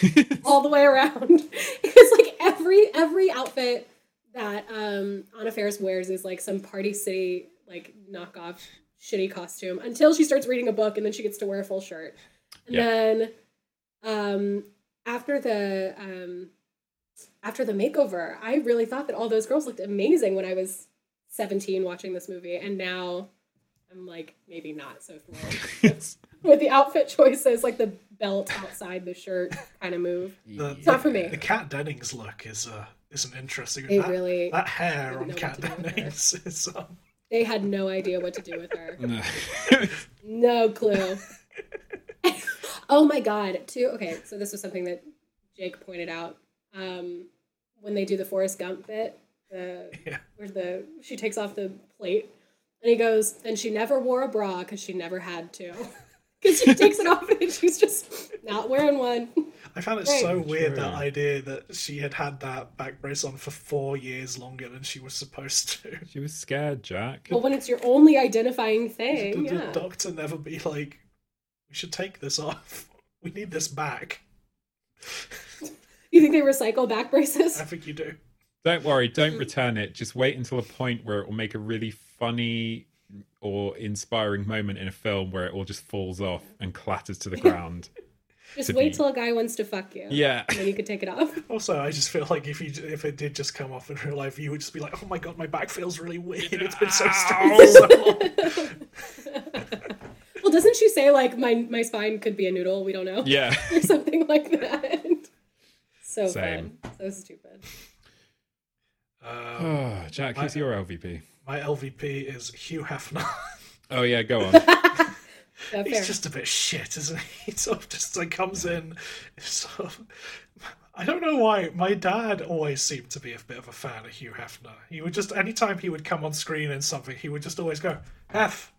[SPEAKER 4] all the way around. because like every every outfit that um, Anna Faris wears is like some party city like knockoff shitty costume until she starts reading a book and then she gets to wear a full shirt. And
[SPEAKER 3] Yeah.
[SPEAKER 4] then um, after the um, after the makeover, I really thought that all those girls looked amazing when I was 17 watching this movie, and now I'm like maybe not so thrilled with the outfit choices, like the belt outside the shirt kind of move.
[SPEAKER 1] The,
[SPEAKER 4] It's not for me.
[SPEAKER 1] the Cat Dennings look is uh, is an interesting.
[SPEAKER 4] They
[SPEAKER 1] that,
[SPEAKER 4] really
[SPEAKER 1] that hair
[SPEAKER 4] didn't
[SPEAKER 1] on
[SPEAKER 4] know
[SPEAKER 1] Cat
[SPEAKER 4] what to do with her.
[SPEAKER 1] Dennings is um,
[SPEAKER 4] they had no idea what to do with her.
[SPEAKER 3] No.
[SPEAKER 4] No clue. oh my god. Too okay, so this was something that Jake pointed out. Um when they do the Forrest Gump bit, the
[SPEAKER 1] Yeah.
[SPEAKER 4] where the she takes off the plate and he goes, and she never wore a bra because she never had to. Because she takes it off and she's just not wearing one.
[SPEAKER 1] I found it
[SPEAKER 4] Right.
[SPEAKER 1] so weird that
[SPEAKER 3] True.
[SPEAKER 1] idea that she had had that back brace on for four years longer than she was supposed to.
[SPEAKER 3] she was scared, Jack.
[SPEAKER 4] But when it's your only identifying
[SPEAKER 1] Did
[SPEAKER 4] thing,
[SPEAKER 1] the
[SPEAKER 4] yeah.
[SPEAKER 1] doctor never be like, "We should take this off. We need this back."
[SPEAKER 4] You think they recycle back braces?
[SPEAKER 1] I think you do.
[SPEAKER 3] Don't worry, don't return it. Just wait until a point where it will make a really funny or inspiring moment in a film where it all just falls off and clatters to the ground.
[SPEAKER 4] Just
[SPEAKER 3] to
[SPEAKER 4] wait
[SPEAKER 3] be-
[SPEAKER 4] till a guy wants to fuck you.
[SPEAKER 3] yeah.
[SPEAKER 4] And then you could take it off.
[SPEAKER 1] Also, I just feel like if you if it did just come off in real life, you would just be like, "Oh my god, my back feels really weird. It's been so
[SPEAKER 3] Ow.
[SPEAKER 1] stressed." so long."
[SPEAKER 4] Well, doesn't she say like my my spine could be a noodle? We don't know.
[SPEAKER 3] Yeah.
[SPEAKER 4] or something like that. so
[SPEAKER 3] Same.
[SPEAKER 4] fun. So stupid.
[SPEAKER 1] Uh,
[SPEAKER 3] Oh, Jack, who's your LVP?
[SPEAKER 1] my LVP is Hugh Hefner.
[SPEAKER 3] Oh, yeah, go on.
[SPEAKER 4] Yeah,
[SPEAKER 1] He's
[SPEAKER 4] fair.
[SPEAKER 1] just a bit shit, isn't he? He sort of just like comes in, sort of. I don't know why. My dad always seemed to be a bit of a fan of Hugh Hefner. He would just, anytime he would come on screen in something, he would just always go, Hef.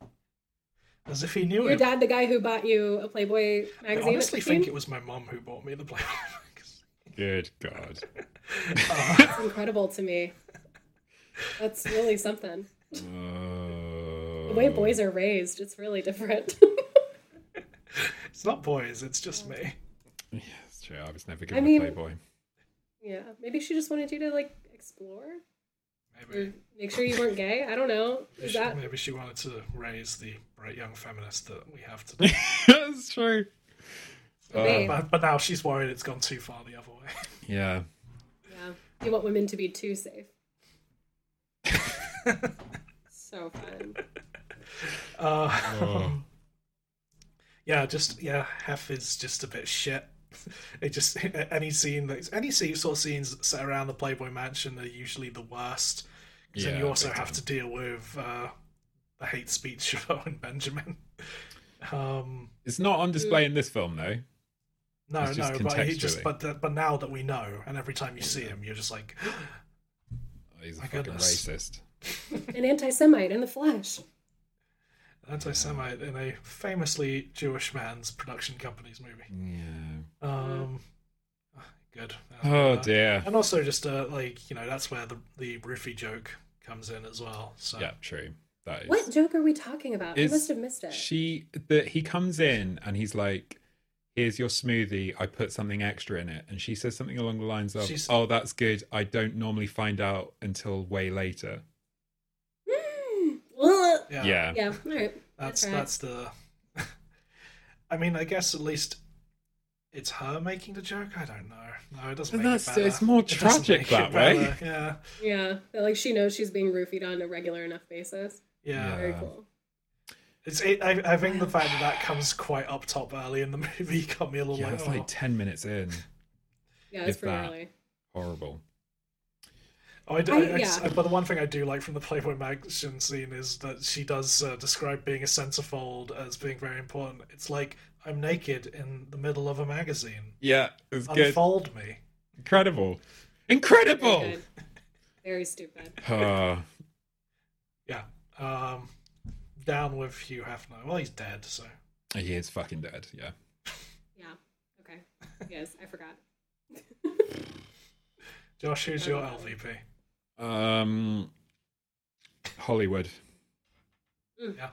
[SPEAKER 1] As if he knew
[SPEAKER 4] Your
[SPEAKER 1] it.
[SPEAKER 4] dad, the guy who bought you a Playboy
[SPEAKER 1] I
[SPEAKER 4] magazine. at
[SPEAKER 1] honestly think
[SPEAKER 4] 16?
[SPEAKER 1] it was my mum who bought me the Playboy magazine.
[SPEAKER 3] Good God.
[SPEAKER 4] It's incredible to me. That's really something.
[SPEAKER 3] Oh.
[SPEAKER 4] The
[SPEAKER 1] Oh.
[SPEAKER 4] way boys are raised, it's really different.
[SPEAKER 1] It's not boys, it's just me.
[SPEAKER 3] That's true. I was never given
[SPEAKER 4] mean-
[SPEAKER 3] a Playboy.
[SPEAKER 4] yeah, maybe she just wanted you to like explore,
[SPEAKER 1] Maybe,
[SPEAKER 4] make sure you weren't gay. I don't know. Mm. Is
[SPEAKER 1] she,
[SPEAKER 4] that
[SPEAKER 1] maybe she wanted to raise the bright young feminist that we have today.
[SPEAKER 3] That's true.
[SPEAKER 4] babe?
[SPEAKER 1] but, but now she's worried it's gone too far the other way.
[SPEAKER 3] Yeah.
[SPEAKER 4] Yeah, you want women to be too safe. so fun.
[SPEAKER 1] Uh, Yeah, just yeah, Hef is just a bit shit. It just any scene that any scene, sort of scenes set around the Playboy Mansion are usually the worst. 'Cause then
[SPEAKER 3] Yeah,
[SPEAKER 1] you also
[SPEAKER 3] big
[SPEAKER 1] have to deal with uh, the hate speech of Owen Benjamin. Um,
[SPEAKER 3] It's not on display in this film, though.
[SPEAKER 1] no,
[SPEAKER 3] It's just
[SPEAKER 1] no, but he just
[SPEAKER 3] contextually.
[SPEAKER 1] but the, but now that we know, and every time you see him, you're just like,
[SPEAKER 3] He's a
[SPEAKER 1] My
[SPEAKER 3] fucking
[SPEAKER 1] goodness.
[SPEAKER 3] racist.
[SPEAKER 4] An anti-Semite in the flesh.
[SPEAKER 1] anti-Semite in a famously Jewish man's production company's movie.
[SPEAKER 3] Yeah.
[SPEAKER 1] Um, good.
[SPEAKER 3] Oh,
[SPEAKER 1] Uh,
[SPEAKER 3] dear.
[SPEAKER 1] And also just uh, like you know that's where the the roofie joke comes in as well. So
[SPEAKER 3] Yeah, true. That is.
[SPEAKER 4] What joke are we talking about? I
[SPEAKER 3] Is
[SPEAKER 4] must have missed it.
[SPEAKER 3] She that he comes in and he's like, "Here's your smoothie. I put something extra in it." And she says something along the lines of,
[SPEAKER 1] She's-
[SPEAKER 3] "Oh, that's good. I don't normally find out until way later."
[SPEAKER 4] Ugh.
[SPEAKER 1] yeah,
[SPEAKER 3] Yeah.
[SPEAKER 4] uh, yeah, all right.
[SPEAKER 1] that's
[SPEAKER 4] right.
[SPEAKER 1] that's the. I mean, I guess at least it's her making the joke. I don't know. No, it doesn't.
[SPEAKER 3] And
[SPEAKER 1] Make
[SPEAKER 3] that's-
[SPEAKER 1] it better.
[SPEAKER 3] it's more
[SPEAKER 1] It doesn't
[SPEAKER 3] tragic
[SPEAKER 1] make it
[SPEAKER 3] that way.
[SPEAKER 1] better. Yeah,
[SPEAKER 4] Yeah, but, like she knows she's being roofied on a regular enough basis.
[SPEAKER 1] yeah.
[SPEAKER 4] Very
[SPEAKER 3] Yeah.
[SPEAKER 4] cool.
[SPEAKER 1] It's. It, I, I think the fact that that comes quite up top early in the movie got me a little
[SPEAKER 3] Yeah,
[SPEAKER 1] like,
[SPEAKER 3] it's
[SPEAKER 1] oh.
[SPEAKER 3] like ten minutes in.
[SPEAKER 4] Yeah, it's
[SPEAKER 3] If
[SPEAKER 4] pretty
[SPEAKER 3] that.
[SPEAKER 4] early.
[SPEAKER 3] Horrible.
[SPEAKER 1] Oh, I, do-
[SPEAKER 4] I-
[SPEAKER 1] I- I just-
[SPEAKER 4] yeah.
[SPEAKER 1] but the one thing I do like from the Playboy Mansion scene is that she does uh, describe being a centerfold as being very important. It's like I'm naked in the middle of a magazine.
[SPEAKER 3] Yeah, it's good.
[SPEAKER 1] Unfold me.
[SPEAKER 3] Incredible.
[SPEAKER 4] Very
[SPEAKER 1] Oh.
[SPEAKER 3] Incredible.
[SPEAKER 4] good. Very stupid.
[SPEAKER 3] Ah,
[SPEAKER 1] Yeah. Um, down with Hugh Hefner. Well, he's dead, so
[SPEAKER 3] he is fucking dead. Yeah.
[SPEAKER 4] Yeah. Okay. Yes, I forgot.
[SPEAKER 1] Josh, who's your
[SPEAKER 4] Uh-huh.
[SPEAKER 1] LVP?
[SPEAKER 3] Um, Hollywood
[SPEAKER 1] Yeah.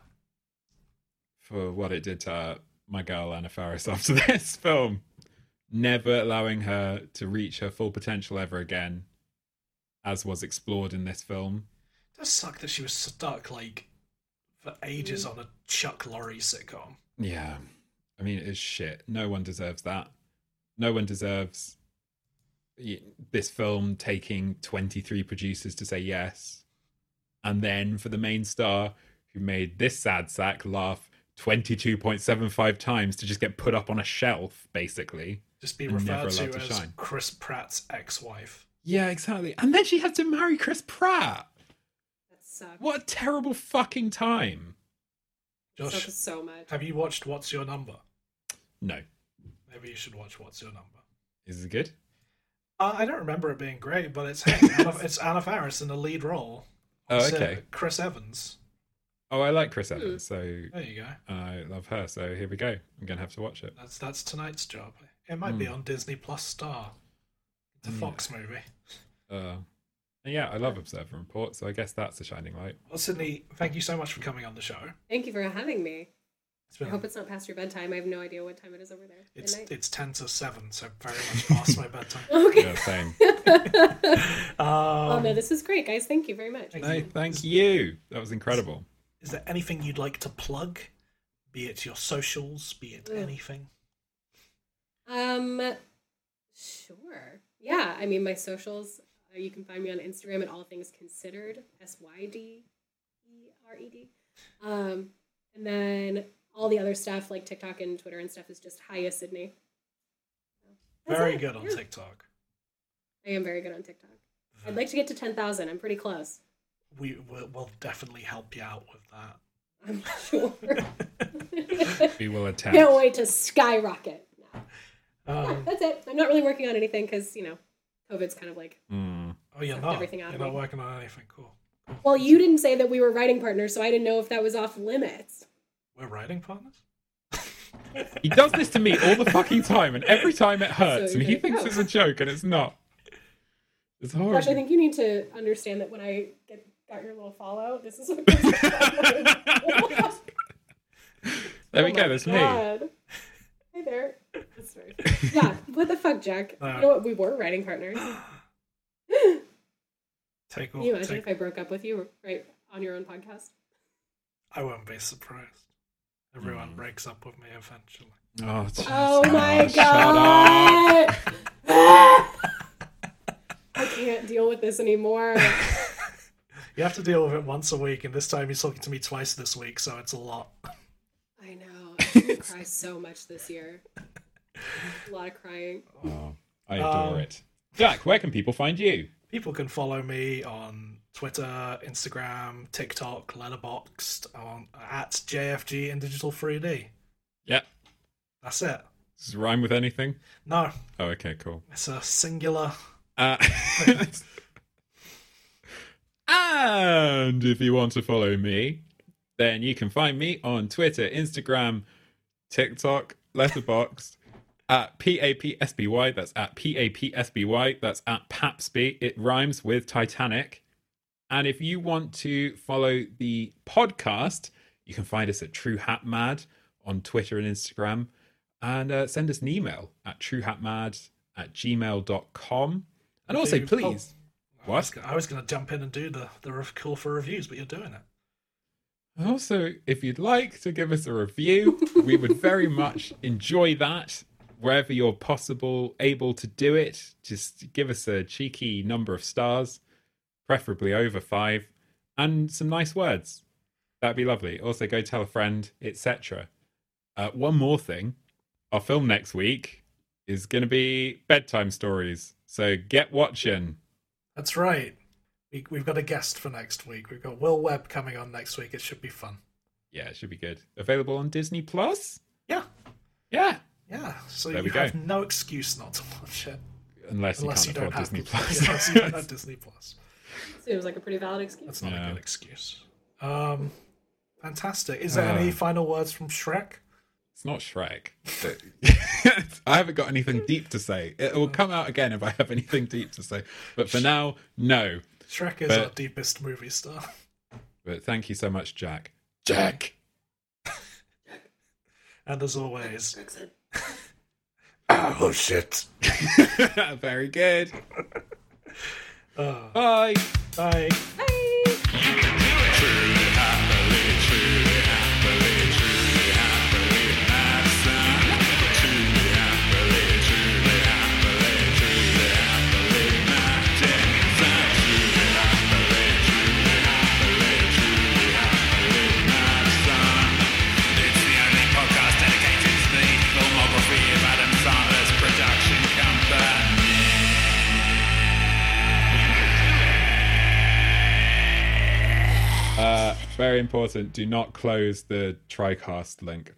[SPEAKER 3] for what it did to uh, my girl Anna Faris after this film, never allowing her to reach her full potential ever again, as was explored in this film.
[SPEAKER 1] Does suck that she was stuck like for
[SPEAKER 4] Mm.
[SPEAKER 1] ages on a Chuck Lorre sitcom.
[SPEAKER 3] Yeah, I mean it's shit. No one deserves that. No one deserves y- this film taking twenty-three producers to say yes, and then for the main star who made this sad sack laugh. 22.75 times to just get put up on a shelf basically
[SPEAKER 1] Just be
[SPEAKER 3] And never
[SPEAKER 1] referred to,
[SPEAKER 3] allowed to
[SPEAKER 1] as
[SPEAKER 3] shine.
[SPEAKER 1] Chris Pratt's ex-wife.
[SPEAKER 3] Yeah, exactly. And then she had to marry Chris Pratt.
[SPEAKER 4] That sucks.
[SPEAKER 3] What a terrible fucking time.
[SPEAKER 4] That
[SPEAKER 1] Josh,
[SPEAKER 4] sucks so much.
[SPEAKER 1] have you watched What's Your Number?
[SPEAKER 3] No.
[SPEAKER 1] Maybe you should watch What's Your Number.
[SPEAKER 3] Is it good?
[SPEAKER 1] Uh, I don't remember it being great, but it's Anna, it's Anna Faris in the lead role.
[SPEAKER 3] Oh,
[SPEAKER 1] opposite
[SPEAKER 3] okay.
[SPEAKER 1] Chris Evans.
[SPEAKER 3] Oh, I like Chris Evans, so
[SPEAKER 1] There you go.
[SPEAKER 3] I love her. So here we go. I'm going to have to watch it.
[SPEAKER 1] That's that's tonight's job. It might
[SPEAKER 3] Hmm.
[SPEAKER 1] be on Disney Plus Star. The Fox movie.
[SPEAKER 3] Uh, and yeah, I love Observer Report, so I guess that's a shining light.
[SPEAKER 1] Well, Sydney, thank you so much for coming on the show.
[SPEAKER 4] Thank you for having me.
[SPEAKER 1] It's
[SPEAKER 4] I
[SPEAKER 1] been
[SPEAKER 4] hope it's not past your bedtime. I have no idea what time it is over there.
[SPEAKER 1] it's
[SPEAKER 4] Midnight.
[SPEAKER 1] it's ten to seven, so very much past my bedtime. Um,
[SPEAKER 4] Okay.
[SPEAKER 3] Yeah, same.
[SPEAKER 4] oh no, this was great, guys. Thank you very much.
[SPEAKER 3] no, thank you. That was incredible.
[SPEAKER 1] Is there anything you'd like to plug? Be it your socials, be it anything.
[SPEAKER 4] Um, sure. Yeah, I mean, my socials. Uh, you can find me on Instagram at all things considered. S Y D E R E D. Um, and then all the other stuff like TikTok and Twitter and stuff is just hiya Sydney. That's
[SPEAKER 1] Very
[SPEAKER 4] it,
[SPEAKER 1] good on Uh-huh.
[SPEAKER 4] yeah.
[SPEAKER 1] TikTok.
[SPEAKER 4] I am very good on TikTok. I'd like to get to ten thousand. I'm pretty close.
[SPEAKER 1] We will we'll definitely help you out with that.
[SPEAKER 4] I'm sure.
[SPEAKER 3] We will attempt.
[SPEAKER 4] Can't wait to skyrocket.
[SPEAKER 1] Uh-huh. Um,
[SPEAKER 4] yeah, that's it. I'm not really working on anything because you know, COVID's kind of like.
[SPEAKER 3] Hmm.
[SPEAKER 1] Oh, you're not.
[SPEAKER 4] everything out
[SPEAKER 1] You're
[SPEAKER 4] of
[SPEAKER 1] not
[SPEAKER 4] me.
[SPEAKER 1] working on anything. Cool.
[SPEAKER 4] Well, you didn't say that we were writing partners, so I didn't know if that was off limits.
[SPEAKER 1] We're riding partners.
[SPEAKER 3] He does this to me all the fucking time, and every time it hurts,
[SPEAKER 4] So
[SPEAKER 3] and he
[SPEAKER 4] you're
[SPEAKER 3] thinks
[SPEAKER 4] like,
[SPEAKER 3] it's a joke, and it's not. It's horrible.
[SPEAKER 4] Gosh, I think you need to understand that when I get, got your little fallout, this is what. Goes
[SPEAKER 3] there we go. That's me.
[SPEAKER 4] Oh God. Hey there. That's very funny. yeah. What the fuck, Jack?
[SPEAKER 1] Uh,
[SPEAKER 4] you know what? We were writing partners. Can
[SPEAKER 1] Take
[SPEAKER 4] you
[SPEAKER 1] all.
[SPEAKER 4] imagine
[SPEAKER 1] Take,
[SPEAKER 4] if I broke up with you right on your own podcast?
[SPEAKER 1] I won't be surprised. Everyone breaks up with me eventually.
[SPEAKER 3] Oh, Jesus.
[SPEAKER 4] Oh my
[SPEAKER 3] shut
[SPEAKER 4] god! I can't deal with this anymore.
[SPEAKER 1] You have to deal with it once a week, and this time he's talking to me twice this week, so it's a lot.
[SPEAKER 4] I know. I'm gonna cry so much this year. A lot of crying.
[SPEAKER 3] Oh, I adore it. Jack, where can people find you?
[SPEAKER 1] People can follow me on Twitter, Instagram, TikTok, Letterboxd, on, at JFG and Digital 3D.
[SPEAKER 3] Yeah.
[SPEAKER 1] That's it.
[SPEAKER 3] Does this rhyme with anything?
[SPEAKER 1] No,
[SPEAKER 3] Oh, okay, cool.
[SPEAKER 1] it's a singular.
[SPEAKER 3] Uh, and if you want to follow me, then you can find me on Twitter, Instagram, TikTok, Letterboxd, at PAPSBY. That's at PAPSBY. That's at PAPSBY. It rhymes with Titanic. And if you want to follow the podcast, you can find us at True Hat Mad on Twitter and Instagram. And uh, send us an email at truehatmad at gmail.com. And also,
[SPEAKER 1] Do-
[SPEAKER 3] please.
[SPEAKER 1] I was,
[SPEAKER 3] What?
[SPEAKER 1] go- I was going to jump in and do the, the rev- call for reviews, but you're doing it.
[SPEAKER 3] And also, if you'd like to give us a review, we would very much enjoy that. Wherever you're possible, able to do it, just give us a cheeky number of stars, preferably over five, and some nice words. That'd be lovely. Also, go tell a friend, etc. Uh, one more thing our film next week is going to be bedtime stories. So get watching.
[SPEAKER 1] That's right. We, we've got a guest for next week. We've got Will Webb coming on next week. It should be fun.
[SPEAKER 3] Yeah, it should be good. Available on Disney Plus?
[SPEAKER 1] Yeah.
[SPEAKER 3] Yeah.
[SPEAKER 1] Yeah. So
[SPEAKER 3] There we
[SPEAKER 1] you
[SPEAKER 3] go.
[SPEAKER 1] have no excuse not to watch it.
[SPEAKER 3] Unless you
[SPEAKER 1] Unless you
[SPEAKER 3] can't
[SPEAKER 1] don't
[SPEAKER 3] afford
[SPEAKER 1] have
[SPEAKER 3] Disney
[SPEAKER 1] Unless you don't have
[SPEAKER 3] Plus.
[SPEAKER 1] Disney Plus.
[SPEAKER 4] Seems like a pretty valid excuse.
[SPEAKER 1] That's not
[SPEAKER 3] Yeah.
[SPEAKER 1] a good excuse. Um, fantastic. Is there any
[SPEAKER 3] Uh.
[SPEAKER 1] final words from Shrek?
[SPEAKER 3] it's not Shrek. but- I haven't got anything deep to say. It will come out again if I have anything deep to say. But for now, no.
[SPEAKER 1] Shrek is
[SPEAKER 3] But-
[SPEAKER 1] our deepest movie star.
[SPEAKER 3] But thank you so much, Jack. Jack!
[SPEAKER 1] And as always. oh, shit.
[SPEAKER 3] Very good.
[SPEAKER 1] Uh,
[SPEAKER 3] Bye.
[SPEAKER 1] bye.
[SPEAKER 4] Bye.
[SPEAKER 2] Production company.
[SPEAKER 3] Uh, very important. Do not close the TriCast link.